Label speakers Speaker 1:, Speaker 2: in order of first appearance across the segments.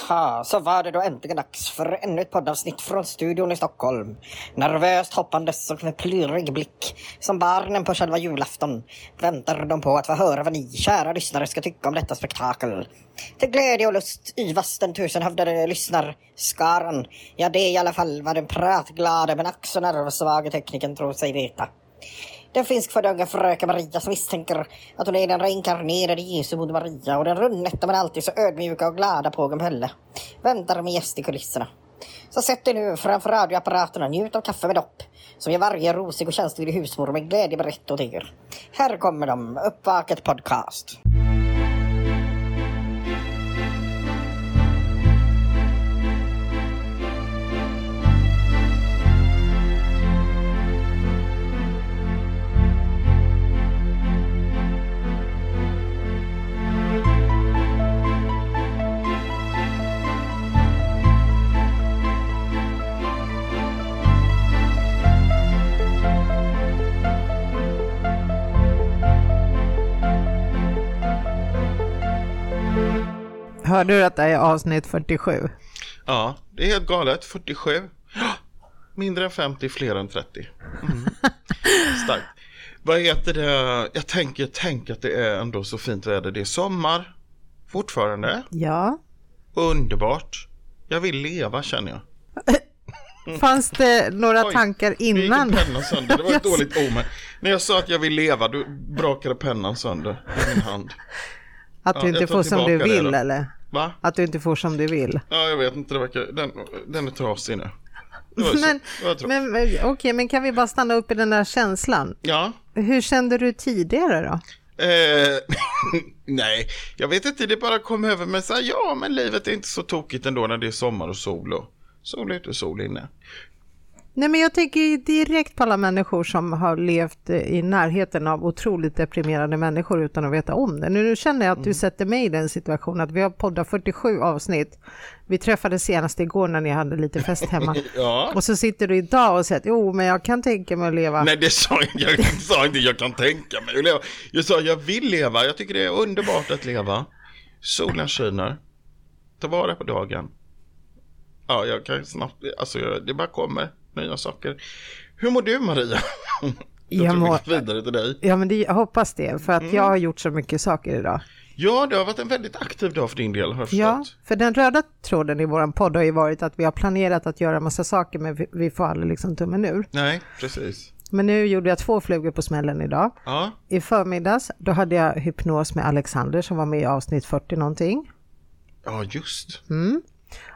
Speaker 1: Jaha, så var det då äntligen dags för ännu ett poddavsnitt från studion i Stockholm. Nervöst hoppandes och med plyrig blick, som barnen på själva julafton, väntar de på att få höra vad ni, kära lyssnare, ska tycka om detta spektakel. Till glädje och lust yvas den tusenhövdade lyssnarskaran. Ja, det i alla fall vad den pratglade men ack så nervsvage tekniken tror sig veta. Den finskfödda fröken Maria som misstänker att hon är den reinkarnerade Jesu moder Maria och den rundnätta men alltid så ödmjuka och glada pågen Pelle väntar med gäst i kulisserna. Så sätt dig nu framför radioapparaterna och njut av kaffe med dopp som ger varje rosig och tjänstvillig husmor med glädje berätt åt er. Här kommer de, Uppvaket Podcast.
Speaker 2: Hörde du att det är avsnitt 47?
Speaker 3: Ja, det är helt galet. 47. Ja, Mindre än 50, fler än 30. Mm. Starkt. Vad heter det? Jag tänker, tänk att det är ändå så fint väder. Det är sommar. Fortfarande.
Speaker 2: Ja.
Speaker 3: Underbart. Jag vill leva känner jag.
Speaker 2: Fanns det några
Speaker 3: Mm. Oj,
Speaker 2: tankar
Speaker 3: Nu gick en
Speaker 2: innan?
Speaker 3: penna sönder. Det var ett
Speaker 2: Jag-
Speaker 3: dåligt omen. När jag sa att jag vill leva, då brakade pennan sönder i min hand.
Speaker 2: Att du
Speaker 3: Ja,
Speaker 2: inte
Speaker 3: jag tar
Speaker 2: får som du
Speaker 3: tillbaka det
Speaker 2: vill
Speaker 3: då.
Speaker 2: eller?
Speaker 3: Va?
Speaker 2: Att du inte får som du vill.
Speaker 3: Ja, jag vet inte. Det verkar... Den, den är trasig nu. Det var ju så.
Speaker 2: Men,
Speaker 3: Det var tråkigt.
Speaker 2: men eh, okej, men kan vi bara stanna upp i den där känslan?
Speaker 3: Ja.
Speaker 2: Hur kände du tidigare då?
Speaker 3: Eh, nej, jag vet inte, det bara kom över mig så här, ja men livet är inte så tokigt ändå när det är sommar och sol och sol ute och sol inne.
Speaker 2: Nej, men jag tänker ju direkt på alla människor som har levt eh, i närheten av otroligt deprimerade människor utan att veta om det. Nu, nu känner jag att du
Speaker 3: Mm.
Speaker 2: sätter mig i den situationen att vi har poddat 47 avsnitt. Vi träffades senast igår när ni hade lite fest hemma.
Speaker 3: Ja.
Speaker 2: Och så sitter du idag och säger att jo, men jag kan tänka mig att leva.
Speaker 3: Nej, det sa jag, jag sa inte, jag kan tänka mig att leva. Jag sa, jag vill leva, jag tycker det är underbart att leva. Solen skiner, ta vara på dagen. Ja, jag kan snabbt, alltså jag, det bara kommer nya saker. Hur mår du Maria? Jag,
Speaker 2: Jag
Speaker 3: tror vi
Speaker 2: mår-
Speaker 3: går vidare till dig.
Speaker 2: Ja, men det, jag hoppas det, för att jag har gjort så mycket saker idag.
Speaker 3: Ja, det har varit en väldigt aktiv dag för din del har jag förstått.
Speaker 2: Ja, för den röda tråden i vår podd har ju varit att vi har planerat att göra massa saker, men vi, vi får aldrig liksom tummen ur.
Speaker 3: Nej, precis.
Speaker 2: Men nu gjorde jag två flugor på smällen idag.
Speaker 3: Ja,
Speaker 2: I förmiddags, då hade jag hypnos med Alexander som var med i avsnitt 40 någonting.
Speaker 3: ja just.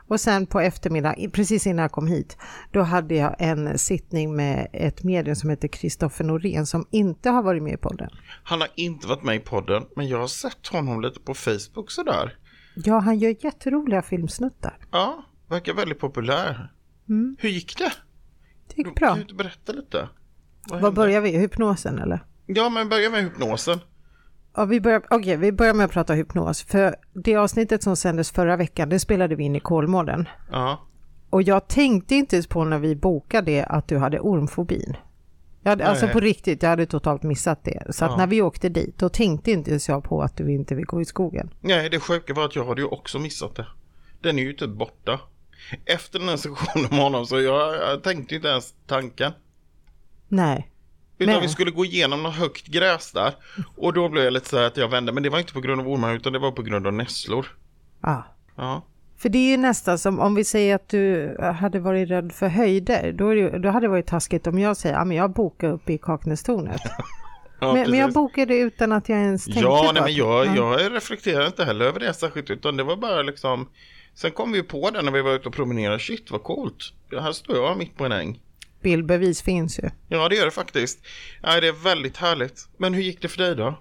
Speaker 2: Och sen på eftermiddagen, i- precis innan jag kom hit, då hade jag en sittning med ett medium som heter Kristoffer Norén som inte har varit med i podden.
Speaker 3: Han har inte varit med i podden, men jag har sett honom lite på Facebook sådär.
Speaker 2: Ja, han gör jätteroliga filmsnuttar.
Speaker 3: Ja, verkar väldigt populär. Hur gick det?
Speaker 2: Det gick
Speaker 3: Kan
Speaker 2: Mm. bra.
Speaker 3: du inte berätta lite? Vad
Speaker 2: Var
Speaker 3: hände?
Speaker 2: börjar vi? Hypnosen eller?
Speaker 3: Ja, men börja med hypnosen.
Speaker 2: Ja, vi, börjar, okej, vi börjar med att prata hypnos. För det avsnittet som sändes förra veckan, det spelade vi in i Kolmården.
Speaker 3: Ja,
Speaker 2: Och jag tänkte inte ens på när vi bokade det att du hade ormfobin. Jag hade, alltså
Speaker 3: Nej.
Speaker 2: på riktigt, jag hade totalt missat det. Så att när vi åkte dit, då tänkte inte ens jag på att du inte vill gå i skogen.
Speaker 3: nej det sjuka var att jag hade ju också missat det. Den är ju typ borta. Efter den här sessionen med honom så jag, jag tänkte inte ens tanken.
Speaker 2: Nej.
Speaker 3: Utan
Speaker 2: Men-
Speaker 3: vi skulle gå igenom något högt gräs där. Och då blev jag lite så här att jag vände, men det var inte på grund av ormar utan det var på grund av nässlor.
Speaker 2: Ja.
Speaker 3: Ja.
Speaker 2: För det är ju nästan som om vi säger att du hade varit rädd för höjder. Då, är det, ju- då hade det varit taskigt om jag säger att jag bokar upp i Kaknästornet.
Speaker 3: Ja,
Speaker 2: men, men jag
Speaker 3: precis.
Speaker 2: bokade utan att jag ens tänkte
Speaker 3: Ja,
Speaker 2: på
Speaker 3: nej, men
Speaker 2: att-
Speaker 3: jag,
Speaker 2: Ja.
Speaker 3: jag reflekterar inte heller över det särskilt utan det var bara liksom Sen kom vi ju på det när vi var ute och promenerade, shit vad coolt. Här står jag mitt på en äng.
Speaker 2: Bildbevis finns ju.
Speaker 3: Ja det gör det faktiskt. Nej det är väldigt härligt. Men hur gick det för dig då?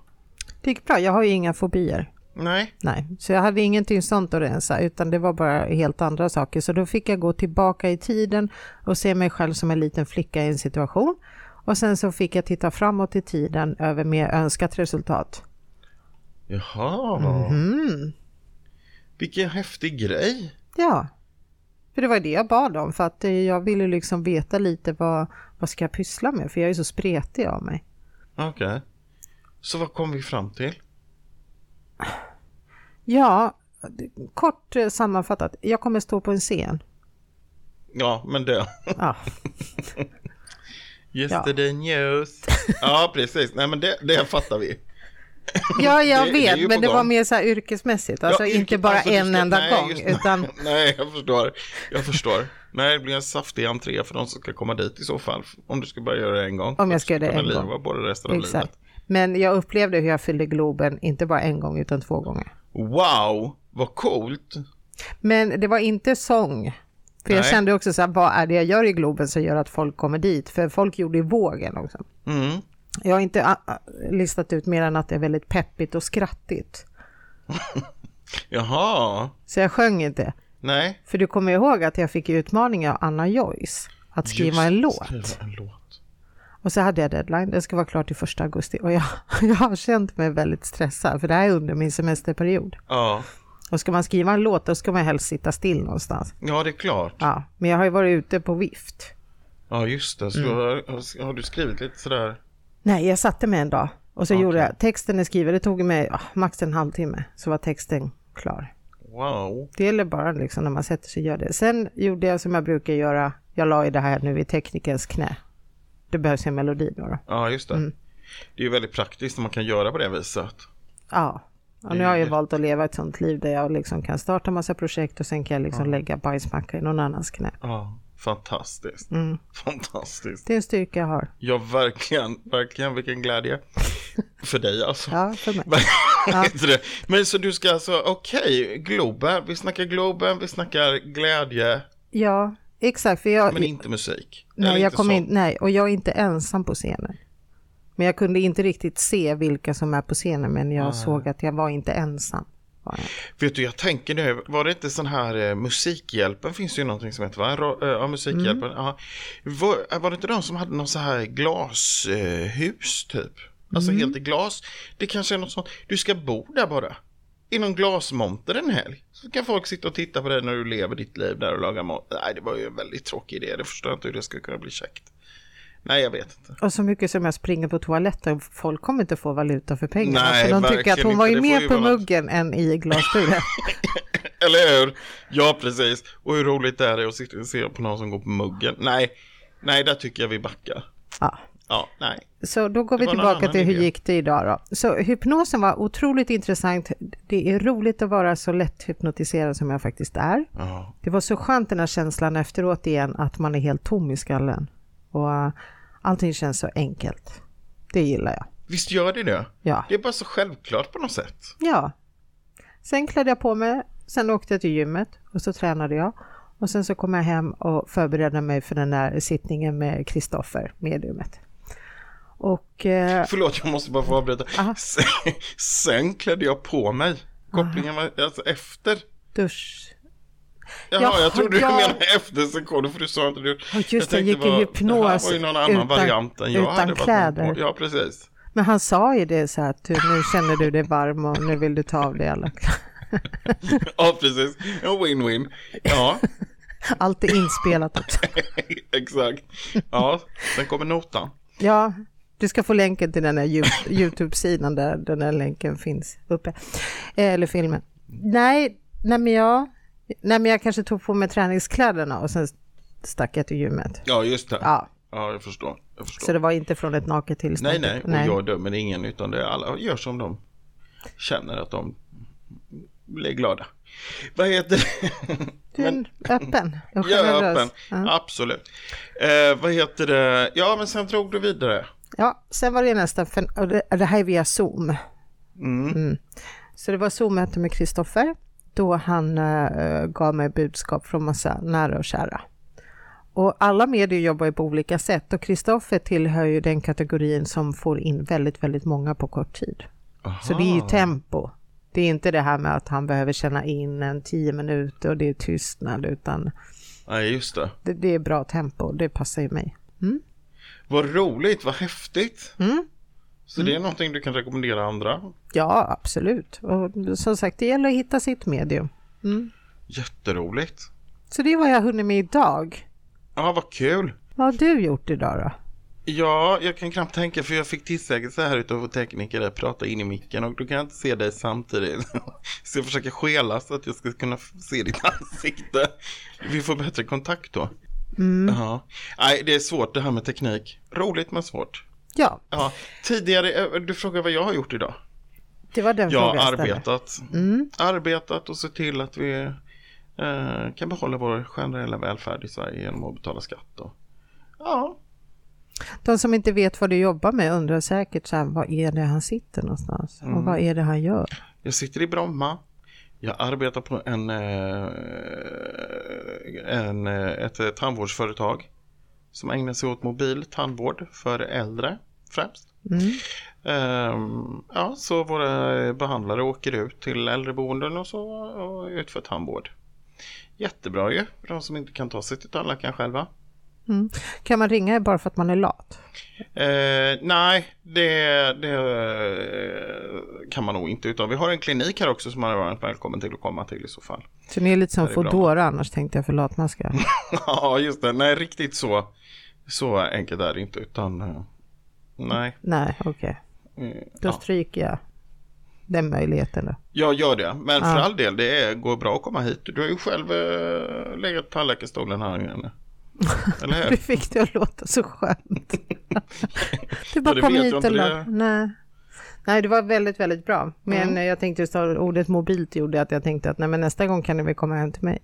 Speaker 2: Det gick bra, jag har ju inga fobier.
Speaker 3: Nej?
Speaker 2: Nej, så jag hade ingenting sånt att rensa utan det var bara helt andra saker. Så då fick jag gå tillbaka i tiden och se mig själv som en liten flicka i en situation. Och sen så fick jag titta framåt i tiden över med önskat resultat.
Speaker 3: Jaha.
Speaker 2: Mhm.
Speaker 3: Vilken häftig grej.
Speaker 2: Ja, för det var det jag bad om för att eh, jag ville liksom veta lite vad, vad ska jag pyssla med för jag är så spretig av mig.
Speaker 3: Okej. Så vad kom vi fram till?
Speaker 2: Ja, kort eh, sammanfattat, jag kommer stå på en scen.
Speaker 3: Ja, men det.
Speaker 2: Ja,
Speaker 3: Yesterday news. Ja, precis. Nej, men det, det fattar vi.
Speaker 2: ja jag
Speaker 3: Det- det är
Speaker 2: vet,
Speaker 3: ju
Speaker 2: men
Speaker 3: på
Speaker 2: det var
Speaker 3: gång.
Speaker 2: mer så här yrkesmässigt, alltså
Speaker 3: Ja,
Speaker 2: inte
Speaker 3: yrket-
Speaker 2: bara
Speaker 3: alltså, du
Speaker 2: en
Speaker 3: ska-
Speaker 2: enda
Speaker 3: nej,
Speaker 2: gång,
Speaker 3: just-
Speaker 2: utan
Speaker 3: Nej, jag förstår. Jag förstår. Nej, det blir en saftig entré för de som ska komma dit i så fall. Om du ska bara göra det en gång. Alltså,
Speaker 2: Om jag
Speaker 3: Du
Speaker 2: ska göra det
Speaker 3: kunna
Speaker 2: en gång.
Speaker 3: leva på det resten av livet.
Speaker 2: exakt. Men jag upplevde hur jag fyllde Globen, inte bara en gång utan två gånger.
Speaker 3: Wow, vad coolt.
Speaker 2: Men det var inte sång. För jag
Speaker 3: Nej.
Speaker 2: kände också så här, vad är det jag gör i Globen som gör att folk kommer dit? För folk gjorde ju vågen också.
Speaker 3: Mm.
Speaker 2: Jag har inte ah, ah, listat ut mer än att det är väldigt peppigt och skrattigt.
Speaker 3: Jaha,
Speaker 2: Så jag sjöng inte.
Speaker 3: nej.
Speaker 2: För du kommer ihåg att jag fick utmaning av Anna Joyce att skriva
Speaker 3: Just,
Speaker 2: en låt.
Speaker 3: Skriva en låt.
Speaker 2: Och så hade jag deadline, det ska vara klart till första augusti. Och jag, jag har känt mig väldigt stressad, för det här är under min semesterperiod.
Speaker 3: Ja.
Speaker 2: Och ska man skriva en låt, då ska man helst sitta still någonstans.
Speaker 3: ja, det är klart.
Speaker 2: Ja, men jag har ju varit ute på vift.
Speaker 3: Ja, just det. Så
Speaker 2: Mm.
Speaker 3: har, har du skrivit lite sådär?
Speaker 2: Nej, jag satte mig en dag och så gjorde jag, texten är skriven, det tog mig ah, max en halvtimme, så var texten klar.
Speaker 3: Wow.
Speaker 2: Det gäller bara liksom när man sätter sig och gör det. Sen gjorde jag som jag brukar göra, jag la i det här nu i teknikens knä. Det behövs ju en melodi då. då.
Speaker 3: Ja, just det.
Speaker 2: Mm.
Speaker 3: Det är ju väldigt praktiskt när man kan göra på det viset.
Speaker 2: Ja. Och nu har jag ju valt att leva ett sånt liv där jag liksom kan starta massa projekt och sen kan jag liksom lägga bajsmacka i någon annans knä.
Speaker 3: Ja, fantastiskt.
Speaker 2: Mm.
Speaker 3: Fantastiskt.
Speaker 2: Det är en styrka jag har.
Speaker 3: Ja, verkligen, verkligen vilken glädje. För dig alltså.
Speaker 2: Ja, för mig.
Speaker 3: Inte det. Men så du ska alltså, okej, Globen, vi snackar Globen, vi snackar glädje,
Speaker 2: Ja, exakt. För jag,
Speaker 3: men inte musik. Eller
Speaker 2: nej, jag
Speaker 3: inte
Speaker 2: kommer
Speaker 3: sånt.
Speaker 2: in, nej, och jag är inte ensam på scenen. Men jag kunde inte riktigt se vilka som är på scenen, men jag såg att jag var inte ensam. Var jag.
Speaker 3: Vet du, jag tänker nu, var det inte sån här eh, Musikhjälpen finns ju någonting som heter va? Ra- eh, ja, Musikhjälpen. Ja. Var, var det inte de som hade någon så här glashus eh, hus, typ? Alltså helt i glas. Det kanske är något sånt. Du ska bo där bara. I någon glasmonter en helg. Så kan folk sitta och titta på dig när du lever ditt liv där och lagar mat. Nej, det var ju en väldigt tråkig idé. Det förstår jag inte hur det skulle kunna bli käckt. Nej, jag vet inte.
Speaker 2: Och så mycket som jag springer på toaletten, folk kommer inte få valuta för pengarna.
Speaker 3: Nej,
Speaker 2: för de tycker
Speaker 3: verkligen
Speaker 2: att hon var
Speaker 3: inte.
Speaker 2: ju mer
Speaker 3: Det får ju
Speaker 2: på
Speaker 3: vara något.
Speaker 2: muggen än i glasburen.
Speaker 3: Eller hur? Ja, precis. Och hur roligt är det att sitta och se på någon som går på muggen? Nej, nej, där tycker jag vi backar.
Speaker 2: ja.
Speaker 3: Ja, nej.
Speaker 2: Så då går vi
Speaker 3: var någon
Speaker 2: tillbaka
Speaker 3: annan
Speaker 2: till hur
Speaker 3: idé.
Speaker 2: gick det idag då. Så hypnosen var otroligt intressant. Det är roligt att vara så lätt hypnotiserad som jag faktiskt är.
Speaker 3: Ja.
Speaker 2: Det var så skönt den här känslan efteråt igen att man är helt tom i skallen. Och äh, allting känns så enkelt. Det gillar jag.
Speaker 3: Visst gör det det?
Speaker 2: Ja.
Speaker 3: Det är bara så självklart på något sätt.
Speaker 2: ja. Sen klädde jag på mig, sen åkte jag till gymmet och så tränade jag. Och sen så kom jag hem och förberedde mig för den där sittningen med Kristoffer, mediumet. Och eh,
Speaker 3: Förlåt, jag måste bara få avbryta. Sen, sen klädde jag på mig. Kopplingen var alltså efter.
Speaker 2: dusch,
Speaker 3: Jaha,
Speaker 2: Jaha,
Speaker 3: jag trodde du
Speaker 2: jag-
Speaker 3: menade efter sektionen för du sa inte det.
Speaker 2: Ja, just
Speaker 3: jag
Speaker 2: det,
Speaker 3: tänkte
Speaker 2: gick i
Speaker 3: bara, Det här
Speaker 2: hypnos
Speaker 3: var ju någon annan
Speaker 2: utan-
Speaker 3: variant än jag
Speaker 2: utan
Speaker 3: hade varit med
Speaker 2: kläder.
Speaker 3: på. Ja, precis.
Speaker 2: Men han sa ju det så här, att du, nu känner du dig varm och nu vill du ta av dig alla
Speaker 3: Ja, precis. En win-win. Ja,
Speaker 2: Allt är inspelat också.
Speaker 3: exakt. Ja, sen kommer notan.
Speaker 2: Ja, du ska få länken till den här Yout- YouTube-sidan där den här länken finns uppe. Eh, Eller filmen. Nej, nej men jag, nej men jag kanske tog på mig träningskläderna och sen stack jag till gymmet.
Speaker 3: Ja, just det.
Speaker 2: Ja,
Speaker 3: Ja, jag förstår. Jag förstår.
Speaker 2: så det var inte från ett naket tillstånd.
Speaker 3: Nej, nej, och jag dömer ingen utan det är alla gör som de känner att de blir glada. Vad heter det?
Speaker 2: Du är en öppen och
Speaker 3: Jag är
Speaker 2: generös.
Speaker 3: öppen,
Speaker 2: Ja.
Speaker 3: absolut. Eh, vad heter det? Ja, men sen drog du vidare.
Speaker 2: Ja, sen var det nästa, för, och det, det här är via Zoom. Mm. Så det var Zoom-möte med Kristoffer då han eh, gav mig budskap från massa nära och kära. Och alla medier jobbar ju på olika sätt och Kristoffer tillhör ju den kategorin som får in väldigt, väldigt många på kort tid. Så det är ju tempo. Det är inte det här med att han behöver känna in en tio minuter och det är tystnad utan
Speaker 3: Nej, just det.
Speaker 2: det, det är bra tempo, det passar ju mig.
Speaker 3: Vad roligt, vad häftigt.
Speaker 2: Mm.
Speaker 3: Så det är någonting du kan rekommendera andra.
Speaker 2: Ja, absolut. Och som sagt, det gäller att hitta sitt medium.
Speaker 3: Jätteroligt.
Speaker 2: Så det var jag hunnit med idag.
Speaker 3: Ja, vad kul.
Speaker 2: Vad har du gjort idag då?
Speaker 3: Ja, jag kan knappt tänka för jag fick tillsägelse här utav vår tekniker att prata in i micken och då kan jag inte se dig samtidigt. Så jag försöker skela så att jag ska kunna f- se ditt ansikte. Vi får bättre kontakt då. Ja. Nej, det är svårt det här med teknik. Roligt men svårt.
Speaker 2: Ja,
Speaker 3: Ja. Tidigare, eh, du frågar vad jag har gjort idag.
Speaker 2: det var den
Speaker 3: Jag har
Speaker 2: frågan jag ställde.
Speaker 3: arbetat. Arbetat och sett till att vi eh, kan behålla vår generella välfärd i Sverige genom att betala skatt. Och... Ja,
Speaker 2: De som inte vet vad du jobbar med undrar säkert så här, vad är det han sitter någonstans
Speaker 3: Mm.
Speaker 2: och vad är det han gör?
Speaker 3: Jag sitter i Bromma. Jag arbetar på en, eh, en, eh, ett eh, tandvårdsföretag som ägnar sig åt mobil tandvård för äldre främst.
Speaker 2: Mm.
Speaker 3: Ehm, ja, så våra behandlare åker ut till äldreboenden och så och utför tandvård. Jättebra ju, för de som inte kan ta sig till tandläkaren själva.
Speaker 2: Kan man ringa er bara för att man är lat?
Speaker 3: Eh, nej, det, det eh, kan man nog inte. Utan vi har en klinik här också som man är varmt välkommen till att komma till i så fall.
Speaker 2: Så ni är lite som
Speaker 3: det är bra.
Speaker 2: Foodora annars tänkte jag för latmaskar.
Speaker 3: Ja, just det. Nej, riktigt så, så enkelt är det inte. Utan, eh, nej.
Speaker 2: Nej, okej.
Speaker 3: eh,
Speaker 2: Då
Speaker 3: Ja.
Speaker 2: stryker jag den möjligheten då.
Speaker 3: Jag gör det, men för all del, det är, går bra att komma hit. Du har ju själv eh, legat på tandläkarstolen här inne. Eller
Speaker 2: Du
Speaker 3: hur?
Speaker 2: fick det att låta så skönt. Du
Speaker 3: Ja,
Speaker 2: bara
Speaker 3: det
Speaker 2: kom
Speaker 3: vet
Speaker 2: hit
Speaker 3: jag inte,
Speaker 2: och
Speaker 3: det-
Speaker 2: la... Nej. nej, det var väldigt, väldigt bra. Men
Speaker 3: Mm.
Speaker 2: jag tänkte just ha ordet mobilt gjorde att jag tänkte att nej, men nästa gång kan ni väl komma hem till mig.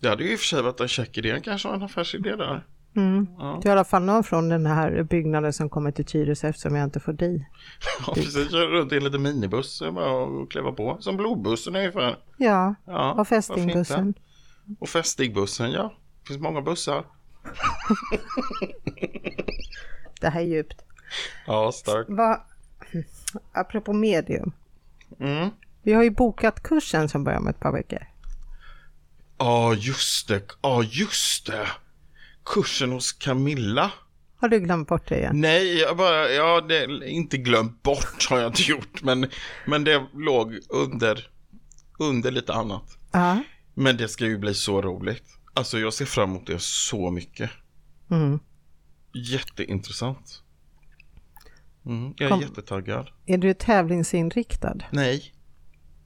Speaker 3: Det hade ju i och för sig varit en check idé, kanske har en affärsidé där.
Speaker 2: Du är i alla fall någon från den här byggnaden som kommer till Tyresö eftersom jag inte får dig.
Speaker 3: Ja, precis. Köra runt i en liten minibuss eh, bara och kliva på. Som blodbussen ungefär.
Speaker 2: Ja,
Speaker 3: Ja,
Speaker 2: och
Speaker 3: varför
Speaker 2: fästingbussen.
Speaker 3: inte? Och fästingbussen, ja. Det finns många bussar.
Speaker 2: Det här är djupt.
Speaker 3: Ja, starkt.
Speaker 2: Vad, apropå medium.
Speaker 3: Mm.
Speaker 2: Vi har ju bokat kursen som börjar om ett par veckor.
Speaker 3: Ja, just det. Ja, just det. Kursen hos Camilla.
Speaker 2: Har du glömt bort det igen?
Speaker 3: Nej, jag bara, ja, det, inte glömt bort har jag inte gjort, men, men det låg under, under lite annat.
Speaker 2: Ja.
Speaker 3: Men det ska ju bli så roligt. Alltså jag ser fram emot det så mycket.
Speaker 2: Mm.
Speaker 3: Jätteintressant. Mm, jag är
Speaker 2: Kom.
Speaker 3: jättetaggad.
Speaker 2: Är du tävlingsinriktad?
Speaker 3: Nej,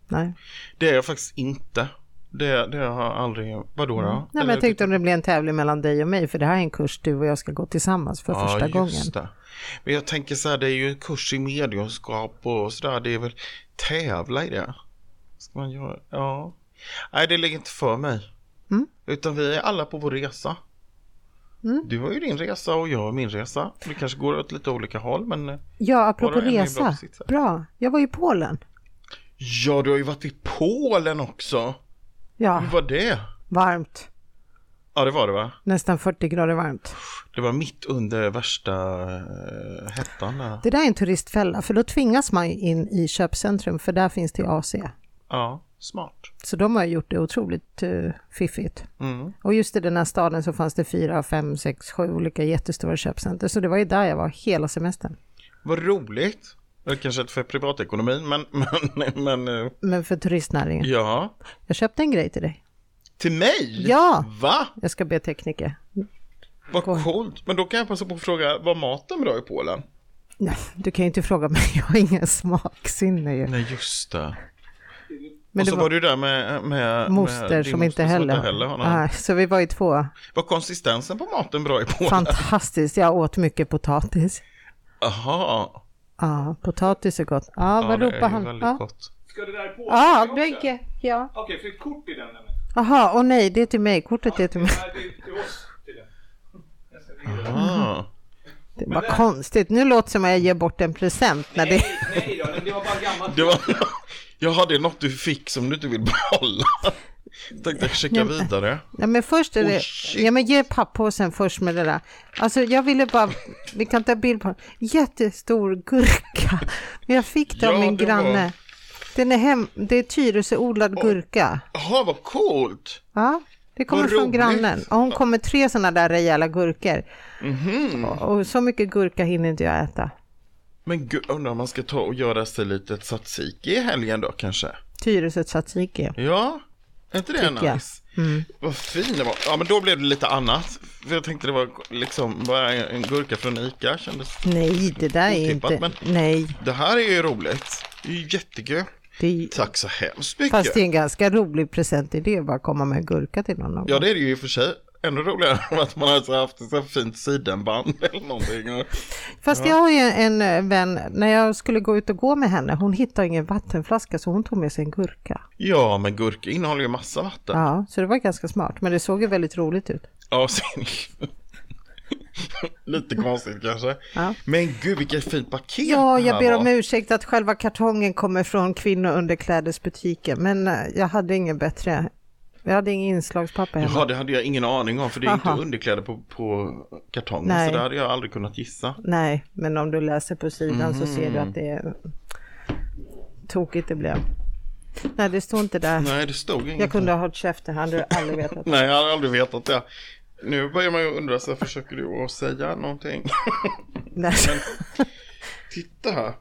Speaker 2: Nej.
Speaker 3: det är jag faktiskt inte. Det, det har jag aldrig, vadå då?
Speaker 2: Mm.
Speaker 3: typ
Speaker 2: Nej, men jag tänkte om det blir en tävling mellan dig och mig, för det här är en kurs du och jag ska gå tillsammans för första gången.
Speaker 3: Det. Men jag tänker så här, det är ju en kurs i mediumskap och sådär. Det är väl tävla i det. Ska man göra? Ja. Nej, det ligger inte för mig.
Speaker 2: Mm.
Speaker 3: Utan vi är alla på vår resa. Du har ju din resa och jag har min resa. Vi kanske går åt lite olika håll, men eh,
Speaker 2: Ja, apropå
Speaker 3: Bara en är bra på
Speaker 2: resa.
Speaker 3: sitt sätt.
Speaker 2: Bra. Jag var i Polen.
Speaker 3: ja, du har ju varit i Polen också.
Speaker 2: Ja,
Speaker 3: Hur var det?
Speaker 2: varmt.
Speaker 3: Ja, det var det va?
Speaker 2: Nästan 40 grader varmt.
Speaker 3: Det var mitt under värsta eh, hettan. där.
Speaker 2: Det där är en turistfälla, för då tvingas man ju in i köpcentrum, för där finns det ju AC.
Speaker 3: Ja, smart.
Speaker 2: Så de har ju gjort det otroligt eh, fiffigt.
Speaker 3: Mm.
Speaker 2: Och just i den här staden så fanns det fyra, fem, sex, sju olika jättestora köpcenter. Så det var ju där jag var hela semestern.
Speaker 3: Vad roligt. Det kanske inte för privatekonomin, men, men, men eh,
Speaker 2: Men för turistnäringen.
Speaker 3: ja.
Speaker 2: Jag köpte en grej till dig.
Speaker 3: Till mig?
Speaker 2: Ja.
Speaker 3: Va?
Speaker 2: Jag ska be tekniker.
Speaker 3: Vad coolt. Men då kan jag passa på att fråga, var maten bra i Polen?
Speaker 2: Nej, du kan ju inte fråga mig, jag har ingen smaksinne ju.
Speaker 3: Nej, just det.
Speaker 2: Men
Speaker 3: och
Speaker 2: det
Speaker 3: så var...
Speaker 2: var
Speaker 3: du där med, med
Speaker 2: moster
Speaker 3: med din
Speaker 2: som inte
Speaker 3: moster
Speaker 2: heller,
Speaker 3: har någon.
Speaker 2: Nej, Så vi var ju två.
Speaker 3: Var konsistensen på maten bra i Polen?
Speaker 2: Fantastiskt, jag åt mycket potatis.
Speaker 3: Aha.
Speaker 2: Ja, potatis är gott. Ja, vad
Speaker 3: det
Speaker 2: ropar
Speaker 3: är ju
Speaker 2: han?
Speaker 3: väldigt
Speaker 2: Ja,
Speaker 3: gott.
Speaker 4: Ska det där på?
Speaker 2: ja
Speaker 4: Okej,
Speaker 2: bägge. Ja.
Speaker 4: Okej, för det är kort i den nämligen.
Speaker 2: Aha, och nej, det är till mig. Kortet är till mig.
Speaker 4: Nej, det är till oss. Till den. Jag ska vidare.
Speaker 3: Ah.
Speaker 2: Det var konstigt. Nu låter det som att jag ger bort en present när det...
Speaker 4: Nej, nej då, det var bara gammalt.
Speaker 3: Det var... Jaha, det är något du fick som du inte vill behålla. Tänkte jag checka vidare.
Speaker 2: Nej, men först är
Speaker 3: Oh,
Speaker 2: det...
Speaker 3: shit.
Speaker 2: ja, men ge pappåsen först med det där. Alltså, jag ville bara... Vi kan ta bild på den. Jättestor gurka. Men jag fick det av
Speaker 3: Ja,
Speaker 2: min
Speaker 3: det var-
Speaker 2: granne. Den är hem... Det är Tyresöodlad gurka.
Speaker 3: Jaha, vad coolt.
Speaker 2: Ja, det kommer
Speaker 3: Vad
Speaker 2: från
Speaker 3: roligt.
Speaker 2: grannen. Och hon kommer tre sådana där rejäla gurkor.
Speaker 3: Mhm.
Speaker 2: Och, och så mycket gurka hinner inte jag äta.
Speaker 3: Men gud, undrar om man ska ta och göra sig lite tzatziki i helgen då kanske?
Speaker 2: Tyresö tzatziki.
Speaker 3: Ja, är inte det
Speaker 2: Tycker jag. Mm.
Speaker 3: nice? Vad fin det var. Ja, men då blev det lite annat. För jag tänkte det var liksom bara en en gurka från ICA kändes.
Speaker 2: Nej, det där är
Speaker 3: Otippat,
Speaker 2: inte...
Speaker 3: men-
Speaker 2: Nej,
Speaker 3: Det här är ju roligt. Det är ju jättekul.
Speaker 2: det...
Speaker 3: Tack så hemskt mycket.
Speaker 2: Fast det är en ganska rolig presentidé att bara komma med en gurka till någon.
Speaker 3: Ja, det är det ju i och för sig. Ännu roligare om att man alltså haft ett så här fint sidenband eller någonting. Och-
Speaker 2: Fast jag har ju en eh, vän, när jag skulle gå ut och gå med henne, hon hittade ingen vattenflaska så hon tog med sig en gurka.
Speaker 3: Ja, men gurka innehåller ju massa vatten.
Speaker 2: Ja, så det var ganska smart, men det såg ju väldigt roligt ut.
Speaker 3: Ja, och sen... Lite konstigt kanske.
Speaker 2: Ja.
Speaker 3: Men gud vilket fint paket
Speaker 2: Ja,
Speaker 3: det
Speaker 2: jag
Speaker 3: här
Speaker 2: ber
Speaker 3: var.
Speaker 2: om ursäkt att själva kartongen kommer från kvinnounderklädesbutiken, men eh, jag hade ingen bättre. Jag hade ingen inslagspapper hemma.
Speaker 3: Jaha, det hade jag ingen aning om för det är
Speaker 2: Aha.
Speaker 3: inte underkläder på, på kartongen
Speaker 2: Nej.
Speaker 3: så det hade jag aldrig kunnat gissa.
Speaker 2: Nej, men om du läser på sidan så ser du att det är tokigt det blev. Nej, det står inte där.
Speaker 3: Nej, det stod inget.
Speaker 2: Jag kunde ha hållit käften, hade du aldrig vetat.
Speaker 3: Nej, jag hade aldrig vetat det. Nu börjar man ju undra så här, försöker du att säga någonting?
Speaker 2: Nej.
Speaker 3: Titta här.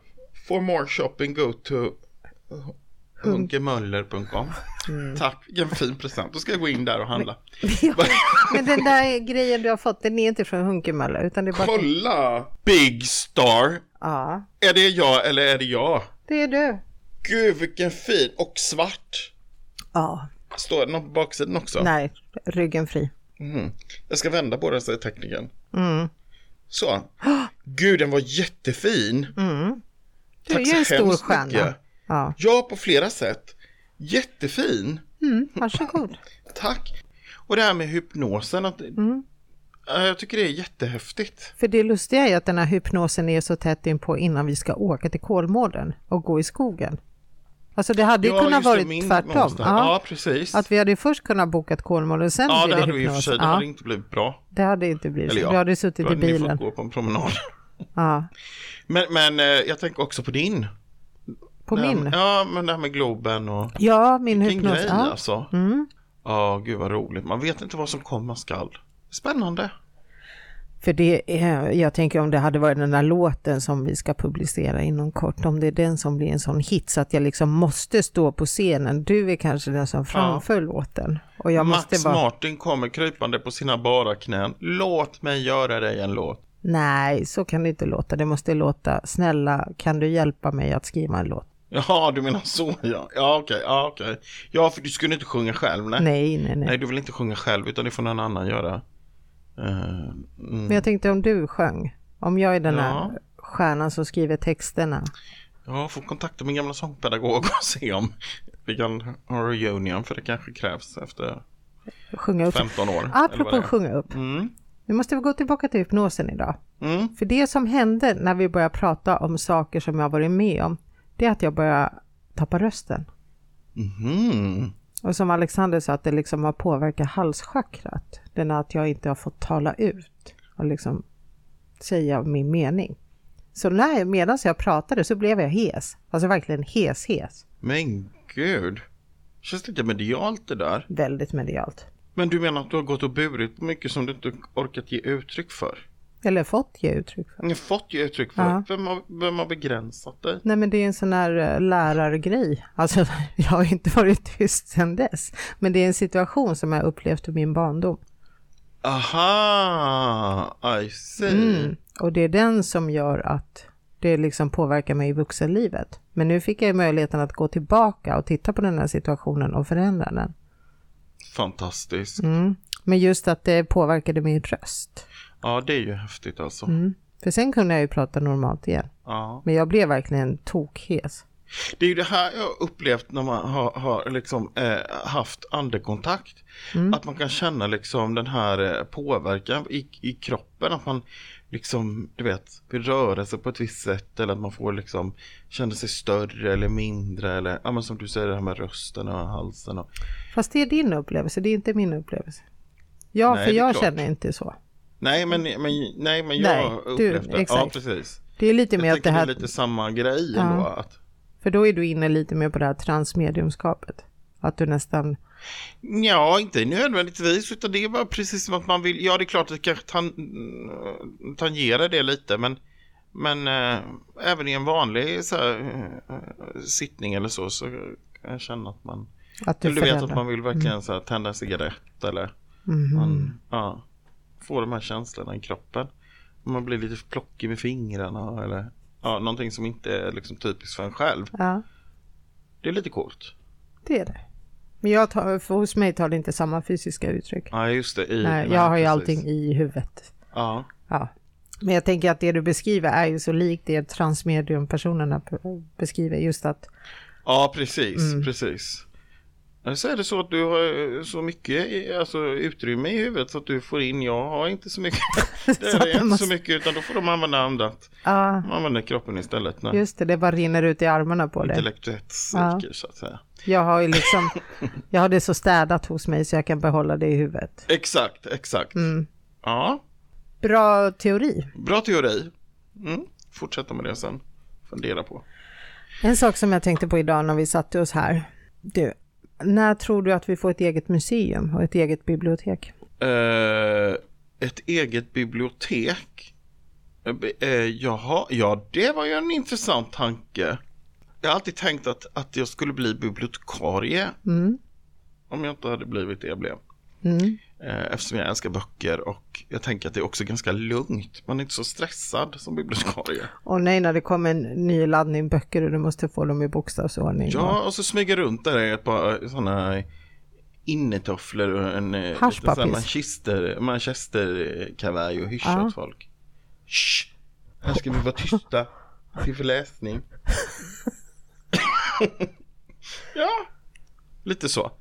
Speaker 3: For more shopping go to hunkemöller.com
Speaker 2: Mm.
Speaker 3: Tack, vilken fin present. Då ska jag gå in där och handla.
Speaker 2: Men den där grejen du har fått, den är inte från Hunkemöller, utan det är bara...
Speaker 3: Kolla! Big Star.
Speaker 2: Ja,
Speaker 3: Är det jag eller är det jag?
Speaker 2: det är du.
Speaker 3: Gud vilken fin och svart.
Speaker 2: Ja,
Speaker 3: Står det något på baksidan också?
Speaker 2: nej, ryggen fri.
Speaker 3: Mm. Jag ska vända på den säger tekniken.
Speaker 2: Mm.
Speaker 3: Så. Gud den var jättefin.
Speaker 2: Mm. Du
Speaker 3: Tack
Speaker 2: är
Speaker 3: så
Speaker 2: ju en stor
Speaker 3: hemskt
Speaker 2: stjärna.
Speaker 3: mycket.
Speaker 2: Ja,
Speaker 3: Ja, på flera sätt. Jättefin.
Speaker 2: mm, varsågod.
Speaker 3: Tack. Och det här med hypnosen. Att,
Speaker 2: Mm.
Speaker 3: Ja, Jag tycker det är jättehäftigt.
Speaker 2: För det lustiga är att den här hypnosen är så tätt inpå innan vi ska åka till Kolmården och gå i skogen. Alltså det hade ju
Speaker 3: Ja,
Speaker 2: kunnat
Speaker 3: just det,
Speaker 2: varit
Speaker 3: min
Speaker 2: tvärtom.
Speaker 3: monster. Ja,
Speaker 2: Ja.
Speaker 3: precis.
Speaker 2: Att vi hade först kunnat boka ett Kolmården och sen
Speaker 3: ja,
Speaker 2: blir det
Speaker 3: det hade vi i och för
Speaker 2: hypnos.
Speaker 3: sig. Det
Speaker 2: Ja,
Speaker 3: hade inte blivit bra.
Speaker 2: det hade inte blivit
Speaker 3: Eller
Speaker 2: så.
Speaker 3: ja.
Speaker 2: Du hade suttit i
Speaker 3: Ni får
Speaker 2: bilen.
Speaker 3: gå på en promenad.
Speaker 2: Ja.
Speaker 3: Men, men eh, jag tänker också på din.
Speaker 2: På
Speaker 3: Det här
Speaker 2: min?
Speaker 3: Med, ja, men det här med Globen och
Speaker 2: Ja, min
Speaker 3: vilken
Speaker 2: hypnos.
Speaker 3: grej
Speaker 2: Ja. Mm.
Speaker 3: alltså. Ja, gud vad roligt. Man vet inte vad som komma skall. Spännande.
Speaker 2: För det är, jag tänker om det hade varit den där låten som vi ska publicera inom kort, om det är den som blir en sån hit så att jag liksom måste stå på scenen. Du är kanske den som framför låten. Och jag måste
Speaker 3: Max
Speaker 2: vara...
Speaker 3: Martin kommer krypande på sina bara knän. Låt mig göra dig en låt.
Speaker 2: Nej, så kan det inte låta. Det måste låta, snälla kan du hjälpa mig att skriva en låt?
Speaker 3: Jaha, du menar så ja. Ja, okej. Ja, okej. ja för du skulle inte sjunga själv. Nej.
Speaker 2: Nej, nej, nej.
Speaker 3: Nej, du vill inte sjunga själv utan det får någon annan göra. Eh, mm.
Speaker 2: Men jag tänkte om du sjöng, om jag är den här
Speaker 3: Ja.
Speaker 2: stjärnan som skriver texterna.
Speaker 3: Jag får kontakta min gamla sångpedagog och se om vi kan ha en reunion för det kanske krävs efter
Speaker 2: Sjunga upp.
Speaker 3: 15 år. eller vad
Speaker 2: Apropå
Speaker 3: det är.
Speaker 2: sjunga upp.
Speaker 3: Mm.
Speaker 2: Nu måste vi gå tillbaka till hypnosen idag.
Speaker 3: Mm.
Speaker 2: För det som hände när vi började prata om saker som jag varit med om, det är att jag började tappa rösten.
Speaker 3: Mm.
Speaker 2: Och som Alexander sa, att det liksom har påverkat halschakrat. Den är att jag inte har fått tala ut och liksom säga min mening. Så när, medan jag pratade så blev jag hes. Alltså verkligen hes-hes.
Speaker 3: Men gud. Känns lite medialt det där.
Speaker 2: Väldigt medialt.
Speaker 3: Men du menar att du har gått och burit på mycket som du inte orkat ge uttryck för?
Speaker 2: Eller fått ge uttryck för.
Speaker 3: Ni har fått ge uttryck för.
Speaker 2: Ja.
Speaker 3: Vem, har, vem har begränsat dig?
Speaker 2: Nej men det är en sån här eh, lärargrej. Alltså jag har inte varit tyst sedan dess. Men det är en situation som jag upplevt i min barndom.
Speaker 3: Aha, I see.
Speaker 2: Mm. Och det är den som gör att det liksom påverkar mig i vuxenlivet. Men nu fick jag ju möjligheten att gå tillbaka och titta på den här situationen och förändra den.
Speaker 3: Fantastiskt.
Speaker 2: Mm. Men just att det påverkade min röst.
Speaker 3: Ja, det är ju häftigt alltså.
Speaker 2: Mm. För sen kunde jag ju prata normalt igen.
Speaker 3: Ja.
Speaker 2: Men jag blev verkligen tokhes.
Speaker 3: Det är ju det här jag har upplevt när man har, har liksom, eh, haft andekontakt.
Speaker 2: Mm.
Speaker 3: Att man kan känna liksom den här eh, påverkan i, i kroppen. Att man liksom, du vet, vill röra sig på ett visst sätt. Eller att man får liksom, känna sig större eller mindre. Eller ja, men som du säger, det här med rösten och halsen. Och...
Speaker 2: Fast det är din upplevelse, det är inte min upplevelse. Ja,
Speaker 3: Nej,
Speaker 2: för
Speaker 3: det är
Speaker 2: jag
Speaker 3: klart.
Speaker 2: känner inte så.
Speaker 3: Nej, men, men, nej, men jag
Speaker 2: Nej,
Speaker 3: har
Speaker 2: du,
Speaker 3: upplevt det. Ja,
Speaker 2: exakt.
Speaker 3: precis.
Speaker 2: Det är lite
Speaker 3: Jag
Speaker 2: mer att det
Speaker 3: tänker det är
Speaker 2: här,
Speaker 3: lite samma grej ändå. Att,
Speaker 2: för då är du inne lite mer på det här transmediumskapet. Att du nästan,
Speaker 3: Ja, inte nödvändigtvis, utan det är bara precis som att man vill. Ja, det är klart att det kanske tan mm, tangerar det lite, men, men eh, även i en vanlig så här, eh, sittning eller så, så kan jag känna att man
Speaker 2: Att du,
Speaker 3: Eller du vet
Speaker 2: förändrar.
Speaker 3: att man vill verkligen så här, tända en cigarett eller
Speaker 2: Mhm.
Speaker 3: man ja, får de här känslorna i kroppen. Man blir lite plockig med fingrarna eller ja, någonting som inte är liksom typiskt för en själv.
Speaker 2: Ja,
Speaker 3: Det är lite coolt.
Speaker 2: det är det. Men jag tar, för hos mig tar det inte samma fysiska uttryck.
Speaker 3: Ja, just det. I,
Speaker 2: Nej, jag har ju
Speaker 3: precis.
Speaker 2: allting i huvudet.
Speaker 3: Ja,
Speaker 2: Ja. Men jag tänker att det du beskriver är ju så likt det transmedium-personerna p- beskriver. Just att,
Speaker 3: ja precis,
Speaker 2: Mm.
Speaker 3: precis. Men Så är det så att du har eh, så mycket i- alltså, utrymme i huvudet så att du får in, jag har inte så mycket. Det
Speaker 2: Så att man
Speaker 3: är inte
Speaker 2: måste-
Speaker 3: så mycket utan då får de använda annat.
Speaker 2: ja,
Speaker 3: De använder kroppen istället. När
Speaker 2: just det, det bara rinner ut i armarna på det.
Speaker 3: intellektuellt cirkel så att säga.
Speaker 2: Jag har ju liksom, jag har det så städat hos mig så jag kan behålla det i huvudet.
Speaker 3: Exakt, exakt.
Speaker 2: Mm.
Speaker 3: Ja,
Speaker 2: Bra teori.
Speaker 3: bra teori. Mm. Fortsätta med det sen. Fundera på.
Speaker 2: En sak som jag tänkte på idag när vi satte oss här. Du, när tror du att vi får ett eget museum och ett eget bibliotek?
Speaker 3: Eh, ett eget bibliotek? Eh, be- eh, jaha, ja det var ju en intressant tanke. Jag har alltid tänkt att, att jag skulle bli bibliotekarie. Om jag inte hade blivit det jag blev.
Speaker 2: Mm.
Speaker 3: Eh, Eftersom jag älskar böcker och jag tänker att det är också ganska lugnt. Man är inte så stressad som bibliotekarie.
Speaker 2: Och nej, när det kommer en ny laddning böcker och du måste få dem i bokstavsordning.
Speaker 3: Ja, och så smyga runt där i ett par sådana innetofflor och en eh,
Speaker 2: Hasch,
Speaker 3: lite sån
Speaker 2: pappis.
Speaker 3: manchester, manchesterkavaj och hyscha
Speaker 2: Ja.
Speaker 3: åt folk. Shh! Här ska vi vara tysta till förläsning. ja, lite så.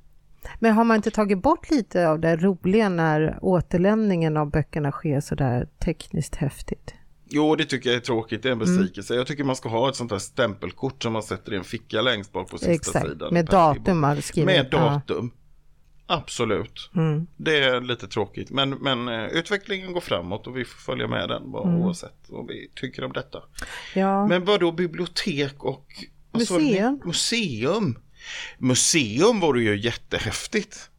Speaker 2: Men har man inte tagit bort lite av det roliga när återlämningen av böckerna sker sådär tekniskt häftigt?
Speaker 3: Jo, det tycker jag är tråkigt. Det är en
Speaker 2: Mm.
Speaker 3: besvikelse. Jag tycker man ska ha ett sånt här stämpelkort som man sätter i en ficka längst bak på sista
Speaker 2: Exakt,
Speaker 3: sidan.
Speaker 2: med
Speaker 3: Per
Speaker 2: datum
Speaker 3: Tibor.
Speaker 2: man skriver.
Speaker 3: Med
Speaker 2: Ja. Mm.
Speaker 3: datum. Absolut. Det är lite tråkigt. Men, men eh, utvecklingen går framåt och vi får följa med den vad, oavsett vad vi tycker om detta.
Speaker 2: Mm. Ja.
Speaker 3: Men vad då bibliotek och vad sa du?
Speaker 2: Museum.
Speaker 3: museum? Museum vore ju jättehäftigt.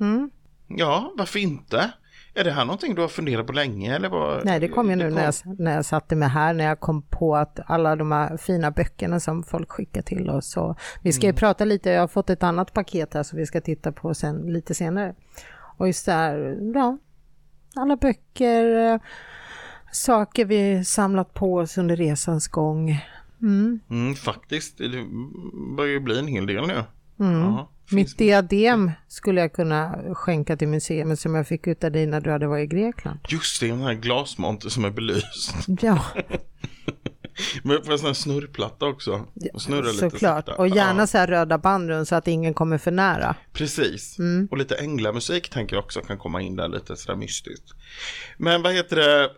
Speaker 2: Mm.
Speaker 3: Ja, varför inte? Är det här någonting du har funderat på länge eller vad?
Speaker 2: Nej, det kom ju nu
Speaker 3: kom-
Speaker 2: när jag, när jag satte mig här, när jag kom på att alla de här fina böckerna som folk skickar till oss. Och vi
Speaker 3: Mm.
Speaker 2: ska ju prata lite, jag har fått ett annat paket här som vi ska titta på sen, lite senare. Och just det här, ja, alla böcker, eh, saker vi samlat på oss under resans gång.
Speaker 3: Mm, faktiskt, det börjar ju bli en hel del nu. Ja,
Speaker 2: Mm. Mitt diadem skulle jag kunna skänka till museet som jag fick ut av dig när du hade varit i Grekland.
Speaker 3: Just det, den här glasmonter som är belyst.
Speaker 2: Ja,
Speaker 3: Men på en sån här snurrplatta också. Och snurra lite
Speaker 2: såklart.
Speaker 3: sakta.
Speaker 2: Och gärna
Speaker 3: Ja,
Speaker 2: så här röda band runt så att ingen kommer för nära.
Speaker 3: precis.
Speaker 2: Mm.
Speaker 3: Och lite änglamusik tänker jag också kan komma in där lite sådär mystiskt. Men vad heter det?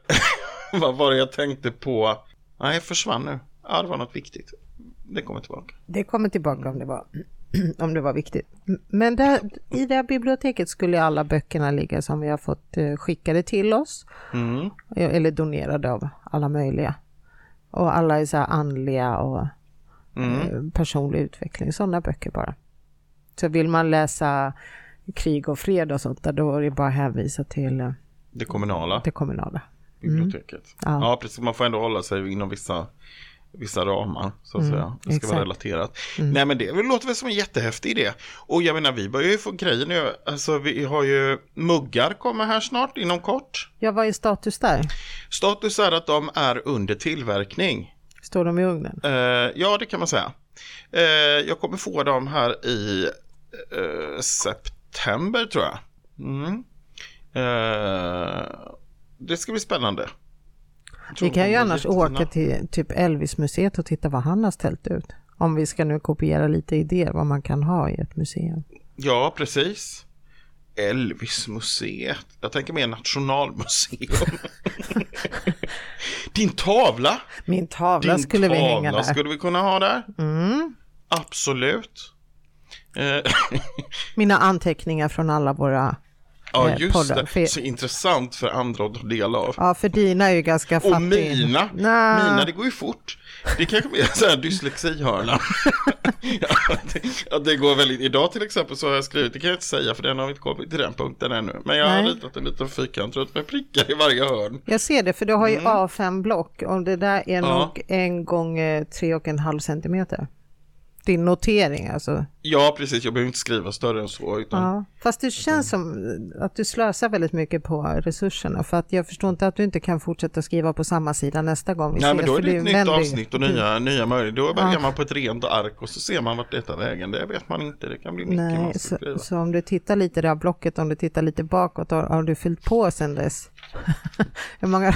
Speaker 3: vad var det jag tänkte på? Nej, försvann nu. Ja, det var något viktigt. Det kommer tillbaka.
Speaker 2: Det kommer tillbaka om det var, om det var viktigt. Men där, i det här biblioteket skulle ju alla böckerna ligga som vi har fått eh, skickade till oss. Eller donerade av alla möjliga. Och alla är så här andliga och eh, personlig utveckling, sådana böcker bara. Så vill man läsa krig och fred och sånt där, då är det bara att hänvisa till eh,
Speaker 3: Det kommunala
Speaker 2: det kommunala.
Speaker 3: biblioteket.
Speaker 2: Mm. Ja.
Speaker 3: Ja. precis. Man får ändå hålla sig inom vissa, vissa ramar. Så att säga. Det ska vara
Speaker 2: Mm. exakt. Mm.
Speaker 3: relaterat. Nej men det låter väl som en jättehäftig idé. Och jag menar vi börjar ju få grejer nu. Alltså vi har ju muggar kommer här snart inom kort.
Speaker 2: Ja, vad är status där?
Speaker 3: Status är att de är under tillverkning.
Speaker 2: Står de i ugnen?
Speaker 3: Eh, ja, det kan man säga. Eh, jag kommer få dem här i eh, september tror jag. Mm. Eh, det ska bli spännande. Jag tror
Speaker 2: Vi kan ju
Speaker 3: de är
Speaker 2: annars
Speaker 3: jättefina.
Speaker 2: åka till typ Elvis-museet och titta vad han har ställt ut. Om vi ska nu kopiera lite idéer vad man kan ha i ett museum.
Speaker 3: Ja, precis. Elvismuseet. Jag tänker mer nationalmuseum. Din tavla.
Speaker 2: Min tavla
Speaker 3: Din
Speaker 2: skulle vi
Speaker 3: tavla
Speaker 2: hänga där. Mm.
Speaker 3: skulle vi kunna ha där. Absolut. Eh,
Speaker 2: Mina anteckningar från alla våra...
Speaker 3: Ja,
Speaker 2: eh,
Speaker 3: just
Speaker 2: poddar.
Speaker 3: det.
Speaker 2: För-
Speaker 3: Så intressant för andra att ta del av.
Speaker 2: Ja, för dina är ju ganska fattiga.
Speaker 3: Och mina,
Speaker 2: Nja.
Speaker 3: mina det går ju fort. Det kanske blir en sån här dyslexihörna. att, det- att det går väldigt, idag till exempel så har jag skrivit, det kan jag inte säga för den har vi inte kommit till den punkten ännu. Men jag har
Speaker 2: Nej.
Speaker 3: ritat en liten fyrkant runt med prickar i varje hörn.
Speaker 2: Jag ser det, för du har ju A5-block och det där är
Speaker 3: Ja.
Speaker 2: nog en gång eh, tre och en halv centimeter. din notering alltså.
Speaker 3: Ja, precis. Jag behöver inte skriva större än så. Utan...
Speaker 2: Ja. Fast det känns som att du slösar väldigt mycket på resurserna för att jag förstår inte att du inte kan fortsätta skriva på samma sida nästa gång vi
Speaker 3: Nej,
Speaker 2: ses.
Speaker 3: men då är
Speaker 2: för
Speaker 3: det
Speaker 2: du
Speaker 3: ett nytt
Speaker 2: vänder ju-
Speaker 3: avsnitt och nya, nya möjligheter. Då börjar
Speaker 2: Ja.
Speaker 3: man på ett rent ark och så ser man vart detta vägen. Det vet man inte. Det kan bli mycket man
Speaker 2: Nej,
Speaker 3: ska
Speaker 2: så,
Speaker 3: skriva.
Speaker 2: så om du tittar lite i det här blocket, om du tittar lite bakåt, har, har du fyllt på sen dess? Hur många?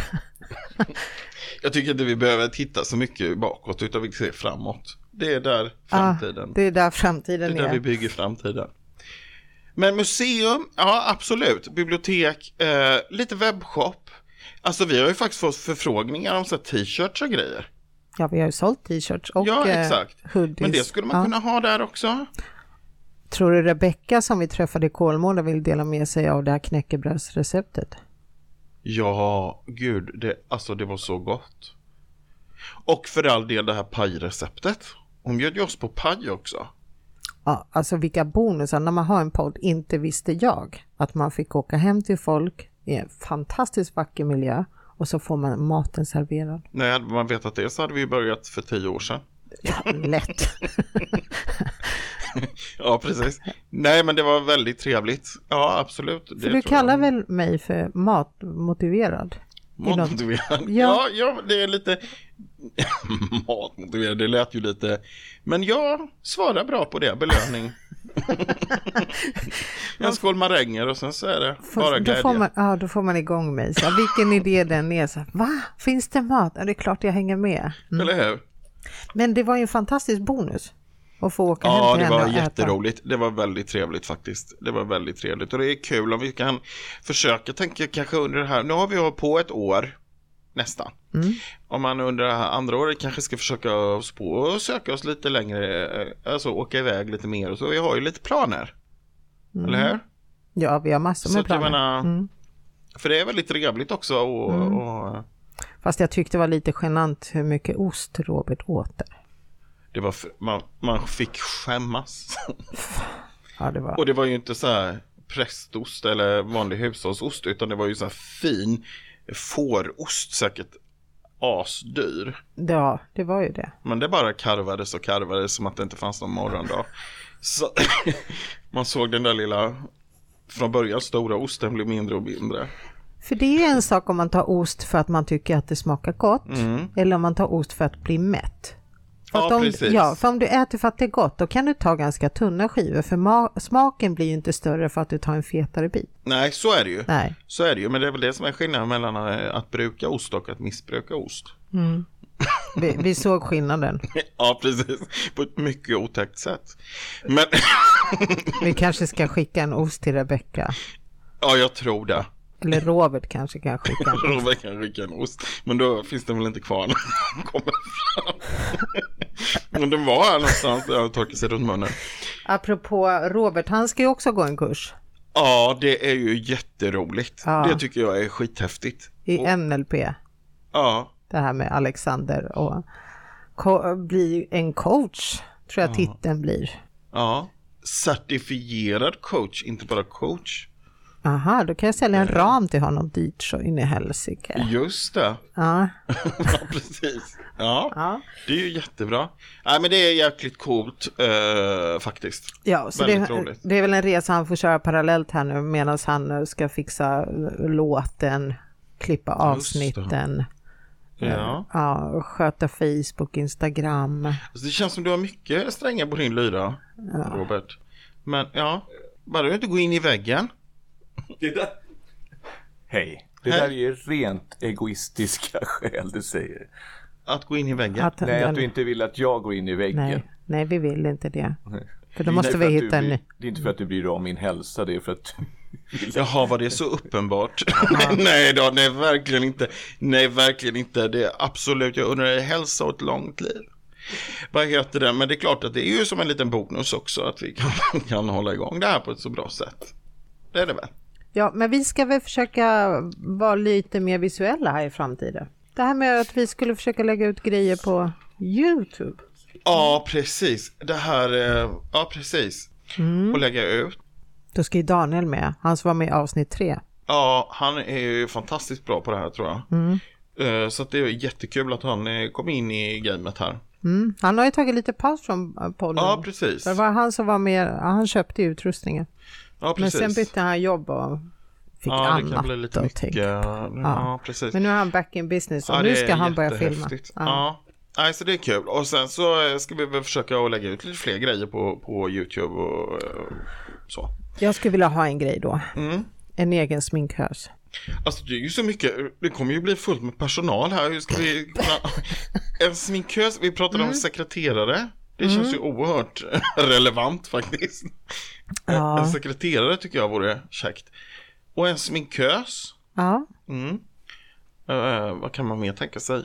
Speaker 3: Jag tycker inte vi behöver titta så mycket bakåt utan vi ser framåt. Det är där
Speaker 2: Ja,
Speaker 3: framtiden.
Speaker 2: Ah, det är där
Speaker 3: det är
Speaker 2: framtiden
Speaker 3: där
Speaker 2: är.
Speaker 3: vi bygger framtiden. Men museum, ja absolut. Bibliotek, eh, lite webbshop. Alltså vi har ju faktiskt fått förfrågningar om så här t-shirts och grejer.
Speaker 2: Ja, vi har ju sålt t-shirts och
Speaker 3: ja,
Speaker 2: eh,
Speaker 3: exakt.
Speaker 2: hoodies.
Speaker 3: Men det skulle man
Speaker 2: Ja.
Speaker 3: kunna ha där också.
Speaker 2: Tror du Rebecka som vi träffade i Kolmården vill dela med sig av det här knäckebrödsreceptet?
Speaker 3: Ja, gud, det, alltså det var så gott. Och för all del det här pajreceptet. Hon bjöd ju oss på paj också.
Speaker 2: Ja, alltså vilka bonusar när man har en podd, inte visste jag. Att man fick åka hem till folk i en fantastiskt vacker miljö och så får man maten serverad.
Speaker 3: Nej, hade man vetat det så hade vi börjat för tio år sedan.
Speaker 2: Ja, lätt.
Speaker 3: Ja, precis. Nej, men det var väldigt trevligt. Ja, absolut.
Speaker 2: För du kallar väl mig för matmotiverad? någon-
Speaker 3: Matmotiverad. Ja.
Speaker 2: Ja.
Speaker 3: ja, det är lite... Matmotiverad, det lät ju lite... Men jag svarar bra på det, belöning. en skål maränger och sen så är det
Speaker 2: Får-
Speaker 3: bara
Speaker 2: då,
Speaker 3: glädje.
Speaker 2: får man, ja, då får man igång mig. Så, här, vilken idé den är. Så, här, Va? Finns det mat? Ja, det är klart jag hänger med. Mm.
Speaker 3: Eller hur?
Speaker 2: Men det var ju en fantastisk bonus att få åka hem
Speaker 3: Ja,
Speaker 2: till
Speaker 3: det
Speaker 2: henne
Speaker 3: var
Speaker 2: och äta.
Speaker 3: jätteroligt. Det var väldigt trevligt faktiskt. Det var väldigt trevligt och det är kul om vi kan försöka tänka kanske under det här. Nu har vi hållit på ett år nästan.
Speaker 2: Mm.
Speaker 3: Om man under det här andra året kanske ska försöka oss på och söka oss lite längre, eh, alltså åka iväg lite mer och så. Vi har ju lite planer.
Speaker 2: Mm.
Speaker 3: Eller hur?
Speaker 2: Ja, vi har massor
Speaker 3: Så
Speaker 2: med
Speaker 3: att jag
Speaker 2: planer.
Speaker 3: menar,
Speaker 2: Mm.
Speaker 3: för det är väldigt trevligt också och, och
Speaker 2: Fast jag tyckte det var lite genant hur mycket ost Robert åt. där.
Speaker 3: det var, för, man, man fick skämmas.
Speaker 2: Ja, det var...
Speaker 3: Och det var ju inte så här prästost eller vanlig hushållsost utan det var ju så här fin fårost, säkert asdyr.
Speaker 2: Ja, det var ju det.
Speaker 3: Men det bara karvades och karvades som att det inte fanns någon morgondag. Så man såg den där lilla, från början stora osten blev mindre och mindre.
Speaker 2: För det är en sak om man tar ost för att man tycker att det smakar gott eller om man tar ost för att bli mätt. För
Speaker 3: Mm.
Speaker 2: att
Speaker 3: Ja,
Speaker 2: om,
Speaker 3: precis.
Speaker 2: Ja, för om du äter för att det är gott då kan du ta ganska tunna skivor för ma- smaken blir ju inte större för att du tar en fetare bit.
Speaker 3: Nej, så är det ju.
Speaker 2: Nej.
Speaker 3: Så är det ju, men det är väl det som är skillnaden mellan eh, att bruka ost och att missbruka ost.
Speaker 2: Vi, vi såg skillnaden.
Speaker 3: Ja, precis. På ett mycket otäckt sätt. Men
Speaker 2: Vi kanske ska skicka en ost till Rebecka.
Speaker 3: ja, jag tror det.
Speaker 2: Eller Robert kanske kan skicka en.
Speaker 3: Robert kan rycka en ost. Men då finns den väl inte kvar när den kommer fram. Men den var här någonstans. Jag torkar sig runt munnen.
Speaker 2: Apropå Robert, han ska ju också gå en kurs
Speaker 3: Ja, det är ju jätteroligt.
Speaker 2: Ja.
Speaker 3: Det tycker jag är skithäftigt.
Speaker 2: i
Speaker 3: Och,
Speaker 2: NLP.
Speaker 3: ja,
Speaker 2: Det här med Alexander och co- bli en coach tror jag titeln blir.
Speaker 3: ja. Certifierad coach, inte bara coach.
Speaker 2: Aha, då kan jag sälja
Speaker 5: Eh.
Speaker 2: en ram till honom dyrt så in i helsike.
Speaker 3: Just det.
Speaker 2: Ja,
Speaker 3: Ja, precis. Ja,
Speaker 2: ja.
Speaker 3: det är ju jättebra. Nej, men det är jäkligt coolt eh, faktiskt.
Speaker 2: ja så
Speaker 3: Väldigt
Speaker 2: det,
Speaker 3: roligt.
Speaker 2: det är väl en resa han får köra parallellt här nu medan han eh, ska fixa eh, låten, klippa avsnitten,
Speaker 3: Ja.
Speaker 2: ja, och sköta Facebook, Instagram.
Speaker 3: Alltså, det känns som du har mycket strängar på din lyra, Robert. Men ja, bara du inte går in i väggen.
Speaker 4: Det där.
Speaker 5: Hej. Det
Speaker 3: Hej.
Speaker 5: där är ju rent egoistiska skäl du säger.
Speaker 3: Att gå in i väggen.
Speaker 2: Att,
Speaker 5: Nej, att du inte vill att jag går in i väggen.
Speaker 2: nej, nej, vi vill inte det. För
Speaker 5: Det
Speaker 2: då
Speaker 5: är
Speaker 2: måste
Speaker 5: inte för
Speaker 2: vi
Speaker 5: att du
Speaker 2: hitta en
Speaker 5: blir-
Speaker 2: ny.
Speaker 5: Det är inte för att du bryr dig om min hälsa, det är för att
Speaker 3: Jaha, var det så uppenbart? nej då, nej verkligen inte. Nej, verkligen inte. Det är absolut, jag undrar, hälsa och ett långt liv. Vad heter det? Men det är klart att det är ju som en liten bonus också att vi kan, kan hålla igång det här på ett så bra sätt. Det är det väl?
Speaker 2: Ja, men vi ska väl försöka vara lite mer visuella här i framtiden. Det här med att vi skulle försöka lägga ut grejer på YouTube.
Speaker 3: Ja, precis. Det här, eh, ja precis. Och lägga ut.
Speaker 2: Då ska ju Daniel med, han som var med i avsnitt tre.
Speaker 3: Ja, han är ju
Speaker 2: Mm.
Speaker 3: fantastiskt bra på det här tror jag. Eh, Så att det är jättekul att han eh, kom in i gamet här.
Speaker 2: Mm. Han har ju tagit lite paus från eh, podden.
Speaker 3: Ja, precis.
Speaker 2: Så det var han som var med, ja, han köpte ju utrustningen.
Speaker 3: Ja,
Speaker 2: Men
Speaker 3: precis.
Speaker 2: sen bytte han jobb och fick
Speaker 3: ja, det
Speaker 2: annat
Speaker 3: kan bli lite
Speaker 2: att
Speaker 3: mycket.
Speaker 2: tänka på.
Speaker 3: Ja,
Speaker 2: Ja.
Speaker 3: precis.
Speaker 2: Men nu är han back in business och
Speaker 3: Ja,
Speaker 2: nu
Speaker 3: det
Speaker 2: ska
Speaker 3: är
Speaker 2: han börja filma.
Speaker 3: jättehäftigt.
Speaker 2: Ja.
Speaker 3: Ja. Nej, så det är kul. Och sen så eh, ska vi väl försöka att lägga ut lite fler grejer på, på YouTube och eh, så.
Speaker 2: Jag skulle vilja ha en grej då.
Speaker 3: Mm.
Speaker 2: En egen sminkhös.
Speaker 3: Alltså det är ju så mycket, det kommer ju bli fullt med personal här. Hur ska vi kunna... En sminkös, vi pratade
Speaker 2: Mm.
Speaker 3: om sekreterare. Det känns ju oerhört relevant faktiskt. En-
Speaker 2: Ja.
Speaker 3: En sekreterare tycker jag vore käckt. Och en sminkös.
Speaker 2: Ja,
Speaker 3: Eh, vad kan man mer tänka sig?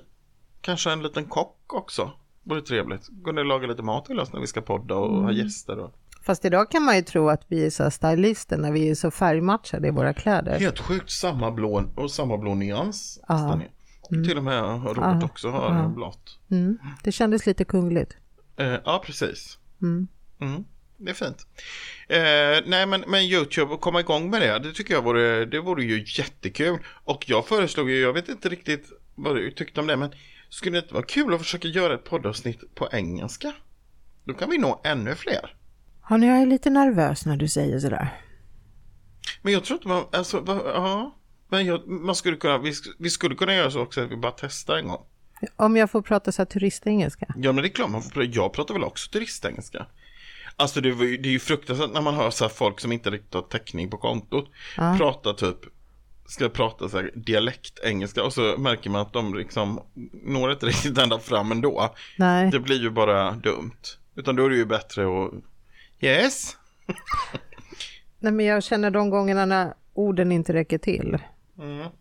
Speaker 3: Kanske en liten kock också. Vore trevligt. Kunde laga lite mat till oss när vi ska podda och
Speaker 2: Mm.
Speaker 3: ha gäster. Och...
Speaker 2: fast idag kan man ju tro att vi är så här stylister när vi är så färgmatchade i våra kläder.
Speaker 3: Helt sjukt samma blå och samma blå nyans.
Speaker 2: Ja. Mm.
Speaker 3: nästan. Till och med Robert
Speaker 2: Ja.
Speaker 3: också har
Speaker 2: Ja.
Speaker 3: blått.
Speaker 2: Mm. Det kändes lite kungligt.
Speaker 3: Eh, ja, precis.
Speaker 2: Mm.
Speaker 3: Mm, det är fint. Eh, nej, men, men YouTube, att komma igång med det, det tycker jag vore, det vore ju jättekul. Och jag föreslog ju, jag vet inte riktigt vad du tyckte om det, men skulle det inte vara kul att försöka göra ett poddavsnitt på engelska? Då kan vi nå ännu fler.
Speaker 2: Ja, nu är jag lite nervös när du säger sådär.
Speaker 3: Men jag tror att man, alltså, va, ja. Men jag, man skulle kunna, vi, sk- vi skulle kunna göra så också att vi bara testar en gång.
Speaker 2: Om jag får prata så här turistengelska.
Speaker 3: Ja men det är klart, man får, prö- jag pratar väl också turistengelska. Alltså det, var ju, det är ju fruktansvärt när man hör så här folk som inte riktigt har täckning på kontot.
Speaker 2: Ja.
Speaker 3: Prata typ, ska prata så här dialektengelska och så märker man att de liksom når inte riktigt ända fram ändå.
Speaker 2: Nej,
Speaker 3: Det blir ju bara dumt. Utan då är det ju bättre att, yes.
Speaker 2: Nej men jag känner de gångerna när orden inte räcker till. Mm.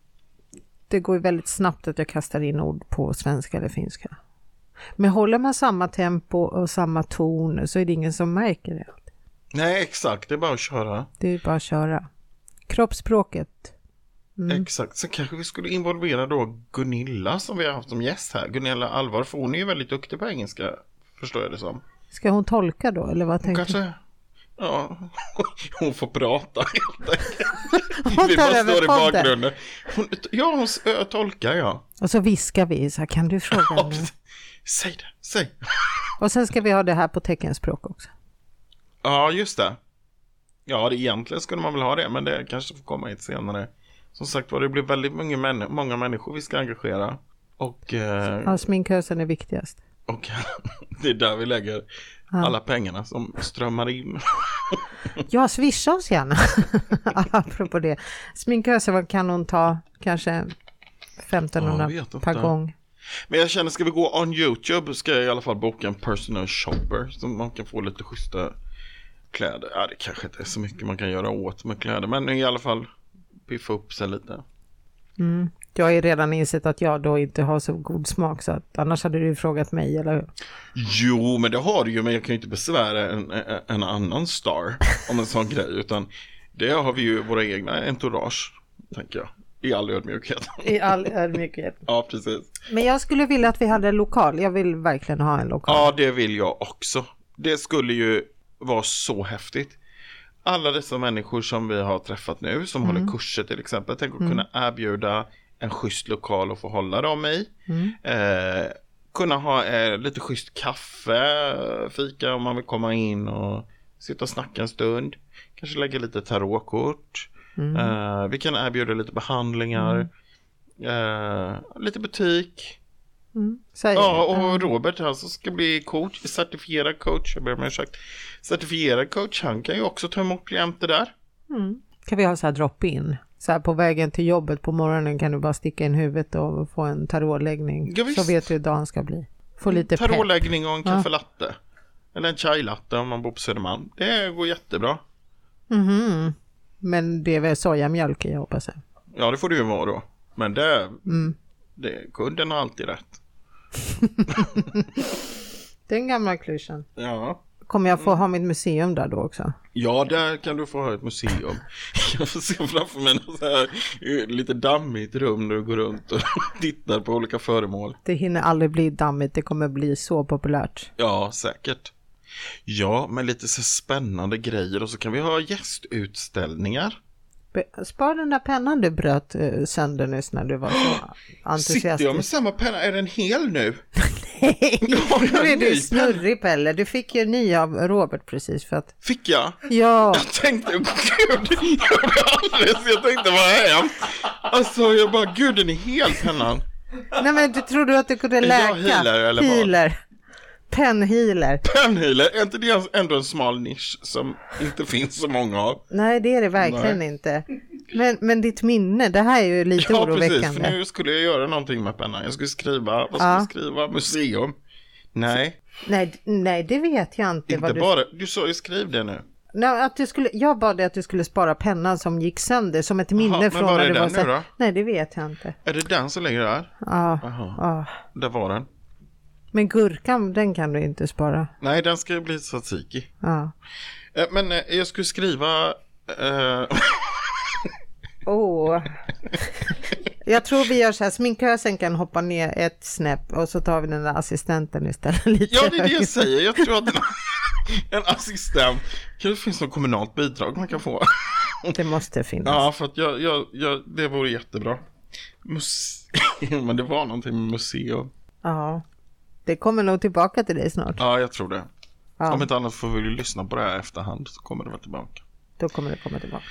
Speaker 2: Det går ju väldigt snabbt att jag kastar in ord på svenska eller finska. Men håller man samma tempo och samma ton så är det ingen som märker det.
Speaker 3: Nej exakt, det är bara att köra.
Speaker 2: Det är ju bara att köra. Kroppsspråket.
Speaker 3: Exakt, så kanske vi skulle involvera då Gunilla som vi har haft som gäst här. Gunilla Alvar, för hon är ju väldigt duktig på engelska, förstår jag det som.
Speaker 2: Ska hon tolka då eller vad
Speaker 3: Hon
Speaker 2: tänker du?
Speaker 3: kanske... Ja, hon får prata helt
Speaker 2: Hon
Speaker 3: enkelt.
Speaker 2: tar
Speaker 3: Vi bara
Speaker 2: över
Speaker 3: står i
Speaker 2: podden.
Speaker 3: bakgrunden. Hon, ja, hon s- ö, tolkar ja.
Speaker 2: Och så viskar vi så här, kan du fråga
Speaker 3: ja.
Speaker 2: nu?
Speaker 3: precis. Säg det, säg.
Speaker 2: Och sen ska vi ha det här på teckenspråk också.
Speaker 3: Ja, just det. Ja, det, egentligen skulle man väl ha det, men det kanske får komma hit senare. Som sagt var, det blir väldigt många, män, många människor vi ska engagera. Och, eh,
Speaker 2: Ja, sminkösen är viktigast.
Speaker 3: och det är där vi lägger alla pengarna som strömmar in.
Speaker 2: Ja, swisha oss gärna. Apropå det. Sminkösen, vad kan hon ta? Kanske
Speaker 3: Ja,
Speaker 2: 1500
Speaker 3: jag vet inte.
Speaker 2: per gång.
Speaker 3: Men jag känner, ska vi gå on YouTube ska jag i alla fall boka en personal shopper så man kan få lite schyssta kläder. Ja, det kanske inte är så mycket man kan göra åt med kläder, men i alla fall piffa upp sig lite.
Speaker 2: Jag har ju redan insett att jag då inte har så god smak så att annars hade du ju frågat mig, eller hur?
Speaker 3: Jo, men det har du ju, men jag kan ju inte besvära en, en annan star om en sån grej, utan det har vi ju våra egna entourage, tänker jag. I all ödmjukhet.
Speaker 2: I all ödmjukhet.
Speaker 3: Ja, precis.
Speaker 2: Men jag skulle vilja att vi hade en lokal. Jag vill verkligen ha en lokal.
Speaker 3: Ja, det vill jag också. Det skulle ju vara så häftigt. Alla dessa människor som vi har träffat nu, som håller kurser till exempel, tänk att kunna erbjuda en schysst lokal att få hålla dem i. Eh, kunna ha eh, lite schysst kaffe, fika om man vill komma in och sitta och snacka en stund. Kanske lägga lite tarotkort. Eh, vi kan erbjuda lite behandlingar. Eh, lite butik.
Speaker 2: Så här-
Speaker 3: Ja, och Robert han som ska bli coach, certifierad coach, jag ber om ursäkt. Certifierad coach, han kan ju också ta emot klienter där.
Speaker 2: Kan vi ha så här drop-in? Så här på vägen till jobbet på morgonen kan du bara sticka in huvudet och få en tarotläggning.
Speaker 3: Ja, visst. Mm,
Speaker 2: så vet du hur dagen ska bli. Få lite pepp.
Speaker 3: Tarotläggning och en kaffelatte. Eller en chai latte om man bor på Södermalm. Det går jättebra.
Speaker 2: Mhm. Men det är väl sojamjölk i, jag hoppas jag.
Speaker 3: Ja, det får det ju vara då. Men det, det kunden har alltid rätt.
Speaker 2: Den gamla klyschan.
Speaker 3: Ja.
Speaker 2: Kommer jag få
Speaker 3: Mm.
Speaker 2: ha mitt museum där då också?
Speaker 3: Ja, där kan du få ha ett museum. Jag får se framför mig något så här eh, lite dammigt rum där du går runt och tittar på olika föremål.
Speaker 2: Det hinner aldrig bli dammigt, det kommer bli så populärt.
Speaker 3: Ja, säkert. Ja, men lite så spännande grejer och så kan vi ha gästutställningar.
Speaker 2: Be- Spar den där pennan du bröt eh, sönder nyss när du var så
Speaker 3: Sitter jag med
Speaker 2: entusiastisk.
Speaker 3: samma penna? Är den hel nu?
Speaker 2: nu är du
Speaker 3: ny
Speaker 2: snurrig Pelle. Du fick ju en ny av Robert precis för att...
Speaker 3: Fick jag?
Speaker 2: Ja,
Speaker 3: Jag tänkte, gud, jag blev alldeles, jag tänkte vad hemskt. Alltså jag bara, gud den är hel pennan.
Speaker 2: nej men du trodde att du kunde
Speaker 3: jag
Speaker 2: läka.
Speaker 3: healer eller vad?
Speaker 2: Healer. Pennhealer.
Speaker 3: Pennhealer, är inte det ändå en smal nisch som inte finns så många av?
Speaker 2: Nej, det är det verkligen
Speaker 3: Nej.
Speaker 2: inte. Men, men ditt minne, det här är ju lite
Speaker 3: Ja precis, för
Speaker 2: oroväckande.
Speaker 3: nu skulle jag göra någonting med pennan. Jag skulle skriva, vad skulle
Speaker 2: Ja.
Speaker 3: jag skriva? Museum? Nej,
Speaker 2: Nej, d- nej, det vet jag inte.
Speaker 3: inte
Speaker 2: vad du...
Speaker 3: bara, du sa ju skriv det nu.
Speaker 2: Nej, att du skulle... Jag bad dig att du skulle spara pennan som gick sönder som ett minne
Speaker 3: men
Speaker 2: från
Speaker 3: var
Speaker 2: när
Speaker 3: är
Speaker 2: du var
Speaker 3: den
Speaker 2: så här-
Speaker 3: nu då?
Speaker 2: Nej, det vet jag inte.
Speaker 3: Är det den som ligger där?
Speaker 2: Ja,
Speaker 3: Jaha.
Speaker 2: ja.
Speaker 3: Där var den.
Speaker 2: Men gurkan, den kan du inte spara.
Speaker 3: Nej, den ska ju bli tzatziki.
Speaker 2: Ja.
Speaker 3: Eh, Men eh, jag skulle skriva... Eh,
Speaker 2: Åh. Jag tror vi gör så här, sminkösen kan hoppa ner ett snäpp och så tar vi den där assistenten istället. Lite
Speaker 3: ja, det är det
Speaker 2: högre.
Speaker 3: jag säger. Jag tror att en, en assistent... Kanske det finns något kommunalt bidrag man kan få.
Speaker 2: Det måste finnas.
Speaker 3: Ja, för att jag, jag, jag, det vore jättebra. Mus- Men det var någonting med museum.
Speaker 2: Ja. Det kommer nog tillbaka till dig snart.
Speaker 3: Ja, jag tror det.
Speaker 2: Ja.
Speaker 3: Om inte annat får vi lyssna på det här i efterhand så kommer det vara tillbaka.
Speaker 2: Då kommer det komma tillbaka.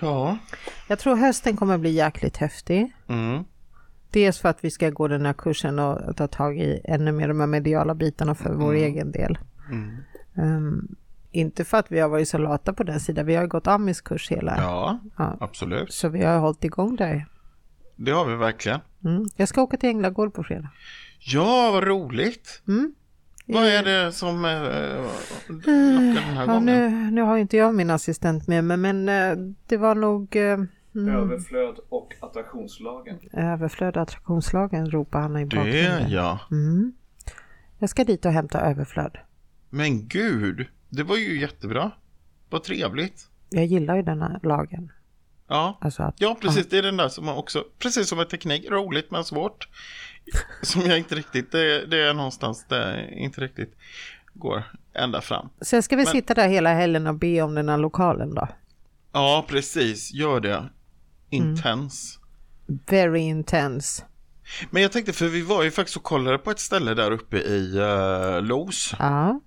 Speaker 3: Ja.
Speaker 2: Jag tror hösten kommer bli jäkligt häftig.
Speaker 3: Mm.
Speaker 2: Dels för att vi ska gå den här kursen och ta tag i ännu mer de här mediala bitarna för vår
Speaker 3: Mm.
Speaker 2: egen del. Ehm, inte för att vi har varit så lata på den sidan, vi har ju gått Amis kurs hela.
Speaker 3: Ja,
Speaker 2: Ja.
Speaker 3: absolut.
Speaker 2: Så vi har hållit igång där.
Speaker 3: Det har vi verkligen.
Speaker 2: Mm. Jag ska åka till Änglagård på fredag.
Speaker 3: Ja, vad roligt. Vad är det som eh, lockar den
Speaker 2: Ja,
Speaker 3: här gången?
Speaker 2: nu, nu har ju inte jag min assistent med mig, men eh, det var nog eh,
Speaker 4: Överflöd och attraktionslagen.
Speaker 2: överflöd och attraktionslagen ropade han i
Speaker 3: Det
Speaker 2: bakgrunden. Mm.
Speaker 3: ja.
Speaker 2: Jag ska dit och hämta överflöd.
Speaker 3: Men gud, det var ju jättebra. Vad trevligt.
Speaker 2: Jag gillar ju den här lagen.
Speaker 3: Ja,
Speaker 2: Alltså att,
Speaker 3: ja precis. Det är den där som man också, precis som en teknik, roligt men svårt. Som jag inte riktigt, det, det är någonstans där jag inte riktigt går ända fram.
Speaker 2: Sen ska vi sitta där hela helgen och be om den här lokalen då.
Speaker 3: Ja, precis. Gör det. Intens.
Speaker 2: Mm. Very intense.
Speaker 3: Men jag tänkte, för vi var ju faktiskt och kollade på ett ställe där uppe i uh, Los.
Speaker 2: Ja,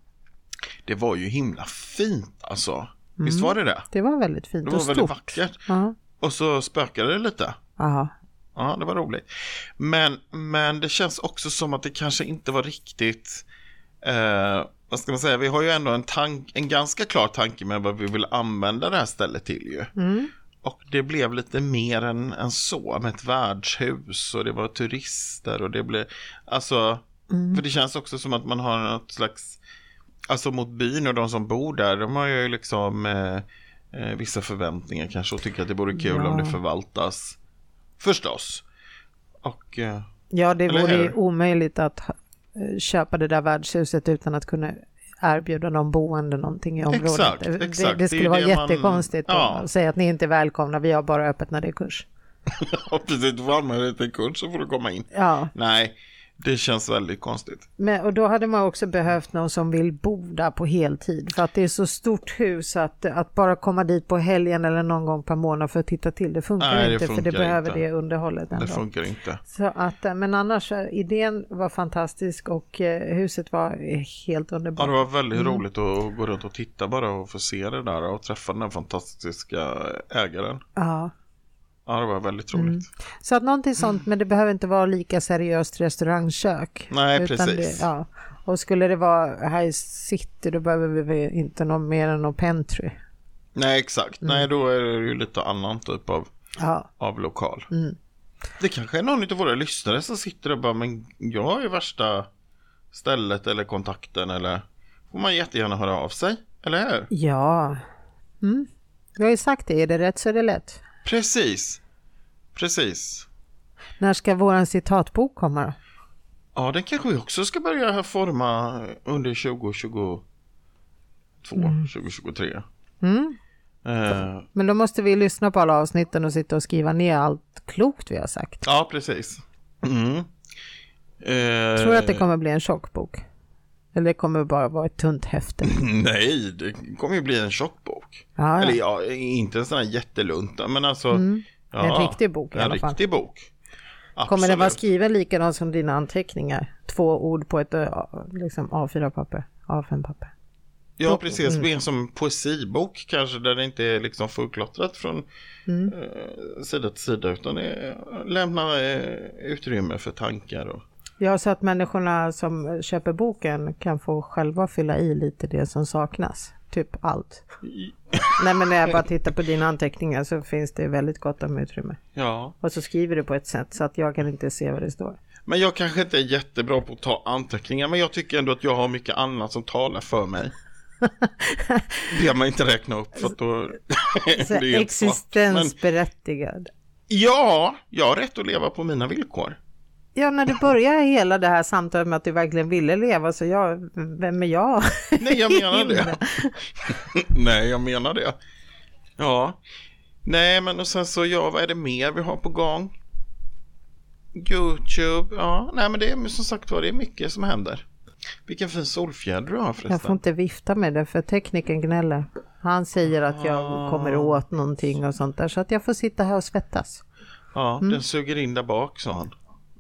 Speaker 3: Det var ju himla fint alltså.
Speaker 2: Mm.
Speaker 3: Visst var det det?
Speaker 2: det var väldigt fint
Speaker 3: Det
Speaker 2: och
Speaker 3: var
Speaker 2: stort.
Speaker 3: väldigt vackert.
Speaker 2: Ja,
Speaker 3: Och så spökade det lite.
Speaker 2: ja.
Speaker 3: Ja, det var roligt. Men, men det känns också som att det kanske inte var riktigt, eh, vad ska man säga, vi har ju ändå en, tank, en ganska klar tanke med vad vi vill använda det här stället till ju.
Speaker 2: Mm.
Speaker 3: Och det blev lite mer än, än så, med ett värdshus och det var turister och det blev, alltså,
Speaker 2: Mm.
Speaker 3: för det känns också som att man har något slags, alltså mot byn och de som bor där, de har ju liksom eh, eh, vissa förväntningar kanske och tycker att det vore kul om det
Speaker 2: Ja.
Speaker 3: förvaltas. Förstås. Och eh,
Speaker 2: ja det
Speaker 3: Eller
Speaker 2: vore ju
Speaker 3: hur?
Speaker 2: omöjligt att eh, köpa det där värdshuset utan att kunna erbjuda de boende någonting i området.
Speaker 3: Exakt,
Speaker 2: Det-
Speaker 3: exakt.
Speaker 2: Det,
Speaker 3: Det är
Speaker 2: det
Speaker 3: ju
Speaker 2: skulle vara
Speaker 3: det man-
Speaker 2: jättekonstigt
Speaker 3: Ja.
Speaker 2: att säga att ni inte är välkomna, vi har bara öppet när det är kurs.
Speaker 3: ja, precis, du får anmäla dig till en kurs så får du komma in.
Speaker 2: Ja,
Speaker 3: Nej, det känns väldigt konstigt.
Speaker 2: men, och då hade man också behövt någon som vill bo där på heltid för att det är så stort hus att, att bara komma dit på helgen eller någon gång per månad för att titta till det funkar
Speaker 3: Nej, det
Speaker 2: inte för
Speaker 3: funkar
Speaker 2: det behöver
Speaker 3: inte.
Speaker 2: det underhållet ändå.
Speaker 3: Det funkar inte.
Speaker 2: Så att, eh, men annars, eh, idén var fantastisk och eh, huset var eh, helt
Speaker 3: Ja,
Speaker 2: underbart.
Speaker 3: det var väldigt roligt att gå runt och titta bara och få se det där och träffa den här fantastiska ägaren.
Speaker 2: Ja.
Speaker 3: Ja, det var väldigt roligt.
Speaker 2: Så att
Speaker 3: Mm.
Speaker 2: någonting sånt, men det behöver inte vara lika seriöst restaurangkök.
Speaker 3: Nej,
Speaker 2: Utan
Speaker 3: precis.
Speaker 2: Det, ja. Och skulle det vara här i city, då behöver vi inte någon mer än någon pantry.
Speaker 3: Nej, exakt. Nej, då är det ju lite annan typ av,
Speaker 2: Ja.
Speaker 3: av lokal. Det kanske är någon av våra lyssnare som sitter och bara, men jag är värsta stället eller kontakten eller får man jättegärna höra av sig, eller hur?
Speaker 2: Ja. Mm. Jag har ju sagt det, är det rätt så är det lätt.
Speaker 3: Precis, precis.
Speaker 2: När ska våran citatbok komma då?
Speaker 3: Ja, den kanske vi också ska börja forma under 2022,
Speaker 2: Mm.
Speaker 3: 2023. Eh,
Speaker 2: Men då måste vi lyssna på alla avsnitten och sitta och skriva ner allt klokt vi har sagt.
Speaker 3: ja, precis. Mm. Eh,
Speaker 2: Tror du att det kommer bli en tjock bok? Eller det kommer bara vara ett tunt häfte?
Speaker 3: Nej, det kommer ju bli en tjock bok.
Speaker 2: Ja,
Speaker 3: Eller
Speaker 2: ja.
Speaker 3: ja, inte en sån här jättelunta, men alltså.
Speaker 2: Mm. En riktig bok i
Speaker 3: en
Speaker 2: alla fall.
Speaker 3: riktig bok.
Speaker 2: Kommer den vara
Speaker 3: Absolut.
Speaker 2: skriven likadant som dina anteckningar? Två ord på ett eh, liksom A4-papper, A5-papper.
Speaker 3: Ja, precis. Mer som poesibok kanske där det inte är liksom fullklottrat från eh, sida till sida utan det lämnar eh, utrymme för tankar. Och...
Speaker 2: Ja, så att människorna som köper boken kan få själva fylla i lite det som saknas. Typ allt. Nej, men när jag bara tittar på dina anteckningar så finns det väldigt gott om utrymme.
Speaker 3: Ja.
Speaker 2: Och så skriver du på ett sätt så att jag kan inte se vad det står.
Speaker 3: Men jag kanske inte är jättebra på att ta anteckningar men jag tycker ändå att jag har mycket annat som talar för mig. Det man inte räknar upp för att då...
Speaker 2: Så
Speaker 3: är helt svart. Men,
Speaker 2: existensberättigad.
Speaker 3: ja, jag har rätt att leva på mina villkor.
Speaker 2: Ja, när du börjar hela det här samtalet med att du verkligen ville leva, så jag, vem är jag?
Speaker 3: Nej, jag menar det. Nej, jag menar det. Ja. Nej, men och sen så, ja, vad är det mer vi har på gång? YouTube, ja. Nej, men det är som sagt var, det är mycket som händer. Vilken fin solfjäder du har
Speaker 2: Jag får
Speaker 3: förresten.
Speaker 2: inte vifta med det, för teknikern gnäller. Han säger att
Speaker 3: Ah,
Speaker 2: jag kommer åt någonting och sånt där, så att jag får sitta här och svettas.
Speaker 3: Ja,
Speaker 2: Mm.
Speaker 3: den suger in där bak, sa han.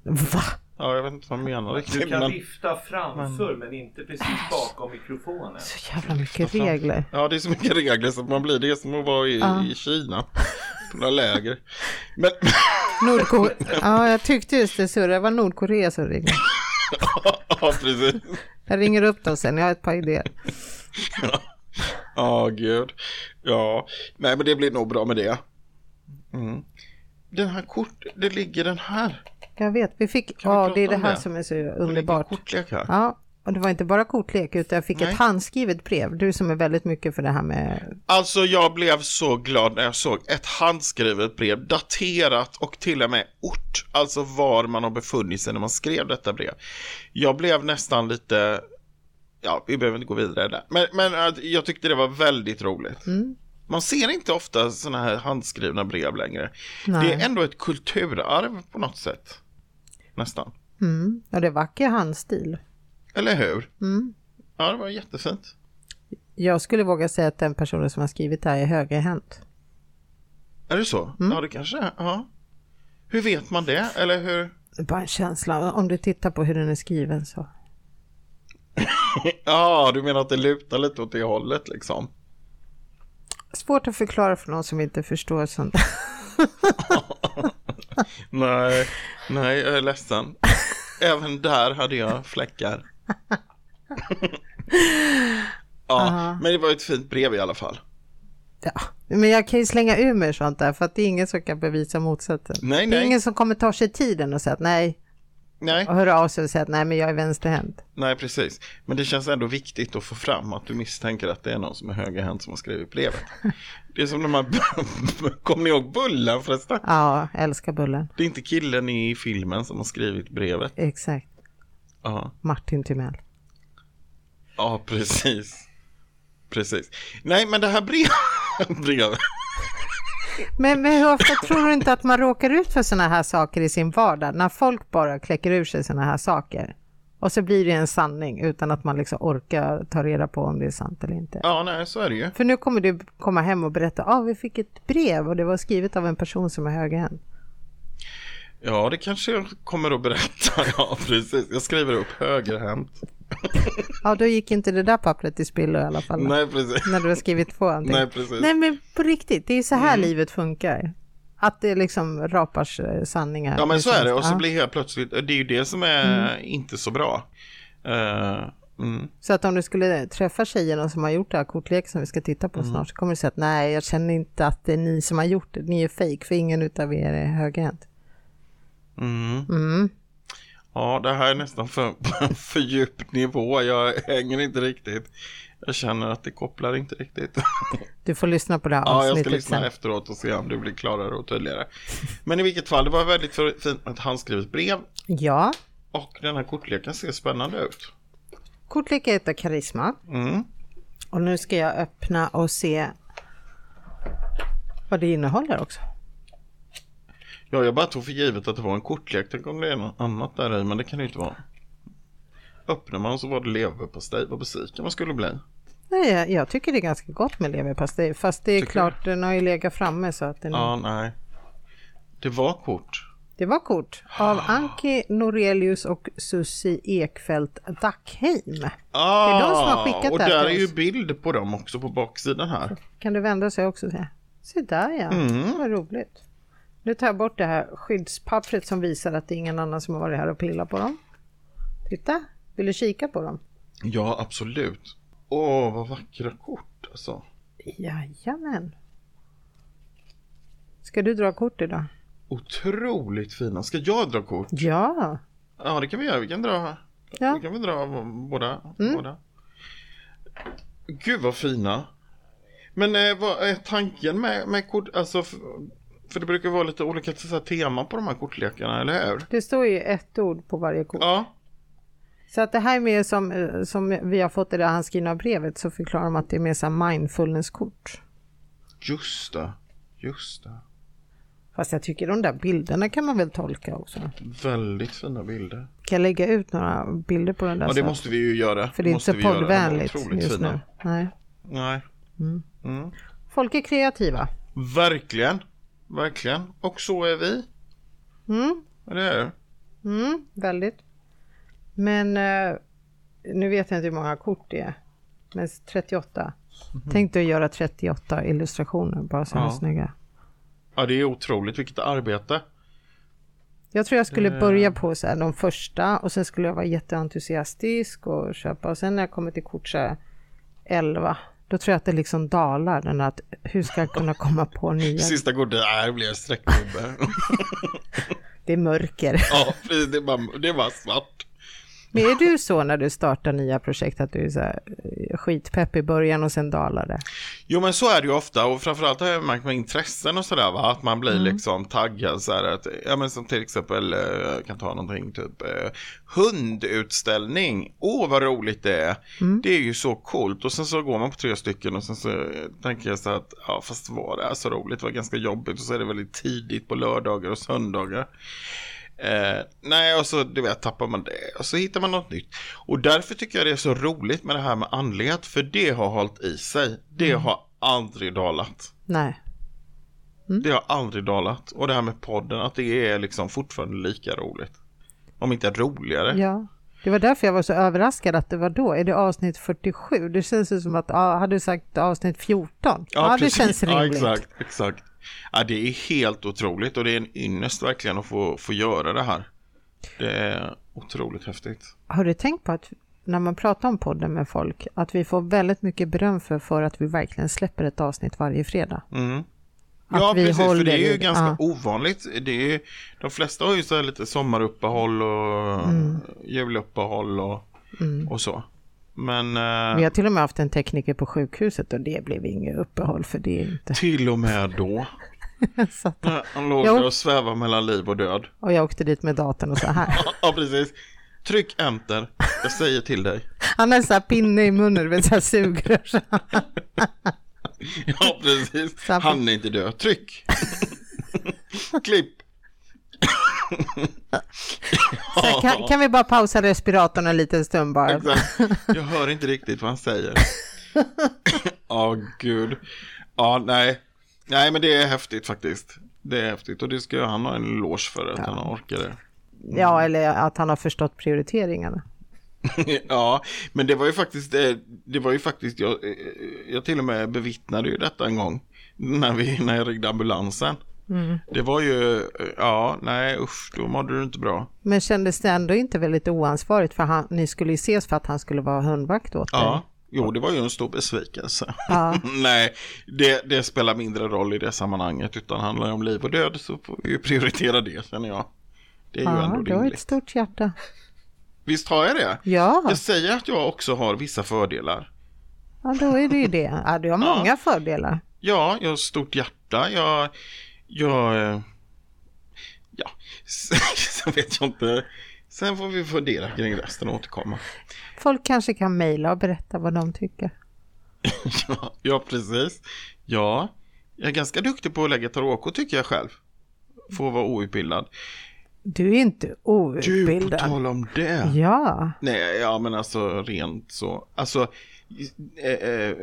Speaker 2: Va?
Speaker 3: Ja, jag vet inte vad han menar
Speaker 4: Du
Speaker 3: riktigt.
Speaker 4: kan
Speaker 3: Men,
Speaker 4: vifta framför men inte precis bakom mikrofonen.
Speaker 2: Så jävla mycket regler.
Speaker 3: ja, det är så mycket regler så att man blir, det är som att vara i, i Kina. På några läger. Men,
Speaker 2: Nordkorea. Ja, jag tyckte just det surrade. Det var Nordkorea som ringde.
Speaker 3: ja, precis.
Speaker 2: Jag ringer upp dem sen, jag har ett par idéer.
Speaker 3: Ja, gud. Ja, nej men det blir nog bra med det. Mm. Den här kort, det ligger den här.
Speaker 2: Jag vet, vi fick,
Speaker 3: vi
Speaker 2: ja
Speaker 3: prata
Speaker 2: det är det
Speaker 3: om
Speaker 2: här
Speaker 3: det?
Speaker 2: som är så
Speaker 3: Det ligger
Speaker 2: underbart.
Speaker 3: kortlek här.
Speaker 2: Ja, och det var inte bara kortlek utan jag fick
Speaker 3: Nej.
Speaker 2: ett handskrivet brev. Du som är väldigt mycket för det här med...
Speaker 3: Alltså jag blev så glad när jag såg ett handskrivet brev daterat och till och med ort, alltså var man har befunnit sig när man skrev detta brev. Jag blev nästan lite, ja vi behöver inte gå vidare där, men, men att jag tyckte det var väldigt roligt. Man ser inte ofta sådana här handskrivna brev längre.
Speaker 2: Nej.
Speaker 3: Det är ändå ett kulturarv på något sätt. Nästan.
Speaker 2: Mm, och det är vacker handstil.
Speaker 3: Eller hur? Ja, det var jättefint.
Speaker 2: Jag skulle våga säga att den personen som har skrivit det här är högerhänt.
Speaker 3: Är det så? Ja, det kanske är. Ja. Hur vet man det? Eller hur?
Speaker 2: Det är Bara en känsla, om du tittar på hur den är skriven så.
Speaker 3: Ja, du menar att det lutar lite åt det hållet liksom?
Speaker 2: Svårt att förklara för någon som inte förstår sånt.
Speaker 3: Nej, nej, jag är ledsen. Även där hade jag fläckar. ja, men det var ett fint brev i alla fall.
Speaker 2: Ja. Men jag kan ju slänga ur mig sånt där för att det är ingen som kan bevisa motsatsen.
Speaker 3: Nej,
Speaker 2: det är
Speaker 3: nej.
Speaker 2: ingen som kommer ta sig tiden och säga att nej,
Speaker 3: Nej,
Speaker 2: och höra av sig och säga att nej men jag är vänsterhänt.
Speaker 3: nej precis. Men det känns ändå viktigt att få fram att du misstänker att det är någon som är högerhänt som har skrivit brevet. Det är som de här, kommer ni ihåg Bullen förresten?
Speaker 2: Ja, älskar bullen.
Speaker 3: Det är inte killen i filmen som har skrivit brevet.
Speaker 2: Exakt.
Speaker 3: Ja,
Speaker 2: Martin Timell.
Speaker 3: ja precis. Precis. Nej, men det här brev- brevet.
Speaker 2: Men, men hur ofta tror du inte att man råkar ut för sådana här saker i sin vardag? När folk bara kläcker ur sig sådana här saker. Och så blir det en sanning utan att man liksom orkar ta reda på om det är sant eller inte.
Speaker 3: Ja, nej, så är det ju.
Speaker 2: För nu kommer du komma hem och berätta, ja ah, vi fick ett brev och det var skrivet av en person som är högerhänt.
Speaker 3: Ja, det kanske jag kommer att berätta. Ja, precis. Jag skriver upp högerhänt.
Speaker 2: Ja, då gick inte det där pappret i spillo i alla fall.
Speaker 3: Nej, precis.
Speaker 2: När du har skrivit på någonting.
Speaker 3: Nej, precis. Mm.
Speaker 2: Nej, men på riktigt, det är så här livet funkar. Att det liksom rapars eh, sanningar.
Speaker 3: Ja, men så är det. Och så
Speaker 2: Ja.
Speaker 3: blir helt plötsligt, det är ju det som är inte så bra. Eh, mm.
Speaker 2: Så att om du skulle träffa tjejerna som har gjort det här kortleken som vi ska titta på
Speaker 3: Mm.
Speaker 2: snart så kommer du säga att nej, jag känner inte att det är ni som har gjort det. Ni är fake för ingen utav er är högerhänt.
Speaker 3: Ja, det här är nästan för, för djup nivå. Jag hänger inte riktigt. Jag känner att det kopplar inte riktigt.
Speaker 2: Du får lyssna på det här
Speaker 3: Ja, jag ska
Speaker 2: avsnittet
Speaker 3: lyssna
Speaker 2: sen.
Speaker 3: efteråt och se om det blir klarare och tydligare. Men i vilket fall, det var väldigt för- fint att han skrev ett brev
Speaker 2: Ja,
Speaker 3: och den här kortleken ser spännande ut.
Speaker 2: kortleken heter Karisma. Och nu ska jag öppna och se vad det innehåller också.
Speaker 3: Ja, jag bara tog för givet att det var en kortlek. Tänk om det är något annat där i, men det kan det ju inte vara. Öppnar man så var det leverpastej. Vad besviken man skulle bli.
Speaker 2: Nej, jag, jag tycker det är ganska gott med leverpastej. Fast det är
Speaker 3: Tycker
Speaker 2: Mm. klart, den har ju legat framme så att den,
Speaker 3: Ja, nej. Det var kort.
Speaker 2: Det var kort av Anki Norelius och Susie Ekfeldt Dackheim.
Speaker 3: Ah,
Speaker 2: Det är de som har skickat
Speaker 3: och
Speaker 2: det här
Speaker 3: där
Speaker 2: till
Speaker 3: är ju
Speaker 2: oss.
Speaker 3: bild på dem också på baksidan här.
Speaker 2: Kan du vända sig också och säga, se där ja, vad roligt. Nu tar jag bort det här skyddspappret som visar att det är ingen annan som har varit här och pillat på dem. Titta, vill du kika på dem?
Speaker 3: Ja, absolut. Åh, vad vackra kort alltså.
Speaker 2: Jajamän. Ska du dra kort idag?
Speaker 3: Otroligt fina. Ska jag dra kort?
Speaker 2: Ja.
Speaker 3: Ja, det kan vi göra. Vi kan dra,
Speaker 2: Ja. Mm.
Speaker 3: vi kan väl dra v- båda, båda. Gud vad fina. Men eh, vad är tanken med, med kort? Alltså, för, för det brukar vara lite olika så här, teman på de här kortlekarna, eller hur?
Speaker 2: Det står ju ett ord på varje kort.
Speaker 3: Ja,
Speaker 2: Så att det här är mer som, eh, som vi har fått det där handskrivna brevet så förklarar de att det är mer så här mindfulness-kort.
Speaker 3: just det. Just det.
Speaker 2: Fast jag tycker de där bilderna kan man väl tolka också.
Speaker 3: Väldigt fina bilder.
Speaker 2: Kan jag lägga ut några bilder på den där?
Speaker 3: Ja, det
Speaker 2: sen?
Speaker 3: måste vi ju göra.
Speaker 2: Alltså, För det är inte
Speaker 3: måste
Speaker 2: så
Speaker 3: vi göra. De var
Speaker 2: poddvänligt
Speaker 3: otroligt
Speaker 2: just
Speaker 3: fina.
Speaker 2: nu. Nej.
Speaker 3: Nej,
Speaker 2: Folk är kreativa.
Speaker 3: verkligen. Verkligen. Och så är vi.
Speaker 2: Mm.
Speaker 3: Eller hur?
Speaker 2: Mm, väldigt. Men eh, nu vet jag inte hur många kort det är. Men 38. Tänk dig att göra 38 illustrationer bara så här
Speaker 3: Ja.
Speaker 2: snygga.
Speaker 3: Ja, det är otroligt vilket arbete.
Speaker 2: Jag tror jag skulle börja på så här, de första och sen skulle jag vara jätteentusiastisk och köpa. Och sen när jag kommer till kort så här, 11, då tror jag att det liksom dalar. Den här att hur ska jag kunna komma på nya?
Speaker 3: Sista kortet, nej, det blev streckgubbe.
Speaker 2: Det är mörker.
Speaker 3: ja, precis, det är, bara, det är bara svart.
Speaker 2: Men är du så när du startar nya projekt att du är så här, eh, skitpepp i början och sen dalar det?
Speaker 3: Jo, men så är det ju ofta och framförallt har jag märkt med intressen och sådär, va? att man blir liksom taggad så här att, ja men som till exempel, eh, jag kan ta någonting typ, eh, hundutställning, åh vad roligt det är, det är ju så coolt och sen så går man på tre stycken och sen så eh, tänker jag så här att, ja fast var det här så roligt, det var ganska jobbigt och så är det väldigt tidigt på lördagar och söndagar. Eh, nej, och så du vet, tappar man det och så hittar man något nytt. Och därför tycker jag det är så roligt med det här med andlighet, för det har hållit i sig. Det
Speaker 2: Mm.
Speaker 3: har aldrig dalat.
Speaker 2: Nej. Mm.
Speaker 3: Det har aldrig dalat. Och det här med podden, att det är liksom fortfarande lika roligt. Om inte roligare.
Speaker 2: Ja, det var därför jag var så överraskad att det var då. Är det avsnitt 47? Det känns ju som att, ja, hade du sagt avsnitt 14? Ja, det
Speaker 3: precis.
Speaker 2: känns rimligt.
Speaker 3: Ja, exakt, exakt. Ja, det är helt otroligt och det är en ynnest verkligen att få, få göra det här. Det är otroligt häftigt.
Speaker 2: Har du tänkt på att när man pratar om podden med folk, att vi får väldigt mycket beröm för, för att vi verkligen släpper ett avsnitt varje fredag. Att
Speaker 3: ja,
Speaker 2: vi
Speaker 3: precis, för
Speaker 2: håller
Speaker 3: det är ju
Speaker 2: i-
Speaker 3: ganska
Speaker 2: ja.
Speaker 3: ovanligt. Det är, ju- de flesta har ju så här lite sommaruppehåll och
Speaker 2: Mm.
Speaker 3: juluppehåll och, och så. Men eh,
Speaker 2: Vi har till och med haft en tekniker på sjukhuset och det blev inget uppehåll för det inte.
Speaker 3: till och med då.
Speaker 2: Så att,
Speaker 3: när Han låg
Speaker 2: Jo.
Speaker 3: där och svävade mellan liv och död.
Speaker 2: och jag åkte dit med datorn och så här.
Speaker 3: Ja, precis. Tryck enter. Jag säger till dig.
Speaker 2: Han hade så här pinne i munnen, du vet, så här sugrör. så här.
Speaker 3: Ja, precis.
Speaker 2: Samma.
Speaker 3: Han är inte död. Tryck. Klipp.
Speaker 2: Så här, kan, kan vi bara pausa respiratorn en liten stund bara?
Speaker 3: Exakt. Jag hör inte riktigt vad han säger. Ja, gud. Ja, nej. Nej, men det är häftigt faktiskt. Det är häftigt och det ska han ha en eloge för att han orkar det.
Speaker 2: Ja, eller att han har förstått prioriteringarna.
Speaker 3: ja, men det var ju faktiskt, eh, det var ju faktiskt, jag, eh, jag till och med bevittnade ju detta en gång när, vi, när jag ringde ambulansen. Det var ju, eh, ja, nej usch, då mådde du inte bra.
Speaker 2: Men kändes det ändå inte väldigt oansvarigt för han, ni skulle ju ses för att han skulle vara hundvakt åt dig?
Speaker 3: Ja, jo det var ju en stor besvikelse.
Speaker 2: Ja.
Speaker 3: Nej, det, det spelar mindre roll i det sammanhanget utan handlar det om liv och död så får vi ju prioritera det känner jag. Det är ju
Speaker 2: Ja,
Speaker 3: ändå
Speaker 2: du har ett
Speaker 3: rimligt.
Speaker 2: stort hjärta.
Speaker 3: Visst har jag det?
Speaker 2: Ja,
Speaker 3: Jag säger att jag också har vissa fördelar.
Speaker 2: ja då är det ju det. Ja, du har många fördelar.
Speaker 3: Ja, jag har stort hjärta, jag... jag eh, ja, sen vet jag inte. Sen får vi fundera kring resten och återkomma.
Speaker 2: Folk kanske kan mejla och berätta vad de tycker.
Speaker 3: Ja, ja precis. Ja, jag är ganska duktig på att lägga taroko tycker jag själv. Får vara outbildad.
Speaker 2: Du är inte
Speaker 3: Du, på
Speaker 2: outbildad.
Speaker 3: tal om det.
Speaker 2: Ja,
Speaker 3: Nej, ja men alltså rent så. Alltså, eh, eh,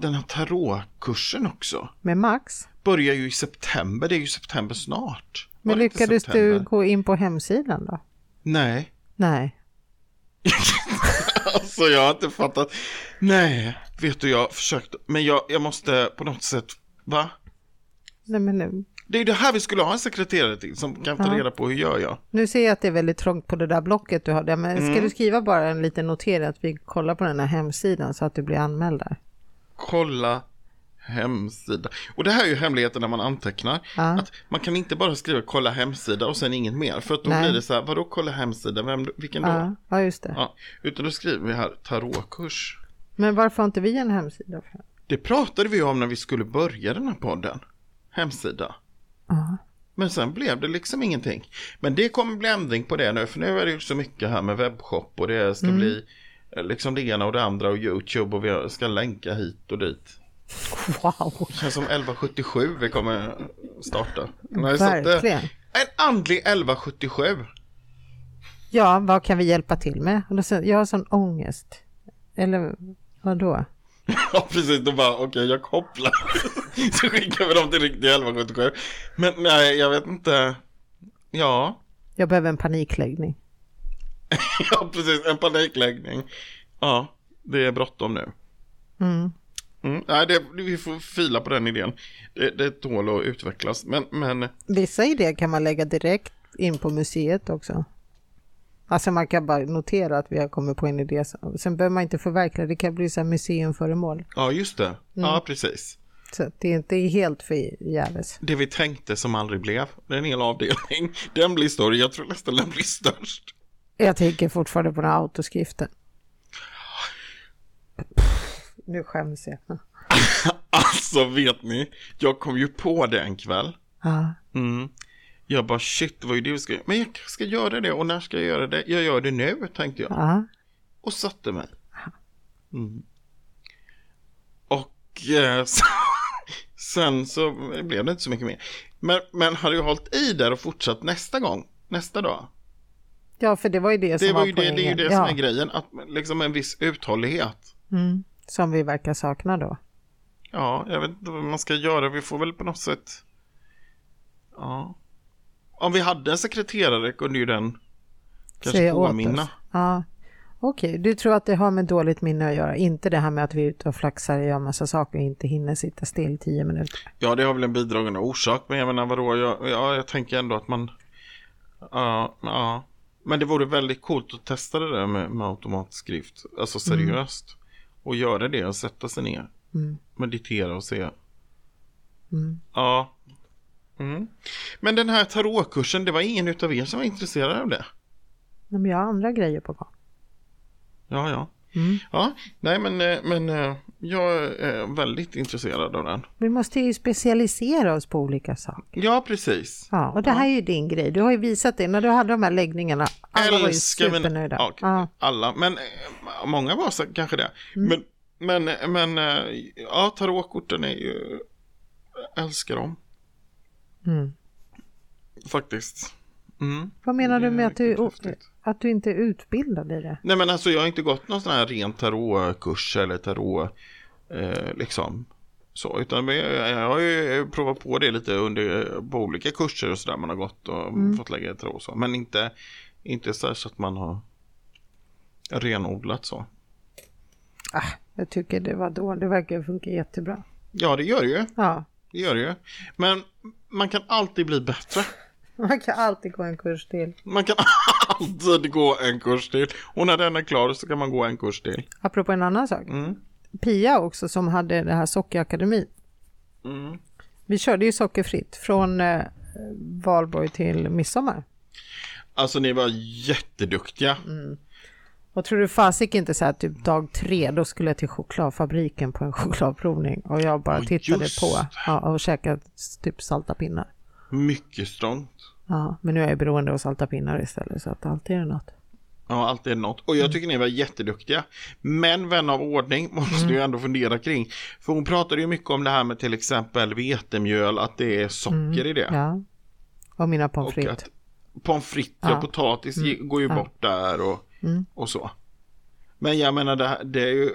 Speaker 3: den här tarotkursen också.
Speaker 2: med Max.
Speaker 3: börjar ju i september. Det är ju september snart. Var
Speaker 2: Men
Speaker 3: det inte
Speaker 2: lyckades du
Speaker 3: september?
Speaker 2: gå in på hemsidan då?
Speaker 3: Nej.
Speaker 2: Nej.
Speaker 3: Alltså jag har inte fattat. Nej, vet du jag har försökt. Men jag, jag måste på något sätt, va?
Speaker 2: Nej men nu.
Speaker 3: Det är ju det här vi skulle ha en sekreterare till som kan ta reda på hur gör jag.
Speaker 2: nu ser jag att det är väldigt trångt på det där blocket du har där. Men
Speaker 3: Mm.
Speaker 2: ska du skriva bara en liten notering att vi kollar på den här hemsidan så att du blir anmäld där?
Speaker 3: kolla hemsida. Och det här är ju hemligheten när man antecknar.
Speaker 2: Ja.
Speaker 3: Att man kan inte bara skriva kolla hemsida och sen inget mer. För att då
Speaker 2: Nej.
Speaker 3: blir det så här, vadå kolla hemsida, Vem, vilken då?
Speaker 2: Ja, ja just det.
Speaker 3: Ja. Utan då skriver vi här tarotkurs.
Speaker 2: Men varför har inte vi en hemsida? För?
Speaker 3: Det pratade vi om när vi skulle börja den här podden. Hemsida.
Speaker 2: Ja.
Speaker 3: Men sen blev det liksom ingenting. Men det kommer bli ändring på det nu. För nu är det ju så mycket här med webbshop och det
Speaker 2: Mm.
Speaker 3: ska bli eh, liksom det ena och det andra och YouTube och vi ska länka hit och dit.
Speaker 2: Wow,
Speaker 3: känns som 1177 vi kommer starta. Nej, så att, eh,
Speaker 2: verkligen.
Speaker 3: en andlig 1177.
Speaker 2: Ja, vad kan vi hjälpa till med? Och då säger Jag jag har sån ångest. Eller vadå?
Speaker 3: Ja, precis. Då bara, okej, jag kopplar. så skickar vi dem till riktiga 1177. Men nej, jag vet inte. Ja,
Speaker 2: Jag behöver en panikläggning.
Speaker 3: ja precis. En panikläggning. Ja, det är bråttom nu.
Speaker 2: Mm.
Speaker 3: Mm, nej, det, vi får fila på den idén. Det, det tål att utvecklas. Men, men
Speaker 2: Vissa idéer kan man lägga direkt in på museet också. Alltså man kan bara notera att vi har kommit på en idé. Sen behöver man inte förverkliga det. kan bli så här museumföremål.
Speaker 3: ja, just det.
Speaker 2: Mm.
Speaker 3: Ja, precis.
Speaker 2: Så att det är inte helt förgäves.
Speaker 3: Det vi tänkte som aldrig blev. Det är en hel avdelning. Den blir större. Jag tror nästan den blir störst.
Speaker 2: Jag tänker fortfarande på den här autoskriften. Pff, Nu skäms jag.
Speaker 3: Alltså vet ni, jag kom ju på det en kväll.
Speaker 2: Ja.
Speaker 3: Mm. Jag bara shit, vad är det vi ska göra? Men jag kanske ska göra det och när ska jag göra det? Jag gör det nu, tänkte jag.
Speaker 2: Ja.
Speaker 3: Och satte mig. Mm. Och eh, så, sen så blev det inte så mycket mer. Men, men hade jag hållit i där och fortsatt nästa gång, nästa dag.
Speaker 2: ja, för det var ju det,
Speaker 3: Det,
Speaker 2: som var
Speaker 3: var ju det, det är ju det
Speaker 2: poängen.
Speaker 3: som
Speaker 2: ja.
Speaker 3: är grejen, att liksom en viss uthållighet.
Speaker 2: Mm, som vi verkar sakna då.
Speaker 3: Ja, jag vet inte vad man ska göra. Vi får väl på något sätt... Ja. Om vi hade en sekreterare kunde ju den kanske
Speaker 2: Säga åt
Speaker 3: påminna.
Speaker 2: oss. Ja. Okej, du tror att det har med dåligt minne att göra, inte det här med att vi är ute och flaxar och gör massa saker och inte hinner sitta still tio minuter.
Speaker 3: Ja, det har väl en bidragande orsak. Men jag menar vadå, jag, ja, jag tänker ändå att man... Ja, ja. Men det vore väldigt coolt att testa det där med, med automatskrift. Alltså seriöst. Och göra det och sätta sig ner. Meditera och se. Ja. Mm. Men den här tarotkursen, det var ingen utav er som var intresserad av det?
Speaker 2: Men jag har andra grejer på gång.
Speaker 3: Ja, ja. Ja, nej men, eh, men eh, jag är väldigt intresserad av den.
Speaker 2: Vi måste ju specialisera oss på olika saker.
Speaker 3: Ja, precis.
Speaker 2: Ja, och det här är ju din grej. Du har ju visat det när du hade de här läggningarna. Alla var ju
Speaker 3: Älskar min-
Speaker 2: supernöjda.
Speaker 3: Ja,
Speaker 2: Ja. Mm.
Speaker 3: Alla, men eh, många var så, kanske det. Men, men, men eh, ja, tarotkorten är ju, jag älskar dem.
Speaker 2: Mm.
Speaker 3: Faktiskt. Mm.
Speaker 2: Vad menar du
Speaker 3: Det är
Speaker 2: med att du,
Speaker 3: riktigt häftigt.
Speaker 2: att du inte är utbildad i det?
Speaker 3: Nej men alltså jag har inte gått någon sån här ren tarotkurs eller tarot, eh, liksom. Så, utan men jag, jag har ju provat på det lite under, på olika kurser och sådär man har gått och fått lägga i tarot och så. Men inte, inte så, här så att man har renodlat så.
Speaker 2: Ah, jag tycker det var då. Det verkar funka jättebra.
Speaker 3: Ja det gör det ju,
Speaker 2: Ja,
Speaker 3: det gör det ju. Men man kan alltid bli bättre.
Speaker 2: man kan alltid gå en kurs till.
Speaker 3: Man kan alltid gå en kurs till. Och när den är klar så kan man gå en kurs till.
Speaker 2: Apropå en annan sak.
Speaker 3: Mm.
Speaker 2: Pia också som hade det här sockerakademin.
Speaker 3: Mm.
Speaker 2: Vi körde ju sockerfritt från eh, valborg till midsommar.
Speaker 3: Alltså ni var jätteduktiga.
Speaker 2: Och tror du fasik inte så här typ dag tre, då skulle jag till chokladfabriken på en chokladprovning och jag bara
Speaker 3: Ja,
Speaker 2: tittade
Speaker 3: just
Speaker 2: på
Speaker 3: det.
Speaker 2: ja, och käkade s- typ salta pinnar.
Speaker 3: Mycket strångt.
Speaker 2: Ja, men nu är jag beroende av salta pinnar istället så att alltid är det något.
Speaker 3: Ja, alltid är det något. Och
Speaker 2: Mm.
Speaker 3: jag tycker ni var jätteduktiga. Men vän av ordning måste
Speaker 2: Mm.
Speaker 3: ju ändå fundera kring. För hon pratade ju mycket om det här med till exempel vetemjöl, att det är socker i det.
Speaker 2: Mm. Ja. Och mina pommes
Speaker 3: och
Speaker 2: frites.
Speaker 3: att pommes frites och
Speaker 2: Ja. Mm.
Speaker 3: potatis ge- går ju bort där och, och så. Men jag menar, det, här- det är ju,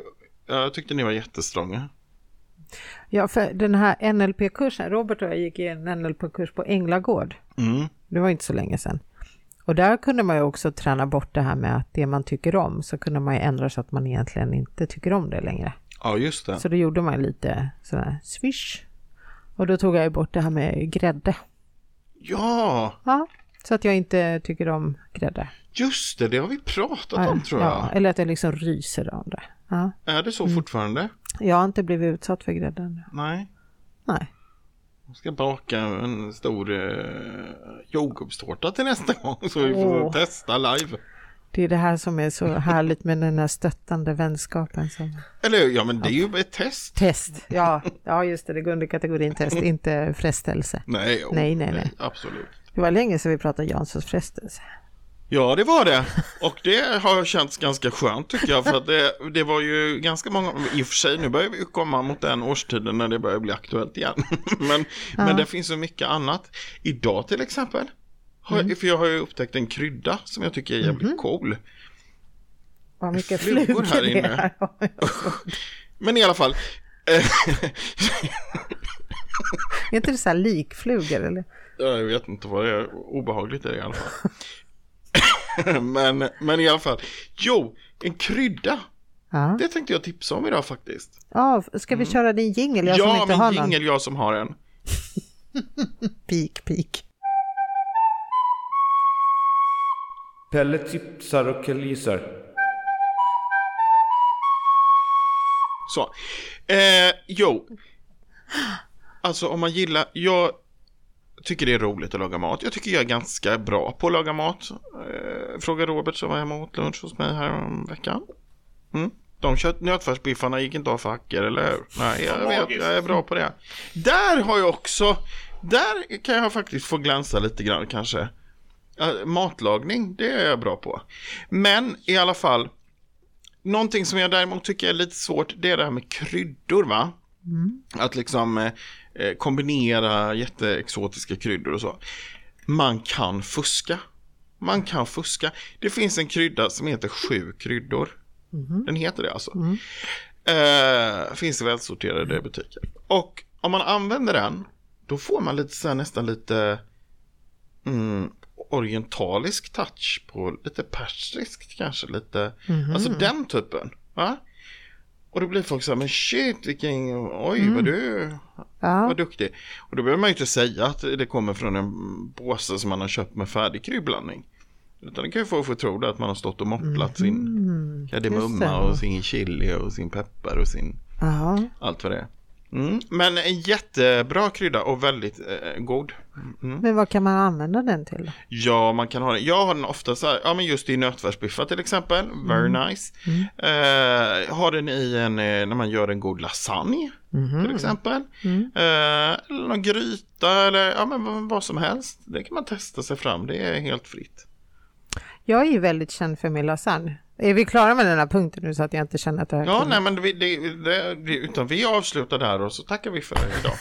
Speaker 3: jag tyckte ni var jättestrånga.
Speaker 2: Ja, för den här NLP-kursen, Robert och jag gick i en NLP-kurs på Änglagård.
Speaker 3: Mm.
Speaker 2: Det var inte så länge sedan. Och där kunde man ju också träna bort det här med att det man tycker om så kunde man ju ändra så att man egentligen inte tycker om det längre.
Speaker 3: Ja, just det.
Speaker 2: Så då gjorde man lite sådär swish. Och då tog jag ju bort det här med grädde.
Speaker 3: Ja,
Speaker 2: Ja, så att jag inte tycker om grädde.
Speaker 3: just det. Det har vi pratat
Speaker 2: Ja,
Speaker 3: om tror jag.
Speaker 2: Ja, Mm. eller att jag liksom ryser av det. Ja.
Speaker 3: Är det så fortfarande?
Speaker 2: Jag har inte blivit utsatt för grädden.
Speaker 3: Nej.
Speaker 2: Nej.
Speaker 3: Jag ska baka en stor eh, jordgubbstårta till nästa gång så vi får
Speaker 2: Åh.
Speaker 3: testa live.
Speaker 2: Det är det här som är så härligt med den här stöttande vänskapen. Som...
Speaker 3: Eller hur? ja, men det är ju ett test.
Speaker 2: Test, ja, ja just det, det går under kategorin test, inte frestelse.
Speaker 3: Nej, jo.
Speaker 2: Nej, nej, nej.
Speaker 3: Absolut.
Speaker 2: Det var länge sedan vi pratade Janssons frestelse.
Speaker 3: Ja, det var det. Och det har känts ganska skönt tycker jag. För att det, det var ju ganska många, i och för sig nu börjar vi ju komma mot den årstiden när det börjar bli aktuellt igen. Men, men det finns så mycket annat. Idag till exempel, har,
Speaker 2: Mm.
Speaker 3: jag- för jag har ju upptäckt en krydda som jag tycker är jävligt
Speaker 2: Mhm.
Speaker 3: cool.
Speaker 2: Vad mycket
Speaker 3: Flugor
Speaker 2: flugor
Speaker 3: här
Speaker 2: det
Speaker 3: inne.
Speaker 2: är.
Speaker 3: Men i alla fall, eh,
Speaker 2: Är inte det så här likflugor eller?
Speaker 3: jag vet inte vad det är, obehagligt är det i alla fall. men, men i alla fall, jo, en krydda.
Speaker 2: Ja,
Speaker 3: Det tänkte jag tipsa om idag faktiskt.
Speaker 2: ja ska vi köra din jingel? Jag som
Speaker 3: ja,
Speaker 2: inte har
Speaker 3: men
Speaker 2: någon.
Speaker 3: jingel jag som har en.
Speaker 2: Pik, pik.
Speaker 6: Pelle tipsar och killgissar.
Speaker 3: Så. Eh, jo. Alltså om man gillar, jag tycker det är roligt att laga mat. Jag tycker jag är ganska bra på att laga mat. Eh, fråga Robert som var hemma och åt lunch hos mig här om veckan. Mm. De kött, nötfärsbiffarna gick inte av för hackor, eller hur? Nej, jag vet, jag är bra på det. Där har jag också, där kan jag faktiskt få glänsa lite grann kanske. Eh, matlagning, det är jag bra på. Men i alla fall, Någonting som jag däremot tycker är lite svårt, det är det här med kryddor va? Att liksom eh, eh, kombinera jätteexotiska kryddor och så. Man kan fuska. Man kan fuska. Det finns en krydda som heter sju kryddor. Den heter det alltså. Eh, finns i välsorterade butiker. Och om man använder den, då får man lite så här, nästan lite mm, orientalisk touch på lite persiskt kanske lite.
Speaker 2: Mhm.
Speaker 3: Alltså den typen. Va? Och då blir folk så här, men shit vilken, oj vad du
Speaker 2: Mm. Ja,
Speaker 3: vad duktig. Och då behöver man ju inte säga att det kommer från en påse som man har köpt med färdig kryddblandning. Utan det kan ju få folk att tro det, att man har stått och mopplat sin
Speaker 2: Just Mm. det.
Speaker 3: kardemumma och sin chili och sin peppar och sin
Speaker 2: ja.
Speaker 3: allt vad det är. Mm. Men en jättebra krydda och väldigt eh, god.
Speaker 2: men vad kan man använda den till?
Speaker 3: Ja, man kan ha den. Jag har den ofta så här, ja men just i nötfärsbiffar till exempel, very
Speaker 2: Mm.
Speaker 3: nice. Eh, har den i en, eh, när man gör en god lasagne
Speaker 2: Mhm.
Speaker 3: till exempel.
Speaker 2: Mm.
Speaker 3: Eh, eller någon gryta eller ja men vad- vad som helst. Det kan man testa sig fram, det är helt fritt.
Speaker 2: Jag är ju väldigt känd för min lasagne. Är vi klara med den här punkten nu så att jag inte känner att det här
Speaker 3: Ja, nej men det, det, det, det, utan vi avslutar där och så tackar vi för idag.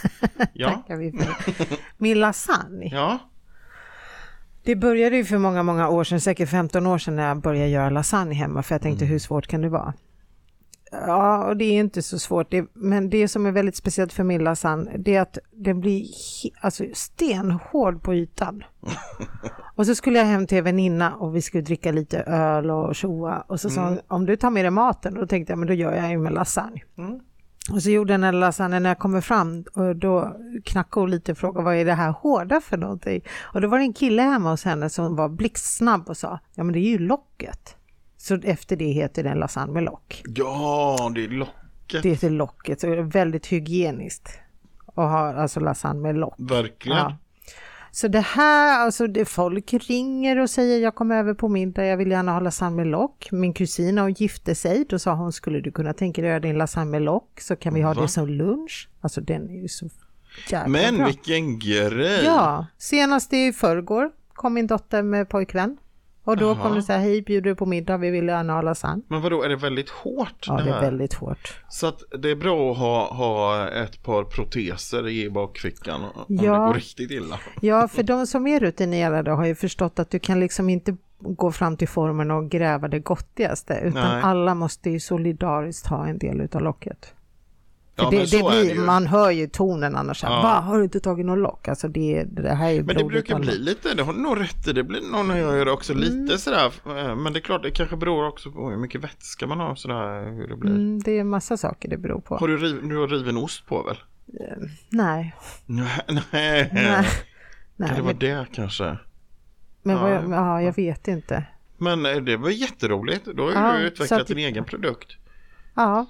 Speaker 3: Ja,
Speaker 2: tackar vi för? Min lasagne.
Speaker 3: ja.
Speaker 2: Det började ju för många, många år sedan, säkert 15 år sedan när jag började göra lasagne hemma, för jag tänkte hur svårt kan det vara? Ja, och det är inte så svårt, det, men det som är väldigt speciellt för min lasagne, det är att den blir he- alltså, stenhård på ytan. Och så skulle jag hem till en väninna och vi skulle dricka lite öl och tjoa. Och så sa hon, om du tar med dig maten, då tänkte jag, men då gör jag ju med lasagne. Och så gjorde jag den här lasagnen när jag kommer fram och då knackade hon lite och frågade vad är det här hårda för någonting? Och då var det en kille hemma hos henne som var blixtsnabb och sa ja men det är ju locket. Så efter det heter den lasagne med lock.
Speaker 3: Ja, det är locket.
Speaker 2: Det heter locket, så det är väldigt hygieniskt att ha alltså lasagne med lock.
Speaker 3: Verkligen.
Speaker 2: Ja. Så det här, alltså det, folk ringer och säger jag kommer över på middag, jag vill gärna ha lasagne med lock. Min kusin hon gifte sig, då sa hon skulle du kunna tänka dig att göra din lasagne med lock så kan vi ha det som lunch. Alltså den är ju så jävla
Speaker 3: Men
Speaker 2: bra.
Speaker 3: vilken grej.
Speaker 2: Ja, senast i förrgår kom min dotter med pojkvän. Och då kom det så här, hej bjuder du på middag, vi vill gärna ha lasagne.
Speaker 3: Men vadå, är det väldigt hårt
Speaker 2: Ja,
Speaker 3: det
Speaker 2: det
Speaker 3: här?
Speaker 2: är väldigt hårt.
Speaker 3: Så att det är bra att ha, ha ett par proteser i bakfickan om
Speaker 2: Ja.
Speaker 3: det går riktigt illa.
Speaker 2: Ja, för de som är rutinerade har ju förstått att du kan liksom inte gå fram till formen och gräva det gottigaste, utan
Speaker 3: Nej.
Speaker 2: alla måste ju solidariskt ha en del utav locket.
Speaker 3: Ja,
Speaker 2: det,
Speaker 3: men så
Speaker 2: det
Speaker 3: är
Speaker 2: blir,
Speaker 3: det ju.
Speaker 2: man hör ju tonen annars. Ja. Va, har du inte tagit någon lock? Alltså det, det Mm. här är ju
Speaker 3: Men det
Speaker 2: blodigt
Speaker 3: brukar
Speaker 2: allvar.
Speaker 3: bli lite, det har du nog rätt i, det blir nog när jag gör det också lite sådär. eh, Men det är klart, det kanske beror också på hur mycket vätska man har och sådär hur det blir.
Speaker 2: Mm, det är en massa saker det beror på.
Speaker 3: Har du, riv, du har riven ost på väl?
Speaker 2: Nej.
Speaker 3: Nej, nej.
Speaker 2: Nej.
Speaker 3: Kan
Speaker 2: Nej,
Speaker 3: det vara
Speaker 2: men,
Speaker 3: det kanske?
Speaker 2: men vad jag, ja, jag vet inte.
Speaker 3: Men eh, det var jätteroligt, då har ju
Speaker 2: Ja,
Speaker 3: du
Speaker 2: så
Speaker 3: utvecklat
Speaker 2: att-
Speaker 3: din egen produkt.
Speaker 2: Ja.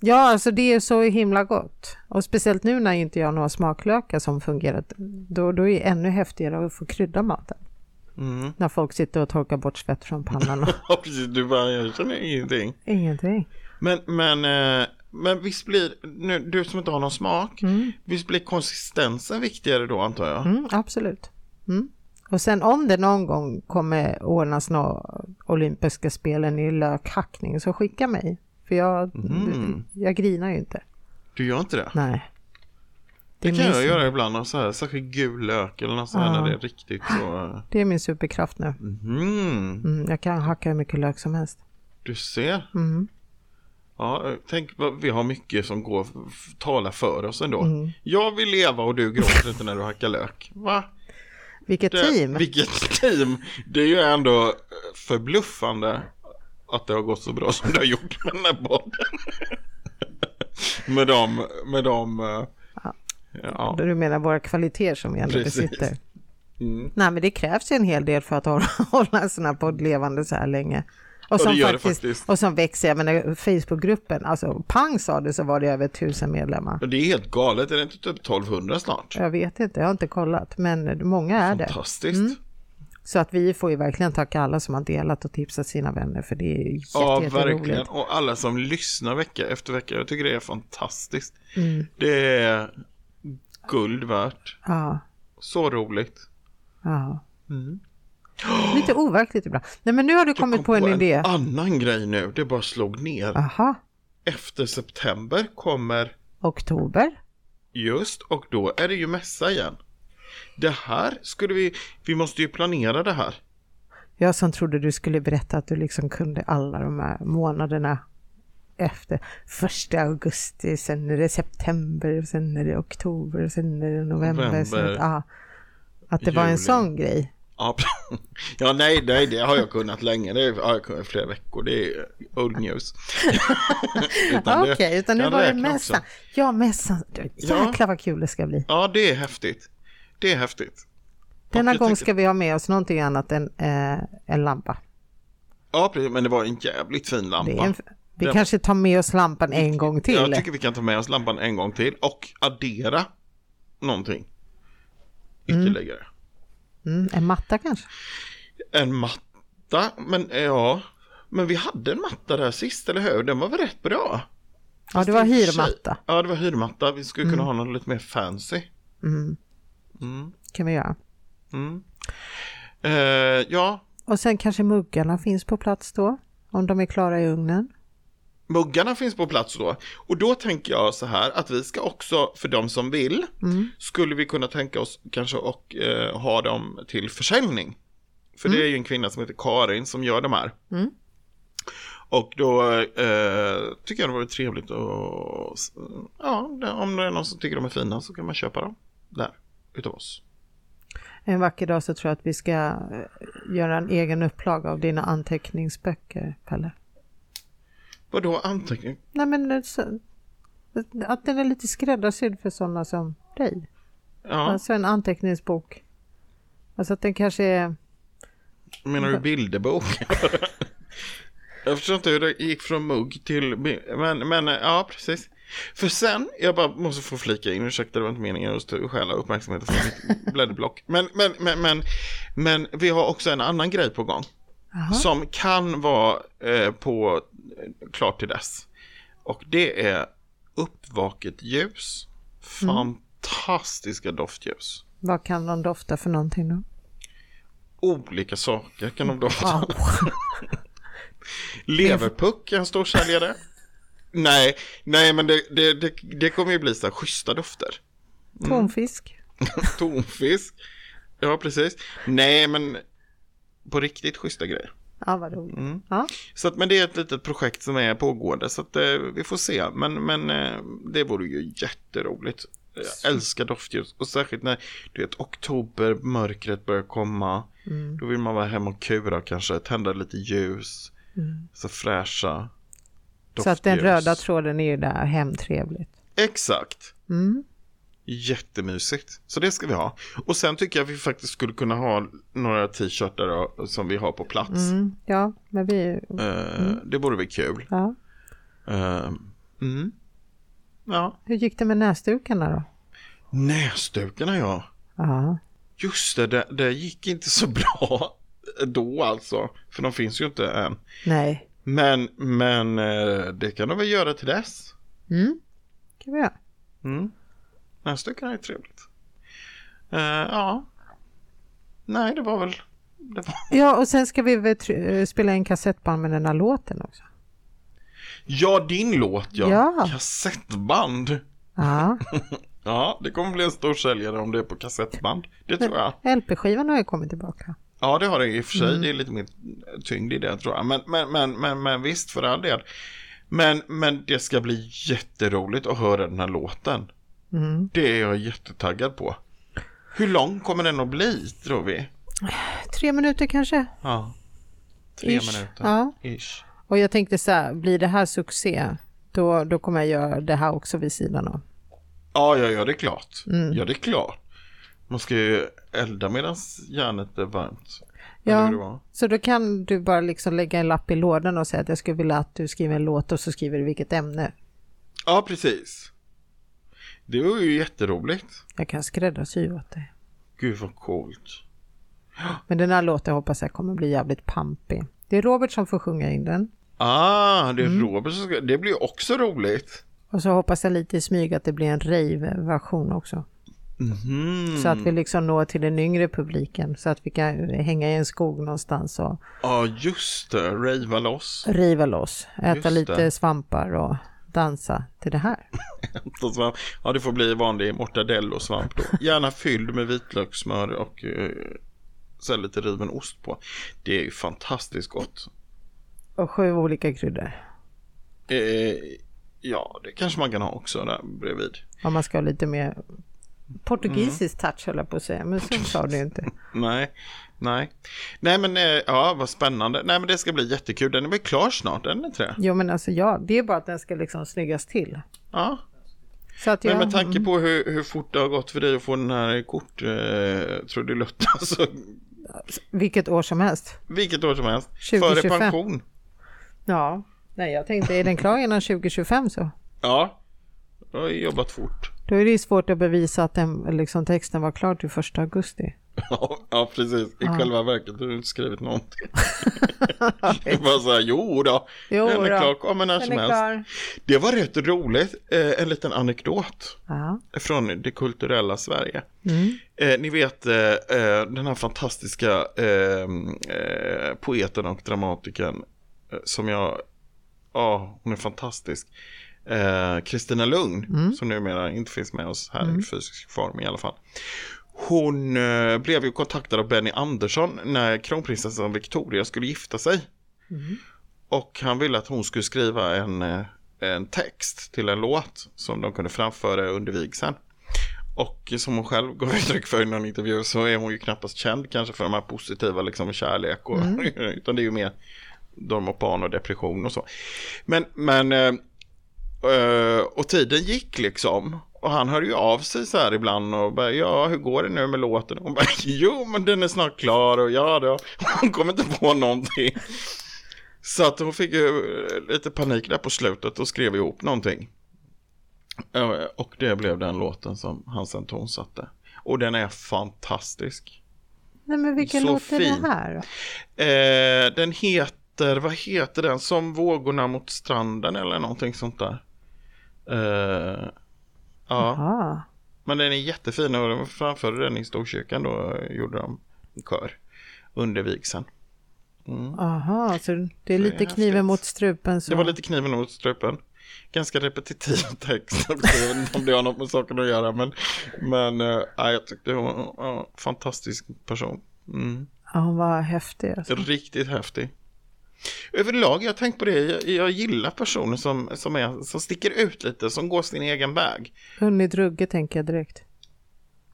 Speaker 2: Ja, alltså det är så himla gott. Och speciellt nu när inte jag har några smaklökar som fungerat. Då, då är det ännu häftigare att få krydda maten.
Speaker 3: Mm.
Speaker 2: När folk sitter och torkar bort svett från pannan och
Speaker 3: Ja, precis, du bara, jag känner ingenting.
Speaker 2: ingenting.
Speaker 3: Men, men, eh, men visst blir, nu, du som inte har någon smak, visst blir konsistensen viktigare då antar jag?
Speaker 2: Mm, absolut. Mm. Och sen om det någon gång kommer ordnas några olympiska spelen i lökhackning så skicka mig. För jag,
Speaker 3: Mm.
Speaker 2: jag grinar ju inte.
Speaker 3: Du gör inte det?
Speaker 2: Nej. Det
Speaker 3: Det
Speaker 2: är,
Speaker 3: kan jag
Speaker 2: min,
Speaker 3: göra ibland, och så här, särskilt gul lök eller något sånt här
Speaker 2: Ja.
Speaker 3: när det är riktigt så. eh,
Speaker 2: det är min superkraft nu.
Speaker 3: Mm,
Speaker 2: Mm, jag kan hacka hur mycket lök som helst.
Speaker 3: du ser.
Speaker 2: Mm.
Speaker 3: Ja, tänk vad vi har mycket som går f- talar för oss ändå.
Speaker 2: Mm.
Speaker 3: Jag vill leva och du gråter inte när du hackar lök. Va?
Speaker 2: Vilket
Speaker 3: Det,
Speaker 2: team!
Speaker 3: Eh, Vilket team! Det är ju ändå eh, förbluffande att det har gått så bra som det har gjort med den här podden. med de, med de, eh, ja.
Speaker 2: Du menar våra kvaliteter som vi ändå
Speaker 3: Precis.
Speaker 2: besitter.
Speaker 3: Mm.
Speaker 2: Nej men det krävs ju en hel del för att hålla, hålla en sån här podd levande så här länge. Och
Speaker 3: det
Speaker 2: som,
Speaker 3: gör det
Speaker 2: faktiskt,
Speaker 3: faktiskt.
Speaker 2: och som växer, jag menar Facebookgruppen, alltså pang sa det så var det över tusen medlemmar.
Speaker 3: Det är helt galet, är det inte typ 1200 snart?
Speaker 2: Jag vet inte, jag har inte kollat, men många är det. Mm.
Speaker 3: Fantastiskt.
Speaker 2: Så att vi får ju verkligen tacka alla som har delat och tipsat sina vänner för det är ju jätte,
Speaker 3: Ja, verkligen.
Speaker 2: jätteroligt.
Speaker 3: Och alla som lyssnar vecka efter vecka. Jag tycker det är fantastiskt.
Speaker 2: Mm.
Speaker 3: Det är guld värt.
Speaker 2: Ja,
Speaker 3: Så roligt.
Speaker 2: ja. Lite overkligt ibland. Nej men nu har du kommit
Speaker 3: Mm. Kom
Speaker 2: på en idé.
Speaker 3: annan grej nu. Det bara slog ner.
Speaker 2: Aha,
Speaker 3: Efter september kommer
Speaker 2: oktober.
Speaker 3: just och då är det ju mässa igen. Det här skulle vi, vi måste ju planera det här.
Speaker 2: Jag som trodde du skulle berätta att du liksom kunde alla de här månaderna efter. Första augusti, sen är det september, och sen är det oktober, och sen är det november. Sen,
Speaker 3: November.
Speaker 2: ja. Att det var en
Speaker 3: Juli.
Speaker 2: sån grej.
Speaker 3: Ja, ja nej, nej, det har jag kunnat länge. Det har jag kunnat i flera veckor. Det är old news. Utan
Speaker 2: Okej,
Speaker 3: det-
Speaker 2: utan nu
Speaker 3: jag
Speaker 2: var det
Speaker 3: räknar
Speaker 2: mässan.
Speaker 3: också.
Speaker 2: Ja, mässan. Du,
Speaker 3: Ja.
Speaker 2: Jäklar vad kul det ska bli.
Speaker 3: Ja, det är häftigt. Det är häftigt.
Speaker 2: Denna
Speaker 3: jag
Speaker 2: gång
Speaker 3: tänker-
Speaker 2: ska vi ha med oss någonting annat än eh, en lampa.
Speaker 3: Ja, precis, men det var en jävligt fin lampa.
Speaker 2: Det är en, vi
Speaker 3: Den-
Speaker 2: kanske tar med oss lampan en gång
Speaker 3: Jag
Speaker 2: till.
Speaker 3: tycker vi kan ta med oss lampan en gång till och addera någonting ytterligare.
Speaker 2: Mm, en matta kanske?
Speaker 3: En matta, men eh, ja. Men vi hade en matta där sist, eller hur? Den var väl rätt bra?
Speaker 2: Ja, det var hyrmatta. Mm.
Speaker 3: Ja, det var hyrmatta. Vi skulle kunna ha något lite mer fancy.
Speaker 2: kan vi göra.
Speaker 3: Eh, ja,
Speaker 2: Och sen kanske muggarna finns på plats då, om de är klara i ugnen.
Speaker 3: Muggarna finns på plats då. Och då tänker jag så här att vi ska också, för de som vill, skulle vi kunna tänka oss kanske och eh, ha dem till försäljning. För det är ju en kvinna som heter Karin som gör de här. Och då eh, tycker jag det vore trevligt att, ja, om det är någon som tycker de är fina så kan man köpa dem där, utav oss.
Speaker 2: En vacker dag så tror jag att vi ska eh, göra en egen upplaga av dina anteckningsböcker, Pelle.
Speaker 3: Vadå anteckning?
Speaker 2: Nej, men eh, så, att den är lite skräddarsydd för sådana som dig.
Speaker 3: Ja,
Speaker 2: Alltså en anteckningsbok. Alltså att den kanske är...
Speaker 3: menar du bilderbok? Jag förstår inte hur det gick från mugg till... bi- Men, men eh, ja, precis. För sen, jag bara måste få flika in, ursäkta det var inte meningen att stå- stjäla uppmärksamheten från mitt blädderblock. Men, men, men, men, men vi har också en annan grej på gång. Som kan vara eh, på eh, klart till dess. Och det är uppvaket ljus. Mm. Fantastiska doftljus.
Speaker 2: Vad kan de dofta för någonting då?
Speaker 3: Olika saker kan de dofta. Leverpuck är en stor säljare. nej, nej men det, det, det, det kommer ju bli så här schyssta dofter.
Speaker 2: Tonfisk?
Speaker 3: Tonfisk. Ja, precis. Nej, men på riktigt schyssta grejer.
Speaker 2: Ja, vad roligt. Ja.
Speaker 3: Så att, men det är ett litet projekt som är pågående så att, eh, vi får se. Men, men eh, det vore ju jätteroligt. Jag älskar doftljus och särskilt när du vet, oktober, mörkret börjar komma.
Speaker 2: Mm.
Speaker 3: Då vill man vara hemma och kura kanske, tända lite ljus. Så fräscha
Speaker 2: Mm. Så att den
Speaker 3: doftljus.
Speaker 2: röda tråden är ju där hemtrevligt.
Speaker 3: Exakt.
Speaker 2: Mm.
Speaker 3: Jättemysigt. Så det ska vi ha. Och sen tycker jag vi faktiskt skulle kunna ha några t-shirtar då, som vi har på plats.
Speaker 2: Mm. Ja, men vi...
Speaker 3: Eh, Det vore väl kul.
Speaker 2: Ja.
Speaker 3: Eh, mm. Ja,
Speaker 2: Hur gick det med näsdukarna då?
Speaker 3: näsdukarna ja.
Speaker 2: Ja.
Speaker 3: Just det, det, det gick inte så bra då alltså. För de finns ju inte än.
Speaker 2: Nej.
Speaker 3: Men, men eh, det kan de väl göra till dess. Mm.
Speaker 2: Kan vi göra.
Speaker 3: Näsdukarna är trevligt. Eh, ja. Nej, det var väl... Det var...
Speaker 2: Ja, och sen ska vi väl tr- eh, spela in kassettband med den här låten också.
Speaker 3: Ja, din låt ja.
Speaker 2: Ja.
Speaker 3: Kassettband.
Speaker 2: Ja.
Speaker 3: Ja, det kommer bli en stor säljare om det är på kassettband. Det tror jag.
Speaker 2: LP-skivan har ju kommit tillbaka.
Speaker 3: Ja, det har det i och för sig.
Speaker 2: Mm.
Speaker 3: Det är lite mer tyngd i det tror jag. Men, men, men, men, men visst, för all del. Men, men det ska bli jätteroligt att höra den här låten.
Speaker 2: Mm.
Speaker 3: Det är jag jättetaggad på. Hur lång kommer den att bli, tror vi?
Speaker 2: Tre minuter kanske?
Speaker 3: Ja. Tre
Speaker 2: Ish.
Speaker 3: minuter.
Speaker 2: Ja.
Speaker 3: Ish.
Speaker 2: Och jag tänkte så här, blir det här succé, då, då kommer jag göra det här också vid sidan av.
Speaker 3: Ja, ja, ja, det är klart.
Speaker 2: Mm.
Speaker 3: Ja, det är klart. Man ska ju elda medan järnet är varmt. Eller hur det var.
Speaker 2: Ja, så då kan du bara liksom lägga en lapp i lådan och säga att jag skulle vilja att du skriver en låt och så skriver du vilket ämne.
Speaker 3: Ja, precis. Det var ju jätteroligt.
Speaker 2: Jag kan skräddarsy åt dig.
Speaker 3: Gud vad coolt.
Speaker 2: Men den här låten hoppas jag kommer bli jävligt pampig. Det är Robert som får sjunga in den.
Speaker 3: Ah, det är Robert som ska... Det blir ju också roligt.
Speaker 2: Och så hoppas jag lite i smyg att det blir en rave-version också. Så att vi
Speaker 3: Mm.
Speaker 2: liksom når till den yngre publiken. Så att vi kan hänga i en skog någonstans och
Speaker 3: Ja, just det. Rejva loss.
Speaker 2: riva loss. Äta
Speaker 3: Just
Speaker 2: lite
Speaker 3: det.
Speaker 2: svampar och dansa till det här.
Speaker 3: Och svamp. Ja, det får bli vanlig mortadell och svamp då. Gärna fylld med vitlökssmör och eh, så här lite riven ost på. Det är ju fantastiskt gott.
Speaker 2: Och sju olika kryddor.
Speaker 3: Eh, ja, det kanske man kan ha också där bredvid.
Speaker 2: Om man ska ha lite mer portugisisk
Speaker 3: Mm.
Speaker 2: touch höll jag på att säga. Men så sa du ju inte.
Speaker 3: Nej, nej. Nej, men eh, ja, vad spännande. Nej, men det ska bli jättekul. Den är väl klar snart, är den inte det?
Speaker 2: Jo men alltså ja, det är bara att den ska liksom snyggas till.
Speaker 3: Ja,
Speaker 2: Så att jag,
Speaker 3: Men med tanke på hur, hur fort det har gått för dig att få den här kort eh, trudelutten, så
Speaker 2: vilket år som helst.
Speaker 3: vilket år som helst,
Speaker 2: 2025.
Speaker 3: före pension.
Speaker 2: Ja, nej jag tänkte är den klar innan 2025 så.
Speaker 3: Ja, jag har jobbat fort.
Speaker 2: Då är det ju svårt att bevisa att den, liksom, texten var klar till 1 augusti.
Speaker 3: Ja, ja precis. I själva verket har du inte skrivit någonting. det är bara så här, jo då,
Speaker 2: Jo
Speaker 3: den
Speaker 2: då.
Speaker 3: är klar, kommer när som helst. Det var rätt roligt, eh, en liten anekdot.
Speaker 2: Ja.
Speaker 3: från det kulturella Sverige. Eh, ni vet eh, eh, den här fantastiska eh, eh, poeten och dramatikern eh, som jag, ja hon är fantastisk. Eh, Kristina Lugn, som numera inte finns med oss här i fysisk form i alla fall. Hon eh, blev ju kontaktad av Benny Andersson när kronprinsessan Victoria skulle gifta sig. Och han ville att hon skulle skriva en, eh, en text till en låt som de kunde framföra under vigseln. Och som hon själv gav uttryck för i någon intervju så är hon ju knappast känd kanske för de här positiva liksom kärlek och utan det är ju mer dormopan och depression och så. Men, men eh, Eh, och tiden gick liksom. Och han hör ju av sig så här ibland och bara, ja hur går det nu med låten? Och hon bara, jo men den är snart klar och ja då. Hon kommer inte på någonting. Så att hon fick ju eh, lite panik där på slutet och skrev ihop någonting. Eh, Och det blev den låten som han sen tonsatte. Och den är fantastisk.
Speaker 2: Nej men vilken
Speaker 3: Så
Speaker 2: låt är
Speaker 3: fin.
Speaker 2: det här?
Speaker 3: Eh, den heter, vad heter den? Som vågorna mot stranden eller någonting sånt där. Eh, ja,
Speaker 2: Ja.
Speaker 3: men den är jättefin och de framförde den i Storkyrkan då, eh, gjorde de i kör under vigseln. Mm.
Speaker 2: Aha, så det är lite
Speaker 3: häftigt.
Speaker 2: kniven mot strupen. Så.
Speaker 3: Det var lite kniven mot strupen. Ganska repetitiv text också, jag vet inte om det har något med saken att göra men, men eh, ja, jag tyckte hon var en fantastisk person. Mm.
Speaker 2: Ja, hon var häftig. Alltså.
Speaker 3: Riktigt häftig. Överlag, jag har tänkt på det, jag, jag gillar personer som, som, är, som sticker ut lite, som går sin egen väg.
Speaker 2: Hunnit Rugge tänker jag direkt.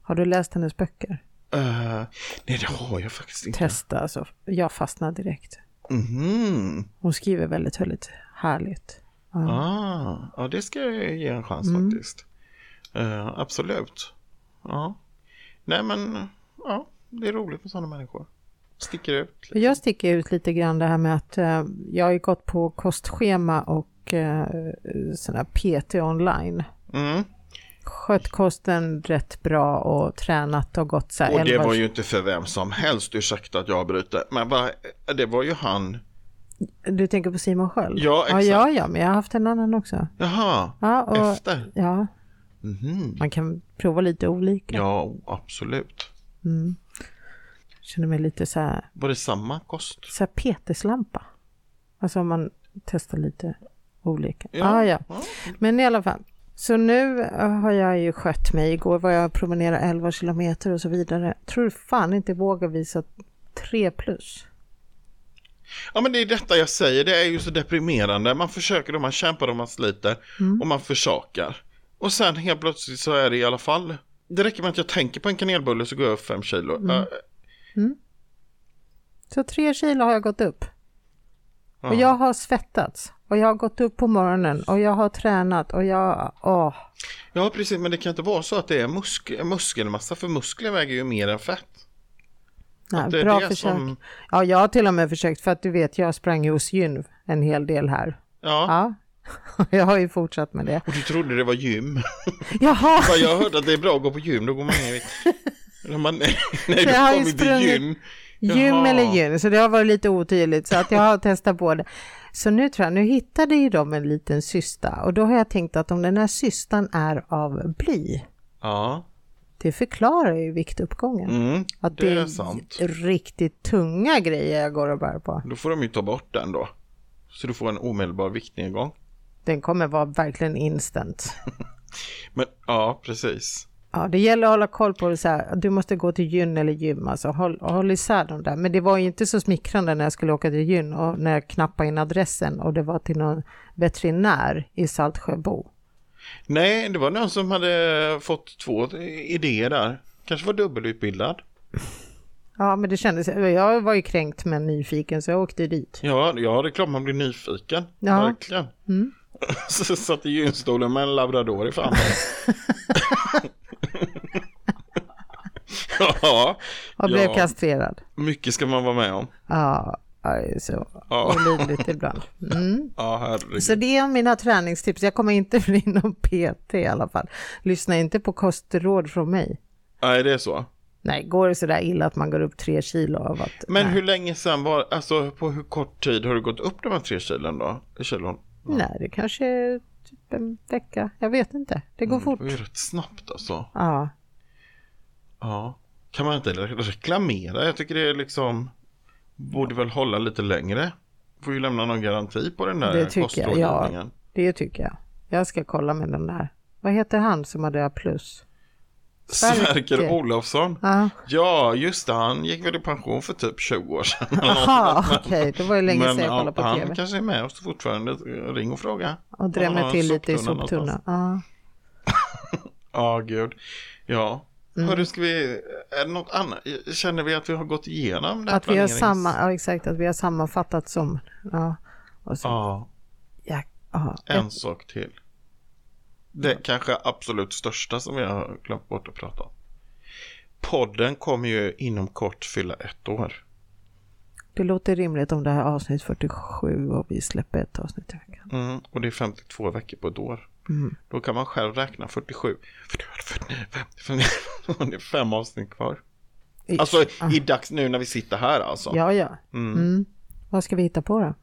Speaker 2: Har du läst hennes böcker?
Speaker 3: Eh, nej, det har jag faktiskt inte.
Speaker 2: Testa alltså. Jag fastnar direkt.
Speaker 3: Mhm.
Speaker 2: Hon skriver väldigt, väldigt härligt.
Speaker 3: Ah, ja, det ska jag ge en chans
Speaker 2: Mm.
Speaker 3: faktiskt. Eh, absolut. Ja. Nej, men ja, det är roligt med sådana människor. Sticker ut.
Speaker 2: Jag sticker ut lite grann det här med att eh, jag har ju gått på kostschema och eh, sån här PT online.
Speaker 3: Mm.
Speaker 2: Skött kosten rätt bra och tränat och gått så här
Speaker 3: Och det
Speaker 2: 11
Speaker 3: var ju inte för vem som helst, ursäkta att jag bryter. Men va, det var ju han.
Speaker 2: Du tänker på Simon Sköld?
Speaker 3: Ja, exakt.
Speaker 2: Ja, ja, ja, men jag har haft en annan också.
Speaker 3: Jaha,
Speaker 2: Ja, och,
Speaker 3: efter.
Speaker 2: Ja,
Speaker 3: Mhm.
Speaker 2: man kan prova lite olika.
Speaker 3: Ja, absolut.
Speaker 2: Känner mig lite så här,
Speaker 3: Var det samma kost?
Speaker 2: så här peteslampa. Alltså om man testar lite olika. Ja. Ah, ja. Men i alla fall. Så nu eh, har jag ju skött mig. Igår var jag och promenerade 11 kilometer och så vidare. Tror fan inte jag vågar visa 3 plus.
Speaker 3: Ja men det är detta jag säger, det är ju så deprimerande. Man försöker och man kämpar och man sliter
Speaker 2: Mm.
Speaker 3: och man försakar. Och sen helt plötsligt så är det i alla fall. Det räcker med att jag tänker på en kanelbulle så går jag upp fem kilo.
Speaker 2: Mm.
Speaker 3: Äh,
Speaker 2: Så 3 kilo har jag gått upp. Och jag har svettats. Och jag har gått upp på morgonen. Och jag har tränat. Och jag... Åh.
Speaker 3: Ja precis, men det kan inte vara så att det är musk muskelmassa för muskler väger ju mer än fett.
Speaker 2: Nej,
Speaker 3: det är
Speaker 2: bra
Speaker 3: det
Speaker 2: försök.
Speaker 3: som-
Speaker 2: Ja, jag har till och med försökt för att du vet, jag sprang i Osgyn en hel del här.
Speaker 3: Ja,
Speaker 2: Ja, jag har ju fortsatt med det.
Speaker 3: och du trodde det var gym.
Speaker 2: Jaha,
Speaker 3: Ja, jag hörde att det är bra att gå på gym, då går man ner i vikt. Men Man, nej, nej,
Speaker 2: jag
Speaker 3: du
Speaker 2: har ju
Speaker 3: kommer till
Speaker 2: sprungit-
Speaker 3: gym.
Speaker 2: gym
Speaker 3: Jaha.
Speaker 2: eller gym, så det har varit lite otydligt så att jag har testat på det. Så nu tror jag, nu hittade ju de en liten cysta och då har jag tänkt att om den här cystan är av bly,
Speaker 3: Ja,
Speaker 2: det förklarar ju viktuppgången.
Speaker 3: mm,
Speaker 2: Att
Speaker 3: det är sant.
Speaker 2: riktigt tunga grejer jag går och bär på.
Speaker 3: Då får de ju ta bort den då. Så du får en omedelbar viktnedgång.
Speaker 2: Den kommer vara verkligen instant.
Speaker 3: Men ja, precis.
Speaker 2: Ja, det gäller att hålla koll på det så här. Du måste gå till gyn eller gym, alltså håll, håll isär de där. Men det var ju inte så smickrande när jag skulle åka till gyn och när jag knappade in adressen och det var till någon veterinär i Saltsjöbo.
Speaker 3: Nej, det var någon som hade fått två idéer där. Kanske var dubbelutbildad.
Speaker 2: Ja, men det kändes, jag var ju kränkt men nyfiken så jag åkte dit.
Speaker 3: Ja, ja det är klart man blir nyfiken.
Speaker 2: Ja. Mm.
Speaker 3: Verkligen. Så satt i gynstolen med en labrador i famnen. ja,
Speaker 2: Och blev
Speaker 3: Ja.
Speaker 2: kastrerad.
Speaker 3: mycket ska man vara med om.
Speaker 2: Ja, ja, det är så
Speaker 3: Ja.
Speaker 2: olidligt ibland. Mm.
Speaker 3: Ja, herregud.
Speaker 2: Så det är mina träningstips. Jag kommer inte bli någon PT i alla fall. Lyssna inte på kostråd från mig.
Speaker 3: Nej, det är så.
Speaker 2: Nej, går det sådär illa att man går upp tre kilo av att...
Speaker 3: Men
Speaker 2: nej,
Speaker 3: hur länge sedan var, alltså på hur kort tid har du gått upp de här tre kilon då? Kilon?
Speaker 2: nej, det kanske är typ en vecka. Jag vet inte. Det går fort.
Speaker 3: Det var ju rätt snabbt alltså.
Speaker 2: Ja.
Speaker 3: Ja. Kan man inte re- reklamera? Jag tycker det är liksom, borde väl hålla lite längre. Får ju lämna någon garanti på den
Speaker 2: Det
Speaker 3: där
Speaker 2: tycker jag,
Speaker 3: kostrådgivningen.
Speaker 2: Det tycker jag. Jag ska kolla med den där. Vad heter han som hade A+. plus?
Speaker 3: Sverker
Speaker 2: Sverker.
Speaker 3: Olofsson.
Speaker 2: Ja.
Speaker 3: Ja, just det. Han gick väl i pension för typ 20 år sedan.
Speaker 2: Jaha, okej. Det var ju länge
Speaker 3: Men
Speaker 2: sedan jag
Speaker 3: ja,
Speaker 2: kollade på
Speaker 3: han
Speaker 2: tv.
Speaker 3: kanske är med oss fortfarande. Ring och fråga.
Speaker 2: Och
Speaker 3: Om han
Speaker 2: drämmer
Speaker 3: har
Speaker 2: till
Speaker 3: en
Speaker 2: lite i
Speaker 3: någonstans.
Speaker 2: soptunnan. Ja.
Speaker 3: Ja, gud. Ja.
Speaker 2: Mm.
Speaker 3: Hörru, ska vi, är det något annat? Känner vi att vi har gått igenom det här
Speaker 2: Att vi har
Speaker 3: planerings-
Speaker 2: samma, ja exakt, att vi har sammanfattat som, ja. Och så,
Speaker 3: Ja,
Speaker 2: ja, ja.
Speaker 3: en sak till. Det kanske absolut största som vi har glömt bort att prata om. Podden kommer ju inom kort fylla ett år.
Speaker 2: Det låter rimligt om det här är avsnitt 47 och vi släpper ett avsnitt i veckan.
Speaker 3: Mm, och det är 52 veckor på ett år. Då kan man själv räkna 47, 49, 50, 50, det är fem avsnitt kvar. Alltså i dags nu när vi sitter här alltså.
Speaker 2: Ja, ja. Mm. Vad ska vi hitta på då?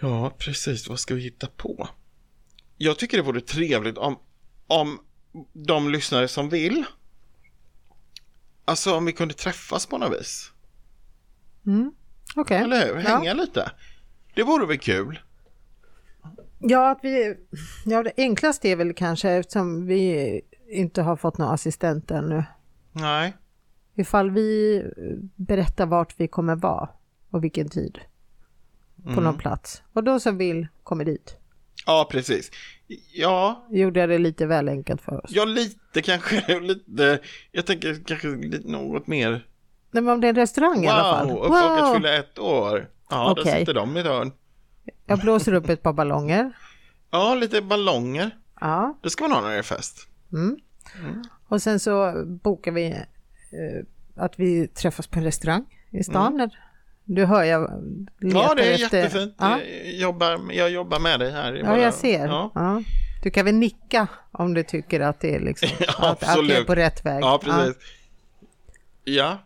Speaker 3: Ja, precis. Vad ska vi hitta på? Jag tycker det vore trevligt om, om de lyssnare som vill, alltså om vi kunde träffas på något vis.
Speaker 2: Okej.
Speaker 3: Eller hur? Hänga
Speaker 2: Ja.
Speaker 3: lite. Det vore väl kul?
Speaker 2: Ja, att vi, ja, det enklaste är väl kanske eftersom vi inte har fått någon assistent ännu.
Speaker 3: Nej.
Speaker 2: Ifall vi eh, berättar vart vi kommer vara och vilken tid på
Speaker 3: Mm.
Speaker 2: någon plats. Och de som vill kommer dit.
Speaker 3: Ja, precis. Ja,
Speaker 2: Gjorde jag det lite väl enkelt för oss.
Speaker 3: ja lite kanske. Lite, jag tänker kanske lite, något mer.
Speaker 2: Nej, men om det är en restaurang i alla fall.
Speaker 3: Wow, uppbakat fylla ett år. Ja, där
Speaker 2: Okej.
Speaker 3: sitter de i ett hörn.
Speaker 2: Jag blåser upp ett par ballonger.
Speaker 3: Ja, lite ballonger.
Speaker 2: Ja.
Speaker 3: Det ska man ha när det är fest.
Speaker 2: Och sen så bokar vi eh, att vi träffas på en restaurang i stan. Där du hör jag letar
Speaker 3: Mm. Ja, det är
Speaker 2: efter...
Speaker 3: jättefint.
Speaker 2: Ja,
Speaker 3: Jag, jobbar, jag jobbar med dig här.
Speaker 2: ja jag ser.
Speaker 3: Ja,
Speaker 2: Ja. Du kan väl nicka om du tycker att det är, liksom, att, att det är
Speaker 3: absolut.
Speaker 2: på rätt väg.
Speaker 3: ja precis. Ja.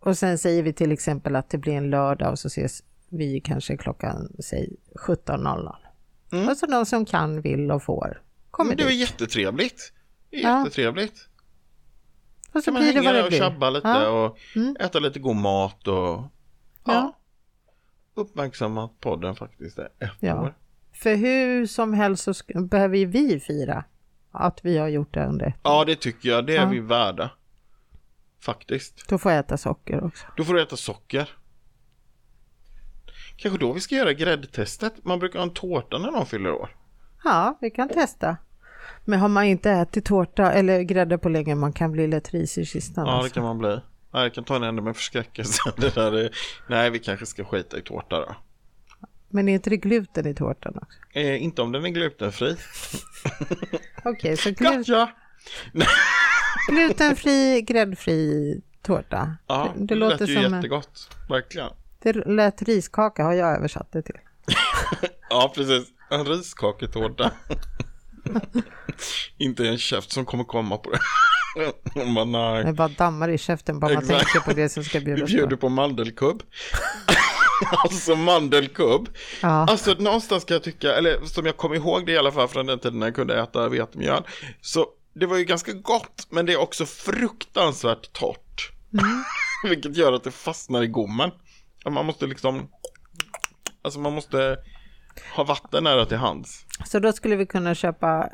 Speaker 2: Och sen säger vi till exempel att det blir en lördag och så ses vi kanske klockan säg 17.00. Och så de som kan, vill och får kommer
Speaker 3: Mm. Men det var
Speaker 2: dit.
Speaker 3: jättetrevligt.
Speaker 2: Ja.
Speaker 3: Jättetrevligt.
Speaker 2: Och så
Speaker 3: Kan man
Speaker 2: blir det
Speaker 3: hänga
Speaker 2: vad det
Speaker 3: och
Speaker 2: blir.
Speaker 3: tjabba lite
Speaker 2: Ja. Mm.
Speaker 3: och äta lite god mat och
Speaker 2: Ja.
Speaker 3: uppmärksamma podden faktiskt är ett
Speaker 2: Ja.
Speaker 3: år.
Speaker 2: För hur som helst så sk- behöver ju vi fira att vi har gjort det under.
Speaker 3: Ja, det tycker jag. Det är
Speaker 2: Ja.
Speaker 3: vi värda. Faktiskt.
Speaker 2: Då får jag äta socker också.
Speaker 3: Då får du äta socker. Kanske då vi ska göra gräddtestet. Man brukar ha en tårta när någon fyller år.
Speaker 2: Ja, vi kan testa. Men har man inte ätit tårta eller grädde på länge, man kan bli lätt ris i kistan.
Speaker 3: Ja, det
Speaker 2: alltså.
Speaker 3: kan man bli. Nej, jag kan ta en ände med förskräckelse. Det där är... Nej, vi kanske ska skita i tårta då.
Speaker 2: Men är inte det gluten i tårtan också?
Speaker 3: Eh, inte om den är glutenfri.
Speaker 2: Okej, så glu-
Speaker 3: Gotcha!
Speaker 2: glutenfri, gräddfri tårta.
Speaker 3: Ja,
Speaker 2: det,
Speaker 3: det,
Speaker 2: det låter
Speaker 3: lät ju
Speaker 2: som... en-
Speaker 3: jättegott. Verkligen.
Speaker 2: Det lät riskaka har jag översatt det till.
Speaker 3: Ja, precis. En riskaketårta. inte en käft som kommer komma på det. Men nej.
Speaker 2: Det bara dammar i käften bara man
Speaker 3: Exakt.
Speaker 2: tänker på det som ska
Speaker 3: Vi
Speaker 2: bjudas
Speaker 3: bjuder
Speaker 2: på.
Speaker 3: på mandelkubb. alltså mandelkubb.
Speaker 2: Ja.
Speaker 3: Alltså någonstans kan jag tycka, eller som jag kom ihåg det i alla fall från den tiden när jag kunde äta vetemjöl. Så det var ju ganska gott, men det är också fruktansvärt torrt.
Speaker 2: Mm.
Speaker 3: Vilket gör att det fastnar i gommen. Ja, Man måste liksom, alltså man måste ha vatten nära till hands.
Speaker 2: Så då skulle vi kunna köpa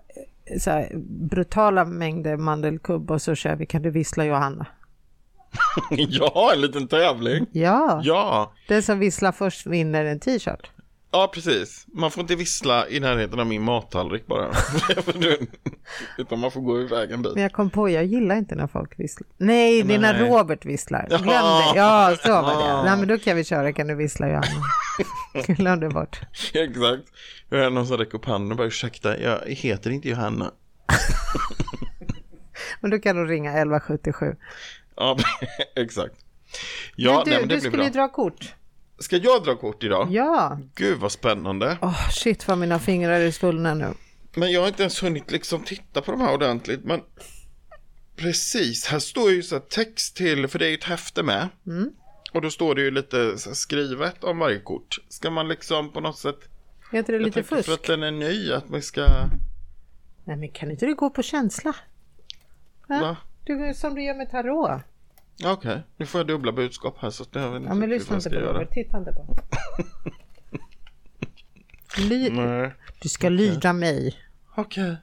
Speaker 2: eh, så här, brutala mängder mandelkubb och så kör vi Kan du vissla Johanna?
Speaker 3: ja, en liten tävling.
Speaker 2: Ja,
Speaker 3: Ja,
Speaker 2: den som visslar först vinner en t-shirt.
Speaker 3: ja precis. Man får inte vissla i närheten av min mattallrik bara. För du- Utan man får gå iväg en bit.
Speaker 2: Men jag kom på, jag gillar inte när folk visslar. Nej, det är när
Speaker 3: Nej.
Speaker 2: Robert visslar. Glöm
Speaker 3: Ja.
Speaker 2: det. Ja, så var
Speaker 3: Ja.
Speaker 2: det. Nej, men då kan vi köra Kan du vissla Johanna? Glöm det bort.
Speaker 3: Exakt. Jag är någon som räcker upp handen och bara ursäkta, jag heter inte Johanna.
Speaker 2: Men då kan du ringa 1177.
Speaker 3: Ja, exakt. Ja,
Speaker 2: men du,
Speaker 3: nej, men det
Speaker 2: du
Speaker 3: blir
Speaker 2: skulle
Speaker 3: bra.
Speaker 2: ju dra kort.
Speaker 3: Ska jag dra kort idag?
Speaker 2: Ja.
Speaker 3: Gud vad spännande.
Speaker 2: Åh, shit vad mina fingrar är svullna nu.
Speaker 3: Men jag har inte ens hunnit liksom titta på de här ordentligt. Men precis, här står ju så här text till, för det är ju ett häfte med.
Speaker 2: Mm.
Speaker 3: Och då står det ju lite så här skrivet om varje kort. Ska man liksom på något sätt...
Speaker 2: Är inte det
Speaker 3: jag
Speaker 2: lite
Speaker 3: tänker
Speaker 2: fusk?
Speaker 3: För att den är ny, att man ska...
Speaker 2: Nej men kan inte du gå på känsla? Ja.
Speaker 3: Va?
Speaker 2: Du, som du gör med tarot.
Speaker 3: Ja, Okej, nu får jag dubbla budskap här så att jag vet inte
Speaker 2: Ja men
Speaker 3: riktigt
Speaker 2: lyssna
Speaker 3: vad
Speaker 2: inte
Speaker 3: jag
Speaker 2: på
Speaker 3: ska göra.
Speaker 2: Robert, titta inte på honom. Ly-
Speaker 3: Nej.
Speaker 2: du ska lyda mig.
Speaker 3: Okej.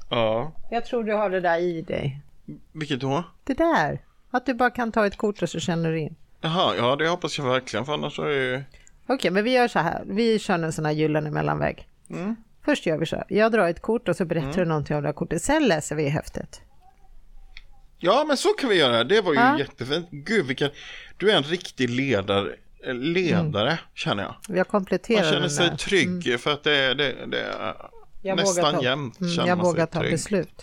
Speaker 3: ja,
Speaker 2: Jag tror du har det där i dig.
Speaker 3: vilket då?
Speaker 2: Det där. Att du bara kan ta ett kort och så känner du in.
Speaker 3: Jaha, ja det hoppas jag verkligen för annars så är ju...
Speaker 2: Okej, men vi gör så här. Vi kör en sån här gyllene mellanväg.
Speaker 3: Mm.
Speaker 2: Först gör vi så här. Jag drar ett kort och så berättar du någonting om det här kortet. Sen läser vi i häftet.
Speaker 3: Ja men så kan vi göra, det var ju
Speaker 2: Ja.
Speaker 3: jättefint. Gud vilken... Du är en riktig ledare, ledare
Speaker 2: Mm.
Speaker 3: känner jag.
Speaker 2: Jag kompletterar
Speaker 3: Man känner
Speaker 2: den
Speaker 3: sig
Speaker 2: där.
Speaker 3: trygg för att det är, det, det är
Speaker 2: Mm. Jag
Speaker 3: nästan
Speaker 2: vågar ta,
Speaker 3: jämnt.
Speaker 2: Mm,
Speaker 3: känner
Speaker 2: jag
Speaker 3: man sig
Speaker 2: vågar ta
Speaker 3: trygg.
Speaker 2: beslut.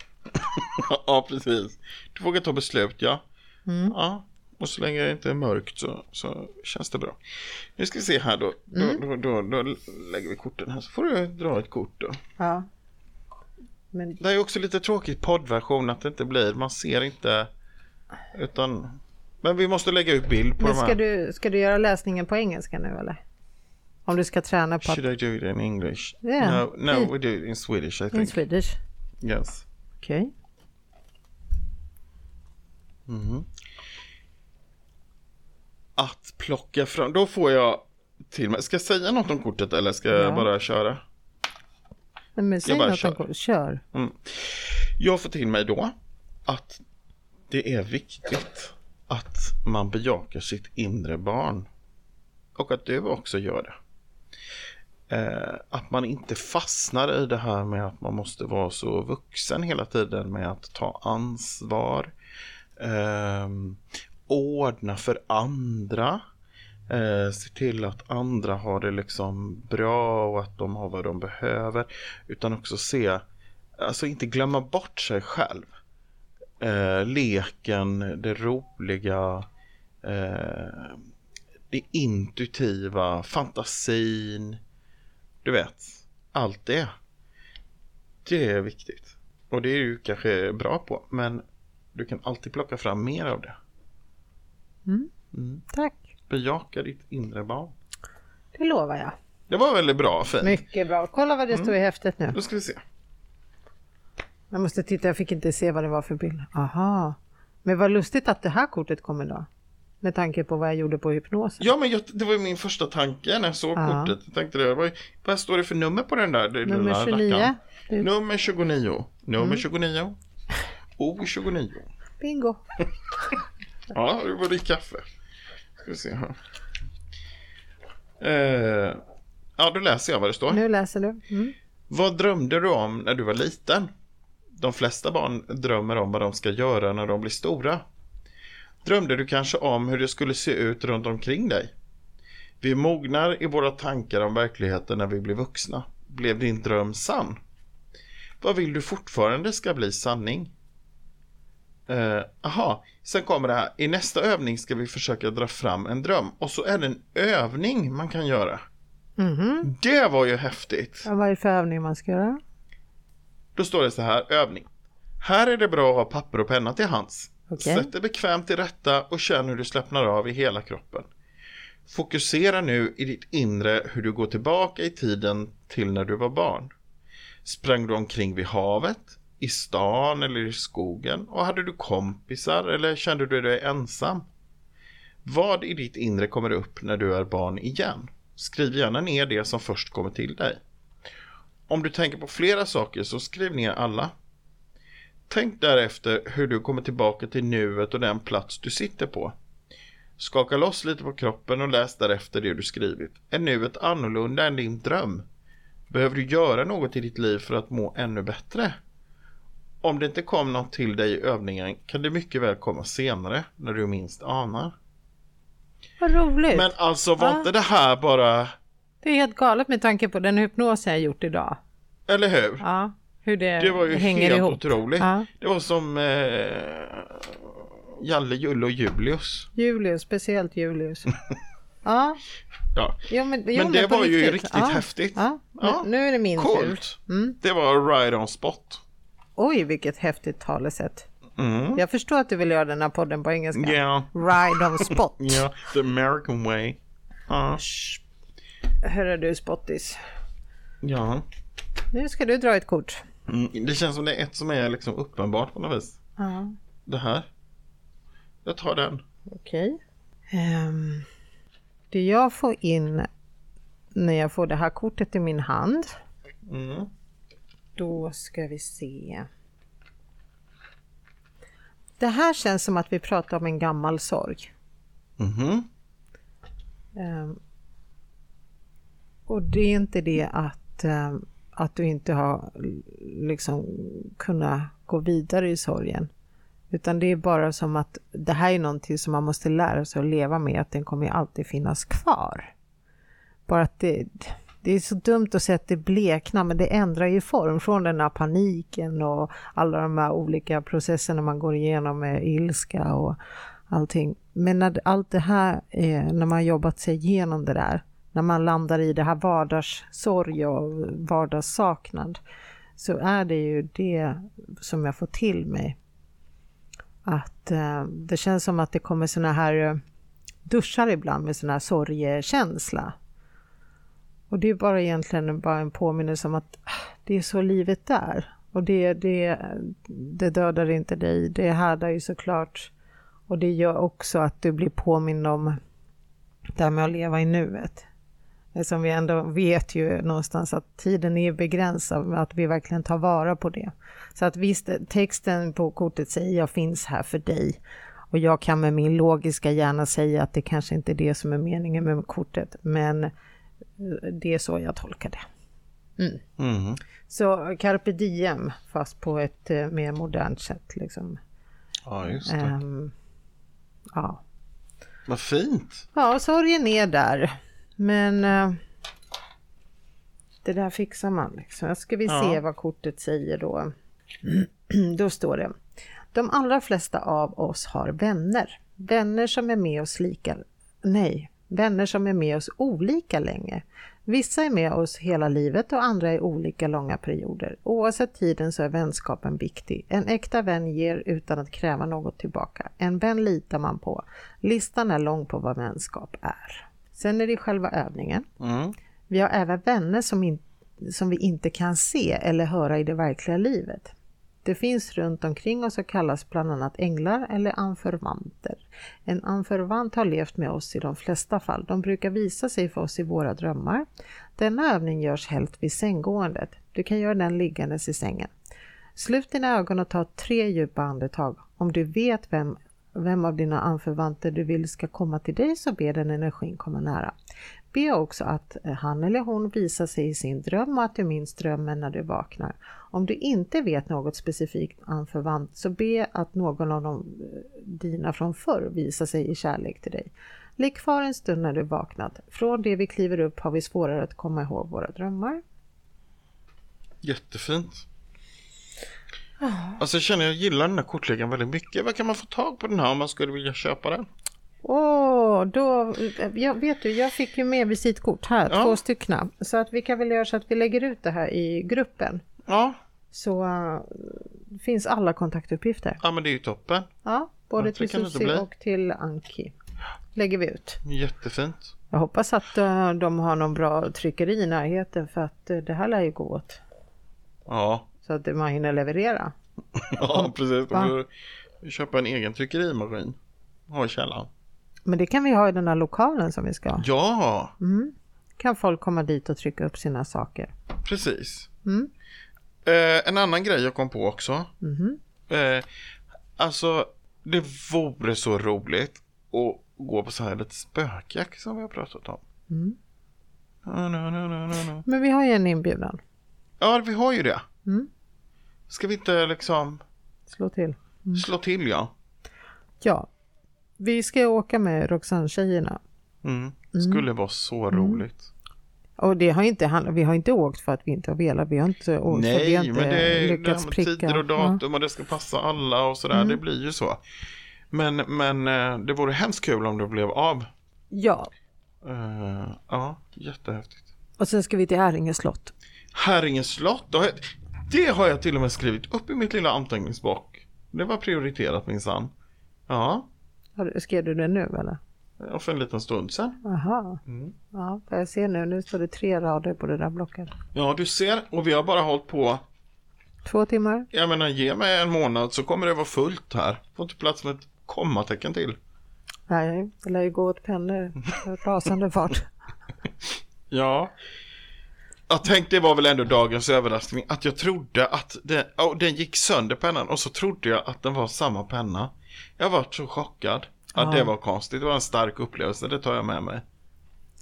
Speaker 3: ja precis. Du vågar ta beslut ja.
Speaker 2: Mm.
Speaker 3: ja. Och så länge det inte är mörkt så, så känns det bra. Nu ska vi se här då. Då,
Speaker 2: Mm.
Speaker 3: då, då, då lägger vi korten här så får du dra ett kort då.
Speaker 2: Ja. Men
Speaker 3: Det är ju också lite tråkigt poddversion att det inte blir, man ser inte utan Men vi måste lägga ut bild på
Speaker 2: Men
Speaker 3: de här.
Speaker 2: ska du, ska du göra läsningen på engelska nu eller? Om du ska träna på att...
Speaker 3: Should I do it in English?
Speaker 2: Yeah.
Speaker 3: No, no we do it in Swedish I
Speaker 2: In
Speaker 3: think.
Speaker 2: Swedish?
Speaker 3: yes.
Speaker 2: Okej.
Speaker 3: Att plocka fram, då får jag till mig. Ska jag säga något om kortet eller ska jag
Speaker 2: Ja.
Speaker 3: bara köra?
Speaker 2: Nej, Men säg
Speaker 3: bara
Speaker 2: något
Speaker 3: kör.
Speaker 2: om kor- Kör.
Speaker 3: Jag får till mig då att det är viktigt att man bejakar sitt inre barn. Och att du också gör det. Eh, att man inte fastnar i det här med att man måste vara så vuxen hela tiden med att ta ansvar. ehm, ordna för andra. Eh, se till att andra har det liksom bra och att de har vad de behöver. Utan också se, alltså inte glömma bort sig själv. Eh, leken, det roliga, eh, det intuitiva, fantasin. Du vet, allt det. Det är viktigt. Och det är du kanske bra på, men du kan alltid plocka fram mer av det.
Speaker 2: Tack,
Speaker 3: Bejaka ditt inre barn.
Speaker 2: det lovar jag.
Speaker 3: Det var väldigt bra, fint.
Speaker 2: Mycket bra. Kolla vad det
Speaker 3: Mm.
Speaker 2: står i häftet nu.
Speaker 3: Då ska vi se.
Speaker 2: Jag måste titta, jag fick inte se vad det var för bild. Aha. Men vad lustigt att det här kortet kommer då. Med tanke på vad jag gjorde på hypnosen.
Speaker 3: Ja, men jag, det var ju min första tanke när jag såg
Speaker 2: Ja.
Speaker 3: kortet. Jag tänkte det, vad, vad står det för nummer på den där den
Speaker 2: Nummer Mm.
Speaker 3: där
Speaker 2: 29.
Speaker 3: rackaren?
Speaker 2: Det är-
Speaker 3: Nummer 29. Nummer 29. O29.
Speaker 2: Bingo.
Speaker 3: Ja, det var det kaffe. Ska vi se här. Eh, ja, då läser jag vad det står.
Speaker 2: Nu läser du. Mm.
Speaker 3: Vad drömde du om när du var liten? De flesta barn drömmer om vad de ska göra när de blir stora. Drömde du kanske om hur det skulle se ut runt omkring dig? Vi mognar i våra tankar om verkligheten när vi blir vuxna. Blev din dröm sann? Vad vill du fortfarande ska bli sanning? Eh, aha, sen kommer det här. I nästa övning ska vi försöka dra fram en dröm. Och så är det en övning man kan göra. Det var ju häftigt.
Speaker 2: Mhm. Ja, Vad är det för övning man ska göra?
Speaker 3: Då står det så här, övning. Här är det bra att ha papper och penna till hands.
Speaker 2: Okej.
Speaker 3: Sätt dig bekvämt till rätta och känn hur du slappnar av i hela kroppen. Fokusera nu i ditt inre hur du går tillbaka i tiden till när du var barn. Sprang du omkring vid havet, i stan eller i skogen och hade du kompisar eller kände du dig ensam? Vad i ditt inre kommer upp när du är barn igen? Skriv gärna ner det som först kommer till dig. Om du tänker på flera saker så skriv ner alla. Tänk därefter hur du kommer tillbaka till nuet och den plats du sitter på. Skaka loss lite på kroppen och läs därefter det du skrivit. Är nuet annorlunda än din dröm? Behöver du göra något i ditt liv för att må ännu bättre? Om det inte kom något till dig i övningen kan det mycket väl komma senare när du minst anar.
Speaker 2: Vad roligt.
Speaker 3: Men alltså var
Speaker 2: Va?
Speaker 3: inte det här bara,
Speaker 2: Det är helt galet med tanke på den hypnos jag gjort idag.
Speaker 3: eller hur?
Speaker 2: Ja, hur det,
Speaker 3: Det var ju
Speaker 2: Eh, hänger
Speaker 3: helt
Speaker 2: ihop.
Speaker 3: otroligt.
Speaker 2: Ja.
Speaker 3: Det var som eh, Jalle, Julle och Julius.
Speaker 2: Julius, speciellt Julius. ja,
Speaker 3: Ja.
Speaker 2: jo, men, jo,
Speaker 3: Men det
Speaker 2: på
Speaker 3: var ju
Speaker 2: riktigt,
Speaker 3: riktigt
Speaker 2: ja.
Speaker 3: häftigt.
Speaker 2: Ja.
Speaker 3: Ja.
Speaker 2: Nu, nu är det min tur. Mm.
Speaker 3: Coolt. Det var right on spot.
Speaker 2: Oj, vilket häftigt talesätt.
Speaker 3: Mm.
Speaker 2: Jag förstår att du vill göra den här podden på engelska.
Speaker 3: Yeah.
Speaker 2: Ride on spot.
Speaker 3: yeah, the American way. Ja.
Speaker 2: Hörru du spottis,
Speaker 3: ja.
Speaker 2: nu ska du dra ett kort.
Speaker 3: Mm. Det känns som det är ett som är liksom uppenbart på något vis.
Speaker 2: Ja,
Speaker 3: Det här. Jag tar den.
Speaker 2: okej. Ehm, det jag får in när jag får det här kortet i min hand,
Speaker 3: Mm.
Speaker 2: då ska vi se. Det här känns som att vi pratar om en gammal sorg.
Speaker 3: Mhm.
Speaker 2: Ehm, och det är inte det att, ehm, att du inte har l- liksom kunnat gå vidare i sorgen. Utan det är bara som att det här är någonting som man måste lära sig att leva med, att den kommer ju alltid finnas kvar. Bara att det, det är så dumt att säga att det bleknar, men det ändrar ju form från den här paniken och alla de här olika processerna man går igenom med ilska och allting. Men när allt det här, är, när man har jobbat sig igenom det där, när man landar i det här vardagssorg och vardagssaknad, så är det ju det som jag får till mig. Att eh, det känns som att det kommer såna här eh, duschar ibland med sån här sorgekänsla. Och det är bara egentligen bara en påminnelse om att ah, det är så livet är. Och det, det, det dödar inte dig, det härdar ju såklart. Och det gör också att du blir påmind om det här med att leva i nuet. Eftersom vi ändå vet ju någonstans att tiden är begränsad, men att vi verkligen tar vara på det. Så att visst, texten på kortet säger jag finns här för dig. Och jag kan med min logiska hjärna säga att det kanske inte är det som är meningen med kortet, men eh, det är så jag tolkar det.
Speaker 3: Mm.
Speaker 2: Så carpe diem, fast på ett eh, mer modernt sätt. Liksom.
Speaker 3: Ja, just det.
Speaker 2: Ehm, ja.
Speaker 3: Vad fint.
Speaker 2: ja, sorgen är där. Men eh, det där fixar man. Liksom. Ska vi se vad kortet säger då. då står det. De allra flesta av oss har vänner. Vänner som är med oss lika... Nej, vänner som är med oss olika länge. Vissa är med oss hela livet och andra i olika långa perioder. Oavsett tiden så är vänskapen viktig. En äkta vän ger utan att kräva något tillbaka. En vän litar man på. Listan är lång på vad vänskap är. Sen är det själva övningen. Vi har även vänner som, in, som vi inte kan se eller höra i det verkliga livet. Det finns runt omkring oss och kallas bland annat änglar eller anförvanter. En anförvant har levt med oss i de flesta fall. De brukar visa sig för oss i våra drömmar. Denna övning görs helst vid sänggåendet. Du kan göra den liggandes i sängen. Slut dina ögon och ta tre djupa andetag. Om du vet vem, vem av dina anförvanter du vill ska komma till dig så be den energin komma nära. Be också att eh, han eller hon visar sig i sin dröm och att du minns drömmen när du vaknar. Om du inte vet något specifikt anförvant så be att någon av de, eh, dina från förr visar sig i kärlek till dig. Ligg kvar en stund när du vaknat. Från det vi kliver upp har vi svårare att komma ihåg våra drömmar.
Speaker 3: Jättefint.
Speaker 2: Ah.
Speaker 3: Alltså jag känner jag gillar den här kortleken väldigt mycket. Vad kan man få tag på den här om man skulle vilja köpa den?
Speaker 2: Åh, då, jag vet du, jag fick ju med visitkort här,
Speaker 3: Ja.
Speaker 2: två stycken. Så att vi kan väl göra så att vi lägger ut det här i gruppen.
Speaker 3: Ja,
Speaker 2: Så eh, finns alla kontaktuppgifter.
Speaker 3: ja men det är ju toppen.
Speaker 2: Ja, både
Speaker 3: Ja,
Speaker 2: till
Speaker 3: det kan det inte
Speaker 2: Susie
Speaker 3: bli.
Speaker 2: och till Anki. Lägger vi ut.
Speaker 3: Jättefint.
Speaker 2: Jag hoppas att eh, de har någon bra tryckeri i närheten för att eh, det här lär ju gå åt.
Speaker 3: Ja,
Speaker 2: Så att man hinner leverera.
Speaker 3: ja precis.
Speaker 2: Va?
Speaker 3: Då får vi köpa en egen tryckerimaskin. Ha i källaren.
Speaker 2: Men det kan vi ha i den här lokalen som vi ska ha.
Speaker 3: Ja,
Speaker 2: Kan folk komma dit och trycka upp sina saker. Mm.
Speaker 3: precis. Eh, en annan grej jag kom på också.
Speaker 2: Mm-hmm.
Speaker 3: Eh, alltså, det vore så roligt att gå på så här lite spökjakt som vi har pratat om. Na, na, na, na, na, na.
Speaker 2: Men vi har ju en inbjudan.
Speaker 3: Ja, vi har ju det. Ska vi inte liksom
Speaker 2: Slå till.
Speaker 3: slå till ja?
Speaker 2: Ja, vi ska ju åka med Roxanne-tjejerna.
Speaker 3: Mm. Skulle vara så roligt.
Speaker 2: Och det har inte handlat, vi har inte åkt för att vi inte har velat, vi har inte åkt för att vi har
Speaker 3: Nej,
Speaker 2: inte
Speaker 3: men det är det
Speaker 2: lyckats
Speaker 3: här med
Speaker 2: pricka.
Speaker 3: tider och
Speaker 2: Ja. Mm.
Speaker 3: datum och det ska passa alla och sådär. Det blir ju så. Men, men eh, det vore hemskt kul om det blev av.
Speaker 2: Ja,
Speaker 3: Eh, ja, jättehäftigt.
Speaker 2: och sen ska vi till Häringe slott.
Speaker 3: Häringens slott, det har, jag, det har jag till och med skrivit upp i mitt lilla anteckningsblock. Det var prioriterat minsann. Ja,
Speaker 2: Har du- Skrev du det nu eller?
Speaker 3: och för en liten stund sedan.
Speaker 2: Aha.
Speaker 3: Mm.
Speaker 2: Ja, för jag ser nu, nu står det tre rader på det där blocket.
Speaker 3: Ja, du ser. Och vi har bara hållit på
Speaker 2: Två timmar?
Speaker 3: Jag menar, ge mig en månad så kommer det vara fullt här. Får inte plats med ett kommatecken till.
Speaker 2: Nej, det lär ju gå åt pennor med rasande fart.
Speaker 3: Ja. Jag tänkte, det var väl ändå dagens överraskning, att jag trodde att den, oh, den gick sönder pennan och så trodde jag att den var samma penna. Jag var så chockad. Ja, det var konstigt. Det var en stark upplevelse, det tar jag med mig.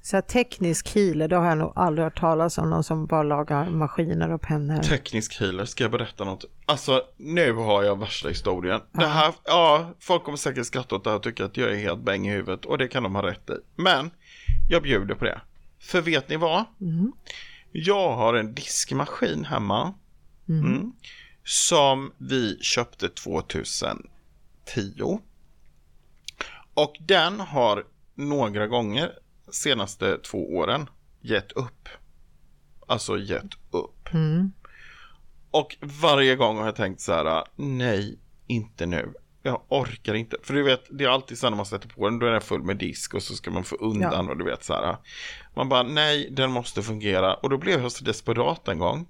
Speaker 2: Så här, teknisk healer, det har jag nog aldrig hört talas om, någon som bara lagar maskiner och pennor.
Speaker 3: Teknisk healer, ska jag berätta något? Alltså, nu har jag värsta historien. Det här, ja, folk kommer säkert skratta åt det här och tycka att jag är helt bäng i huvudet och det kan de ha rätt i. Men, jag bjuder på det. För vet ni vad? Jag har en diskmaskin hemma. Mm. Som vi köpte 2010. Och den har några gånger senaste två åren gett upp. Alltså gett upp.
Speaker 2: Mm.
Speaker 3: Och varje gång har jag tänkt så här, nej, inte nu. Jag orkar inte. För du vet, det är alltid så här när man sätter på den, då är den full med disk och så ska man få undan och du vet så här. Man bara, nej, den måste fungera. Och då blev jag så desperat en gång.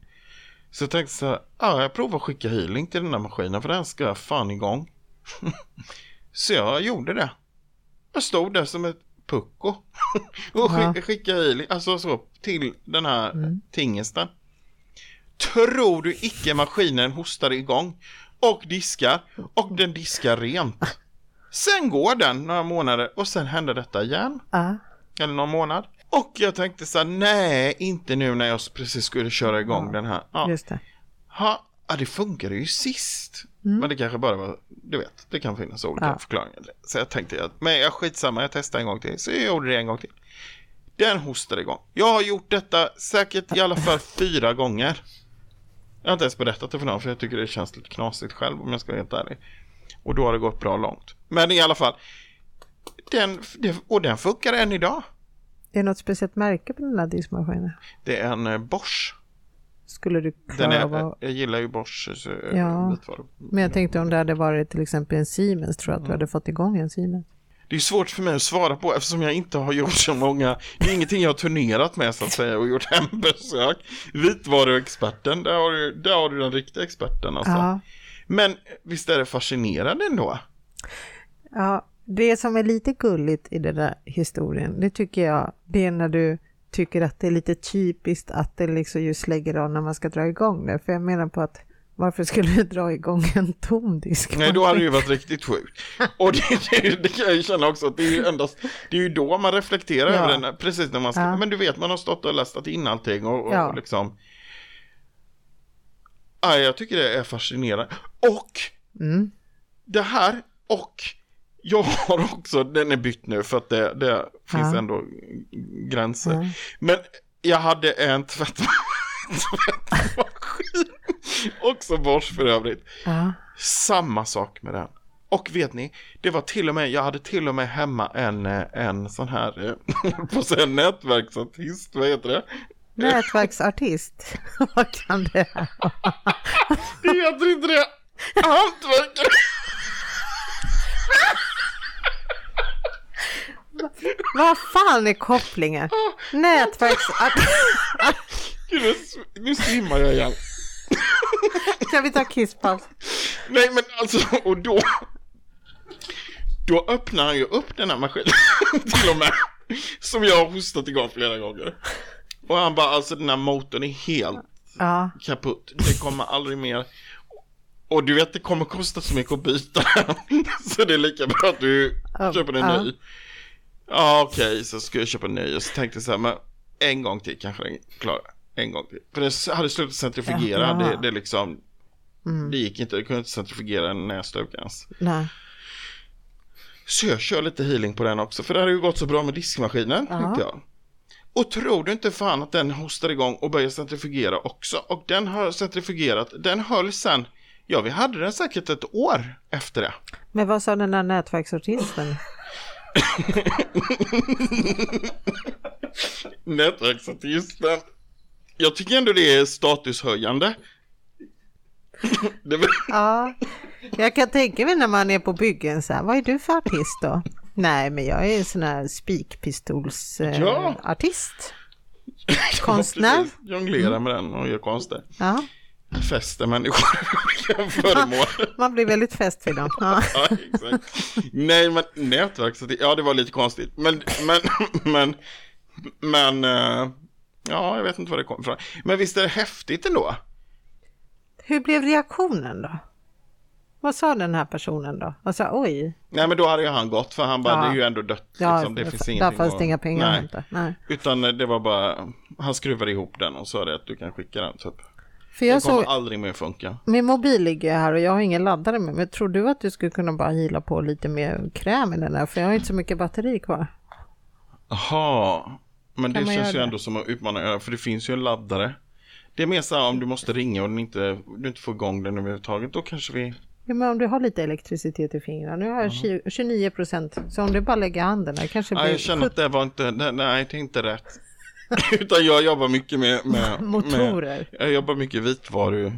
Speaker 3: Så jag tänkte så här, ja, jag provar att skicka healing till den här maskinen för den ska fan igång. så jag gjorde det. Jag stod där som ett pucko och skick, skickade healing, alltså så, till den här tingesten. Tror du icke maskinen hostar igång och diskar och den diskar rent. Sen går den några månader och sen händer detta igen.
Speaker 2: Ja.
Speaker 3: Eller någon månad. Och jag tänkte så här, nej, inte nu när jag precis skulle köra igång den här. Ja.
Speaker 2: Just det.
Speaker 3: Ha, ja, det funkade ju sist. Men det kanske bara var, du vet, det kan finnas olika
Speaker 2: Mm. Ja.
Speaker 3: förklaringar. Så jag tänkte att, men jag skitsamma, jag testar en gång till. Så jag gjorde det en gång till. Den hostade igång. Jag har gjort detta säkert i alla fall fyra gånger. Jag har inte ens berättat det för någon, för jag tycker det känns lite knasigt själv om jag ska vara helt ärlig. Och då har det gått bra långt. Men i alla fall, den, det, och den funkar än idag.
Speaker 2: Är det något speciellt märke på den här diskmaskinen?
Speaker 3: Det är en eh, Bosch.
Speaker 2: Skulle du
Speaker 3: Den
Speaker 2: klara av
Speaker 3: är,
Speaker 2: att...
Speaker 3: jag gillar ju eh, Bosch. Så,
Speaker 2: Ja. Men jag tänkte om det hade varit till exempel en Siemens, tror jag att
Speaker 3: Mm.
Speaker 2: du hade fått igång en Siemens.
Speaker 3: Det är svårt för mig att svara på eftersom jag inte har gjort så många. Det är ingenting jag har turnerat med så att säga och gjort hembesök. Vitvaruexperten, där har du, där har du den riktiga experten alltså.
Speaker 2: Ja.
Speaker 3: Men visst är det fascinerande ändå?
Speaker 2: Ja, det som är lite gulligt i den där historien, det tycker jag, det är när du tycker att det är lite typiskt att det liksom just lägger av när man ska dra igång det. För jag menar på att varför skulle du dra igång en tom disk?
Speaker 3: Nej, då hade det ju varit riktigt sjukt. Och det, det, det kan jag ju känna också att det är ju endast, det är ju då man reflekterar
Speaker 2: Ja.
Speaker 3: över den, precis när man ska,
Speaker 2: Ja.
Speaker 3: men du vet man har stått och lästat in allting och, och
Speaker 2: Ja.
Speaker 3: liksom. Aj, jag tycker det är fascinerande. Och
Speaker 2: Mm.
Speaker 3: det här och jag har också, den är bytt nu för att det, det finns
Speaker 2: Ja.
Speaker 3: ändå gränser.
Speaker 2: Ja.
Speaker 3: Men jag hade en tvätt- tvättmaskin, också Bosch för övrigt.
Speaker 2: Ja.
Speaker 3: Samma sak med den. Och vet ni, det var till och med, jag hade till och med hemma en, eh, en sån här, eh, på sig en nätverksartist, vad heter det?
Speaker 2: Nätverksartist, vad kan det här vara?
Speaker 3: Det heter inte det, hantverkare!
Speaker 2: Vad fan är kopplingen?
Speaker 3: Ah.
Speaker 2: Nätverksartist,
Speaker 3: Gud, jag sv- nu svimmar jag igen.
Speaker 2: ska vi ta kisspaus?
Speaker 3: Nej men alltså, och då Då öppnar han ju upp den här maskinen Till och med Som jag har hostat igång flera gånger Och han bara, alltså den här motorn är helt
Speaker 2: Ja,
Speaker 3: kaputt Det kommer aldrig mer Och du vet, det kommer kosta så mycket att byta den Så det är lika bra att du
Speaker 2: Ja,
Speaker 3: köper en
Speaker 2: ja.
Speaker 3: ny Ja okej, så ska jag köpa en ny Och så tänkte jag så här, men en gång till kanske den klarar En gång till För den hade slutat centrifugera,
Speaker 2: Jaha. Mm.
Speaker 3: det, det liksom Det gick inte, det kunde inte centrifugera en näsduk ens.
Speaker 2: nej.
Speaker 3: Så jag kör lite healing på den också, för det hade ju gått så bra med diskmaskinen,
Speaker 2: Ja.
Speaker 3: tänkte jag. Och tror du inte fan att den hostar igång och börjar centrifugera också? Och den har centrifugerat, den höll sen, ja vi hade den säkert ett år efter det.
Speaker 2: Men vad sa den där nätverksartisten?
Speaker 3: Nätverksartisten. Jag tycker ändå det är statushöjande. Det var...
Speaker 2: Ja, jag kan tänka mig när man är på byggen så här, vad är du för artist då? Nej, men jag är en sån här spikpistolsartist. Eh,
Speaker 3: Ja.
Speaker 2: artist. Konstnär.
Speaker 3: Precis, Jonglera med den och gör konster.
Speaker 2: Ja,
Speaker 3: Fäster människor i olika föremål.
Speaker 2: man blir väldigt fäst vid dem. Ja.
Speaker 3: Ja, exakt. Nej, men nätverksartist, ja det var lite konstigt. Men, men, men, men, eh, ja jag vet inte var det kom ifrån. Men visst är det häftigt ändå?
Speaker 2: Hur blev reaktionen då? Vad sa den här personen då? Han sa oj,
Speaker 3: Nej, men då hade ju han gått för han bara,
Speaker 2: Ja.
Speaker 3: det är ju ändå dött.
Speaker 2: ja,
Speaker 3: liksom. Det finns
Speaker 2: där
Speaker 3: ingenting
Speaker 2: fanns
Speaker 3: att-
Speaker 2: det inga pengar att
Speaker 3: Nej.
Speaker 2: hämta. Nej.
Speaker 3: Utan eh, det var bara, han skruvade ihop den och sa det att du kan skicka den typ.
Speaker 2: För jag
Speaker 3: Den kommer
Speaker 2: såg,
Speaker 3: aldrig mer funka.
Speaker 2: min mobil ligger här och jag har ingen laddare med mig. Tror du att du skulle kunna bara hila på lite mer kräm i den här? För jag har inte så mycket batteri kvar.
Speaker 3: Jaha,
Speaker 2: Kan
Speaker 3: men det
Speaker 2: man
Speaker 3: känns
Speaker 2: göra
Speaker 3: ju
Speaker 2: det?
Speaker 3: ändå som att utmana öar, för det finns ju en laddare. Det är mer så här om du måste ringa och den inte, du inte får igång den överhuvudtaget, då kanske vi
Speaker 2: Ja, men om du har lite elektricitet i fingrarna. Nu har jag 20 29 procent. Så om du bara lägger handen där kanske
Speaker 3: Nej,
Speaker 2: blir
Speaker 3: jag känner att det var inte, nej, nej det är inte rätt. Utan jag jobbar mycket med, med
Speaker 2: Motorer.
Speaker 3: Med, jag jobbar mycket vitvaru.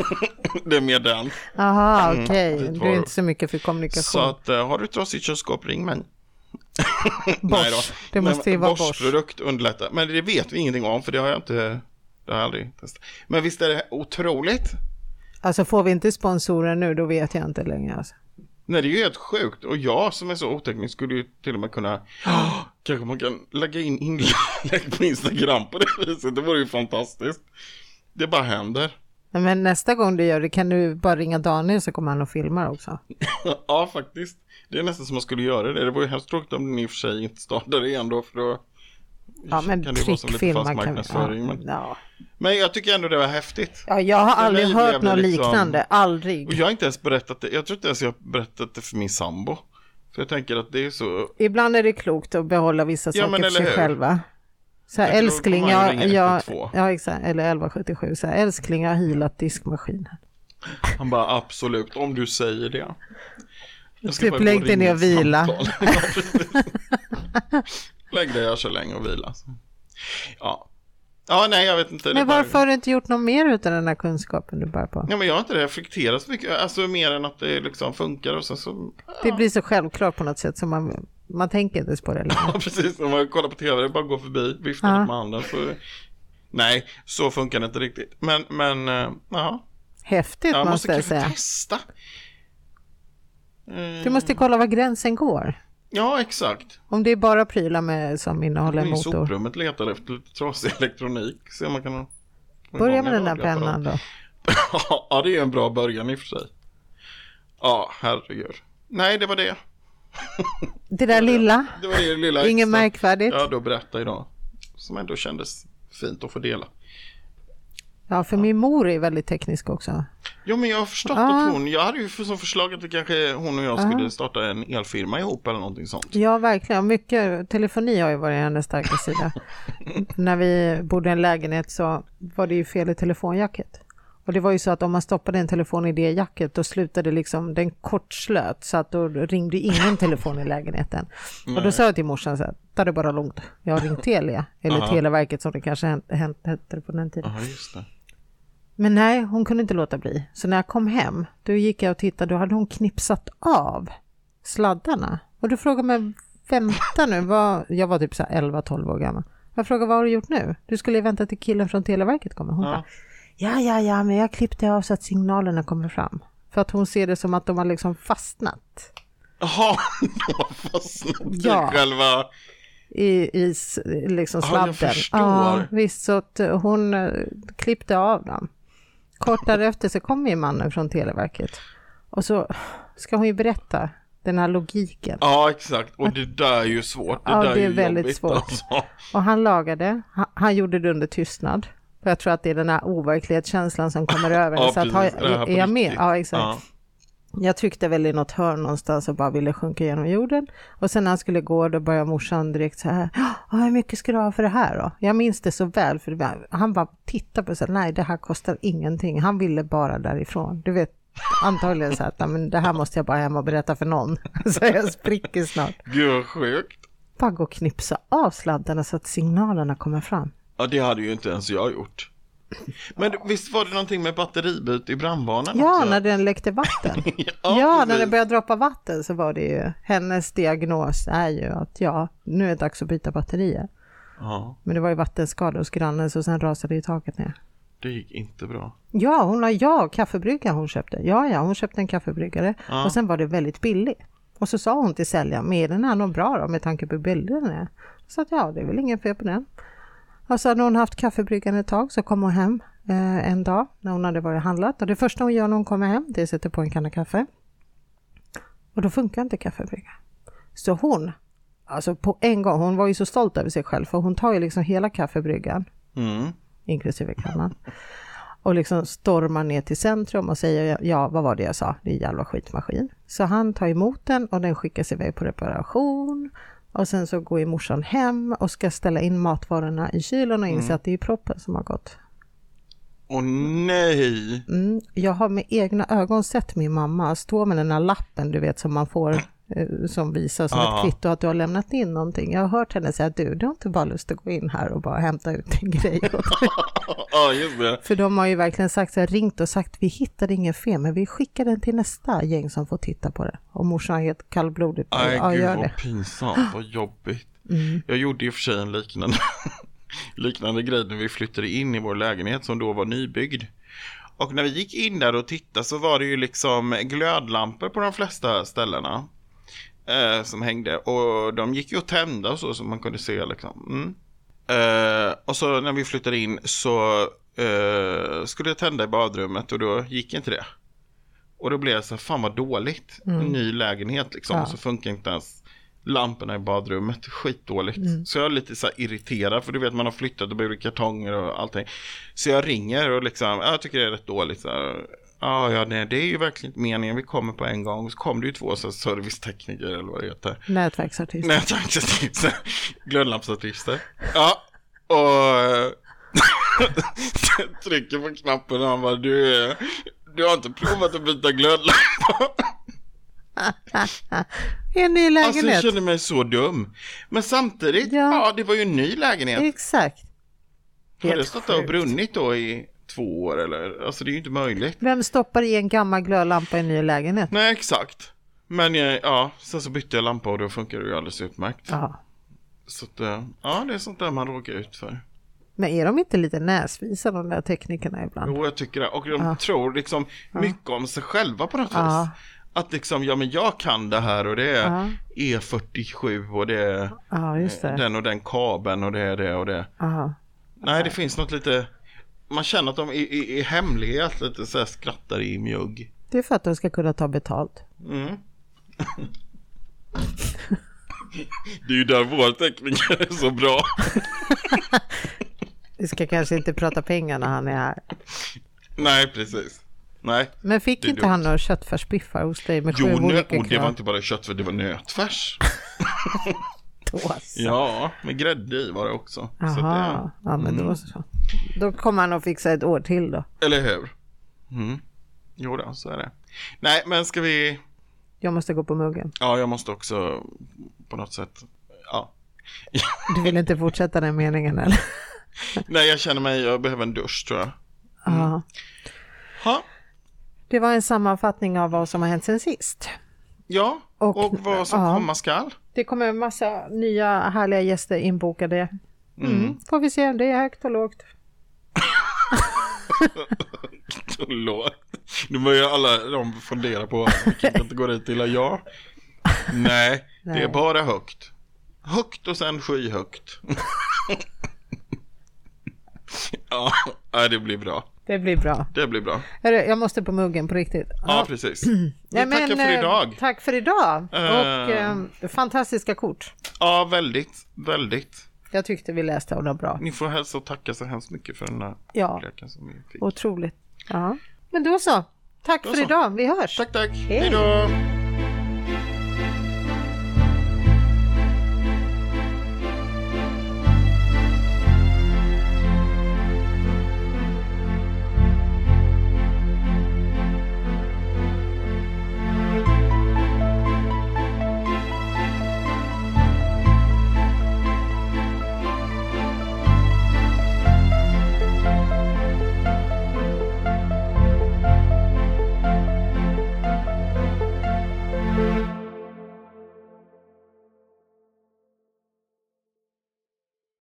Speaker 3: det är mer den.
Speaker 2: Aha, okej.
Speaker 3: dit
Speaker 2: Du
Speaker 3: var
Speaker 2: är
Speaker 3: du.
Speaker 2: inte så mycket för kommunikation.
Speaker 3: Mm, Så att, eh, har du ett trasigt köksskåp, ring mig. Nej då.
Speaker 2: Det måste ju
Speaker 3: men
Speaker 2: vara
Speaker 3: Bosch.
Speaker 2: Bosch.
Speaker 3: produkt underlättar. Men det vet vi ingenting om, för det har jag inte, det har jag aldrig testat. Men visst är det otroligt?
Speaker 2: Alltså får vi inte sponsorer nu, då vet jag inte längre. Alltså.
Speaker 3: Nej, det är ju helt sjukt. Och jag som är så oteknisk skulle ju till och med kunna... Kanske man kan lägga in inlägg på Instagram på det viset. Det vore ju fantastiskt. Det bara händer.
Speaker 2: Nej, Men nästa gång du gör det kan du bara ringa Daniel så kommer han och filmar också.
Speaker 3: ja, faktiskt. Det är nästan som man skulle göra det. Det vore ju hemskt tråkigt om den i och för sig inte startade igen då, för då
Speaker 2: Ja, men
Speaker 3: kan det ju vara som lite
Speaker 2: prickfilmar
Speaker 3: fast
Speaker 2: kan vi...
Speaker 3: marknadsföring.
Speaker 2: Ja,
Speaker 3: Men,
Speaker 2: ja.
Speaker 3: men jag tycker ändå det var häftigt.
Speaker 2: ja, jag har
Speaker 3: För
Speaker 2: aldrig
Speaker 3: mig
Speaker 2: hört
Speaker 3: blev det
Speaker 2: något
Speaker 3: liksom-
Speaker 2: liknande.
Speaker 3: Och
Speaker 2: Aldrig.
Speaker 3: jag har inte ens berättat det. Jag tror inte ens jag har berättat det för min sambo. För jag tänker att det är så.
Speaker 2: Ibland är det klokt att behålla vissa
Speaker 3: Ja,
Speaker 2: saker
Speaker 3: men
Speaker 2: för
Speaker 3: eller
Speaker 2: sig
Speaker 3: hur?
Speaker 2: själva. Så här,
Speaker 3: Jag tror
Speaker 2: älskling,
Speaker 3: kommer han
Speaker 2: jag,
Speaker 3: ringa
Speaker 2: jag,
Speaker 3: 112.
Speaker 2: ja, exakt, eller 1177, så här, älskling, jag har hilat diskmaskinen.
Speaker 3: Han bara absolut, om du säger det. Jag
Speaker 2: Typ,
Speaker 3: bara gå
Speaker 2: lägg dig
Speaker 3: ringa
Speaker 2: ner och vila.
Speaker 3: samtal. Ja, precis. lägg dig här så länge och vila. alltså. Ja. Ja, nej, jag vet inte. Det
Speaker 2: Men
Speaker 3: bara-
Speaker 2: varför har du inte gjort något mer utan den här kunskapen du bär på?
Speaker 3: Ja, men jag har inte reflekterat så mycket. Alltså mer än att det liksom funkar och sen så.
Speaker 2: Det blir så självklart på något sätt som man, man tänker inte ens på det längre.
Speaker 3: Ja, precis. Om man kollar på tv, det bara går förbi, viftar
Speaker 2: Ja.
Speaker 3: lite med handen. Så... Nej, så funkar det inte riktigt. Men, men, eh, ja.
Speaker 2: Häftigt
Speaker 3: Jag måste
Speaker 2: måste jag
Speaker 3: kanske
Speaker 2: säga.
Speaker 3: testa. Eh,
Speaker 2: Du måste kolla var gränsen går.
Speaker 3: Ja, exakt.
Speaker 2: Om det är bara prylar med, som innehåller
Speaker 3: Gå in
Speaker 2: en
Speaker 3: i
Speaker 2: motor.
Speaker 3: soprummet letar efter lite trasig elektronik. Se om man kan... få
Speaker 2: Börja
Speaker 3: igång
Speaker 2: med
Speaker 3: en
Speaker 2: den där
Speaker 3: radioapparat.
Speaker 2: pennan då.
Speaker 3: ja, det är en bra början i och för sig. Ja, herregud. Nej, det var det.
Speaker 2: Det där lilla,
Speaker 3: Det var det lilla
Speaker 2: inget
Speaker 3: extra
Speaker 2: märkvärdigt.
Speaker 3: jag då berättade idag. Som ändå kändes fint att få dela.
Speaker 2: Ja, för min mor är väldigt teknisk också.
Speaker 3: Jo, men jag har förstått
Speaker 2: Ah.
Speaker 3: att hon... Jag hade ju för- som förslag att vi kanske hon och jag skulle starta en elfirma ihop eller någonting sånt.
Speaker 2: Ja, verkligen. Mycket, telefoni har ju varit hennes starka sida. När vi bodde i en lägenhet så var det ju fel i telefonjacket. Och det var ju så att om man stoppade en telefon i det jacket då slutade liksom den kortslöt så att då ringde ingen telefon i lägenheten. Och då sa jag till morsan så här, ta det bara lugnt, jag har ringt Telia, eller Televerket som det kanske hent- hent- hette på den tiden.
Speaker 3: Ja, just det.
Speaker 2: Men nej, hon kunde inte låta bli. Så när jag kom hem, då gick jag och tittade, då hade hon knipsat av sladdarna. Och då frågade man, vänta nu, vad... jag var typ så här 11-12 år gammal. Jag frågade, vad har du gjort nu? Du skulle ju vänta till killen från Televerket kommer. Hon bara, ja, ja, ja, men jag klippte av så att signalerna kommer fram. För att hon ser det som att de har liksom fastnat
Speaker 3: Jaha, de har fastnat
Speaker 2: Ja.
Speaker 3: i själva...
Speaker 2: i, i s- liksom
Speaker 3: Ja, jag
Speaker 2: sladden.
Speaker 3: förstår.
Speaker 2: visst, så att hon eh, klippte av dem. Kort därefter så kom ju mannen från Televerket. Och så ska hon ju berätta den här logiken.
Speaker 3: Ja, exakt. Och det där är ju svårt. Det
Speaker 2: Ja,
Speaker 3: där
Speaker 2: det är
Speaker 3: ju
Speaker 2: väldigt
Speaker 3: jobbigt,
Speaker 2: svårt.
Speaker 3: Alltså.
Speaker 2: Och han lagade, han, han gjorde det under tystnad. För jag tror att det är den här overklighetskänslan som kommer över henne.
Speaker 3: Ja,
Speaker 2: så att, har,
Speaker 3: precis. Det här
Speaker 2: är
Speaker 3: på
Speaker 2: jag med?
Speaker 3: riktigt.
Speaker 2: Ja, exakt.
Speaker 3: Ja.
Speaker 2: Jag tryckte väl i något hörn någonstans och bara ville sjunka genom jorden. Och sen när han skulle gå då började morsan direkt så här. "Ja, Hur mycket ska du ha för det här då? Jag minns det så väl. För det var- han bara tittade på så här, Nej, det här kostar ingenting. Han ville bara därifrån. Du vet, antagligen så här att "Nej, men det här måste jag bara hem och berätta för någon. Så jag spricker snart.
Speaker 3: Gud, vad sjukt.
Speaker 2: Bara gå och knipsa av sladdarna så att signalerna kommer fram.
Speaker 3: Ja, det hade ju inte ens jag gjort. Men visst var det någonting med batteribyte i brandvarnaren
Speaker 2: Ja,
Speaker 3: också?
Speaker 2: när den läckte vatten. ja, när den
Speaker 3: precis.
Speaker 2: började droppa vatten så var det ju, hennes diagnos är ju att ja, nu är det dags att byta batterier.
Speaker 3: Ja,
Speaker 2: Men det var ju vattenskada hos grannen så sen rasade ju taket ner.
Speaker 3: det gick inte bra.
Speaker 2: Ja, hon har, ja, kaffebrygga hon köpte. Ja, ja, hon köpte en kaffebryggare och sen var det väldigt billig. Och så sa hon till säljaren, men är den här någon bra då med tanke på hur billig den är? Så att ja, det är väl ingen fel på den. Och så hade hon haft kaffebryggan ett tag så kom hon hem eh, en dag när hon hade varit och handlat. Och det första hon gör när hon kommer hem det är att sätta på en kanna kaffe. Och då funkar inte kaffebryggan. Så hon, alltså på en gång, hon var ju så stolt över sig själv för hon tar ju liksom hela kaffebryggan, inklusive kannan och liksom stormar ner till centrum och säger ja, vad var det jag sa? Det är en jävla skitmaskin. Så han tar emot den och den skickas iväg på reparation och sen så går ju morsan hem och ska ställa in matvarorna i kylen och inser att det är proppen som har gått.
Speaker 3: Åh nej!
Speaker 2: Mm. Jag har med egna ögon sett min mamma stå med den här lappen du vet som man får eh, som visar som ett kvitto att du har lämnat in någonting. Jag har hört henne säga du, du har inte bara lust att gå in här och bara hämta ut en grej åt mig.
Speaker 3: Ja, just det.
Speaker 2: För de har ju verkligen sagt så här, ringt och sagt vi hittade ingen fel men vi skickar den till nästa gäng som får titta på det. Och morsan är helt kallblodig.
Speaker 3: Nej,
Speaker 2: ja,
Speaker 3: gud
Speaker 2: gör
Speaker 3: vad
Speaker 2: det. Mm.
Speaker 3: pinsamt, vad jobbigt. Jag gjorde i och för sig en liknande, liknande grej när vi flyttade in i vår lägenhet som då var nybyggd. Och när vi gick in där och tittade så var det ju liksom glödlampor på de flesta ställena. Eh, som hängde och de gick ju att tända och så, så man kunde se liksom. Mm. Eh, och så när vi flyttade in så eh, skulle jag tända i badrummet och då gick inte det. Och då blev jag så här, fan vad dåligt. En ny lägenhet liksom. Och så funkar inte ens lamporna i badrummet. Skitdåligt. Så jag är lite så här irriterad för du vet man har flyttat och behöver kartonger och allting. Så jag ringer och liksom, "Ja, jag tycker det är rätt dåligt. Så här, Ja, ja, nej, det är ju verkligen inte meningen. Vi kommer på en gång. Så kom det ju två så här, servicetekniker eller vad det heter.
Speaker 2: Nätverksartist.
Speaker 3: Nej, tanksatipsen. Glödlampsartister. Ja, och eh, trycker på knappen och han bara du, eh, du har inte provat att byta glödlampa.
Speaker 2: I en ny
Speaker 3: Alltså jag
Speaker 2: lägenhet.
Speaker 3: känner mig så dum. Men samtidigt, ja,
Speaker 2: Ja.
Speaker 3: det var ju en ny lägenhet.
Speaker 2: Exakt.
Speaker 3: Har det
Speaker 2: helt
Speaker 3: stått där och
Speaker 2: sjukt.
Speaker 3: brunnit då i två år eller? Alltså det är ju inte möjligt.
Speaker 2: Vem stoppar i en gammal glödlampa i en ny lägenhet?
Speaker 3: Nej, exakt. Men eh, ja, sen så bytte jag lampa och då funkar det ju alldeles utmärkt.
Speaker 2: Ja.
Speaker 3: Så att, eh, ja, det är sånt där man råkar ut för.
Speaker 2: Men är de inte lite näsvisa de där teknikerna ibland?
Speaker 3: Jo, jag tycker det. Och de tror liksom mycket om sig själva på något vis.
Speaker 2: Ja.
Speaker 3: Att liksom, ja men jag kan det här och det är
Speaker 2: Ja.
Speaker 3: E47 och det är
Speaker 2: Ja, just det.
Speaker 3: den och den kabeln och det är det och det.
Speaker 2: Ja.
Speaker 3: Nej, det finns något lite, man känner att de i, i, i hemlighet lite så här skrattar i mjugg.
Speaker 2: Det är för att de ska kunna ta betalt.
Speaker 3: Det är ju där vår tekniker är så bra.
Speaker 2: Vi ska kanske inte prata pengar när han är här.
Speaker 3: Nej, precis. Nej.
Speaker 2: Men fick
Speaker 3: Det är
Speaker 2: inte
Speaker 3: dumt.
Speaker 2: han några köttfärsbiffar hos dig med sju
Speaker 3: Jo, nö,
Speaker 2: olika
Speaker 3: och det var
Speaker 2: krav?
Speaker 3: inte bara kött för det var nötfärs.
Speaker 2: Tås.
Speaker 3: Ja, med grädde i var det också. Så att eh, mm. det-
Speaker 2: Jaha, ja men då så. Då kommer han att fixa ett år till då.
Speaker 3: Eller hur? Mm. Jo då, så är det. Nej, men ska vi...
Speaker 2: Jag måste gå på muggen.
Speaker 3: Ja, jag måste också på något sätt... Ja.
Speaker 2: Du vill inte fortsätta den meningen eller?
Speaker 3: Nej, jag känner mig... Jag behöver en dusch, tror jag. Mm.
Speaker 2: Ja.
Speaker 3: Ha.
Speaker 2: Det var en sammanfattning av vad som har hänt sen sist.
Speaker 3: Ja, och,
Speaker 2: Och-
Speaker 3: vad som
Speaker 2: ja.
Speaker 3: komma skall.
Speaker 2: Det kommer en massa nya härliga gäster inbokade. Mm. Får vi se, det är högt och lågt.
Speaker 3: Förlåt. Nu börjar alla de fundera på vilken kategori tillhör jag. Nej, det är
Speaker 2: Nej.
Speaker 3: bara högt. Högt och sen skyhögt. ja, nej, det blir bra.
Speaker 2: Det blir bra.
Speaker 3: Det blir bra.
Speaker 2: Hörru, Jag måste på muggen på riktigt.
Speaker 3: Ja, precis.
Speaker 2: Nej,
Speaker 3: vi tackar för
Speaker 2: eh,
Speaker 3: idag.
Speaker 2: Tack för idag. Och
Speaker 3: Eh.
Speaker 2: ehm, fantastiska kort.
Speaker 3: Ja, väldigt, väldigt.
Speaker 2: Jag tyckte vi läste om dem bra.
Speaker 3: Ni får hälsa och tacka så hemskt mycket för den här
Speaker 2: Ja.
Speaker 3: leken som vi fick.
Speaker 2: Otroligt. Ja. Men då så. Tack för
Speaker 3: så.
Speaker 2: idag. Vi hörs.
Speaker 3: Tack, tack.
Speaker 2: Hej.
Speaker 3: Hej då.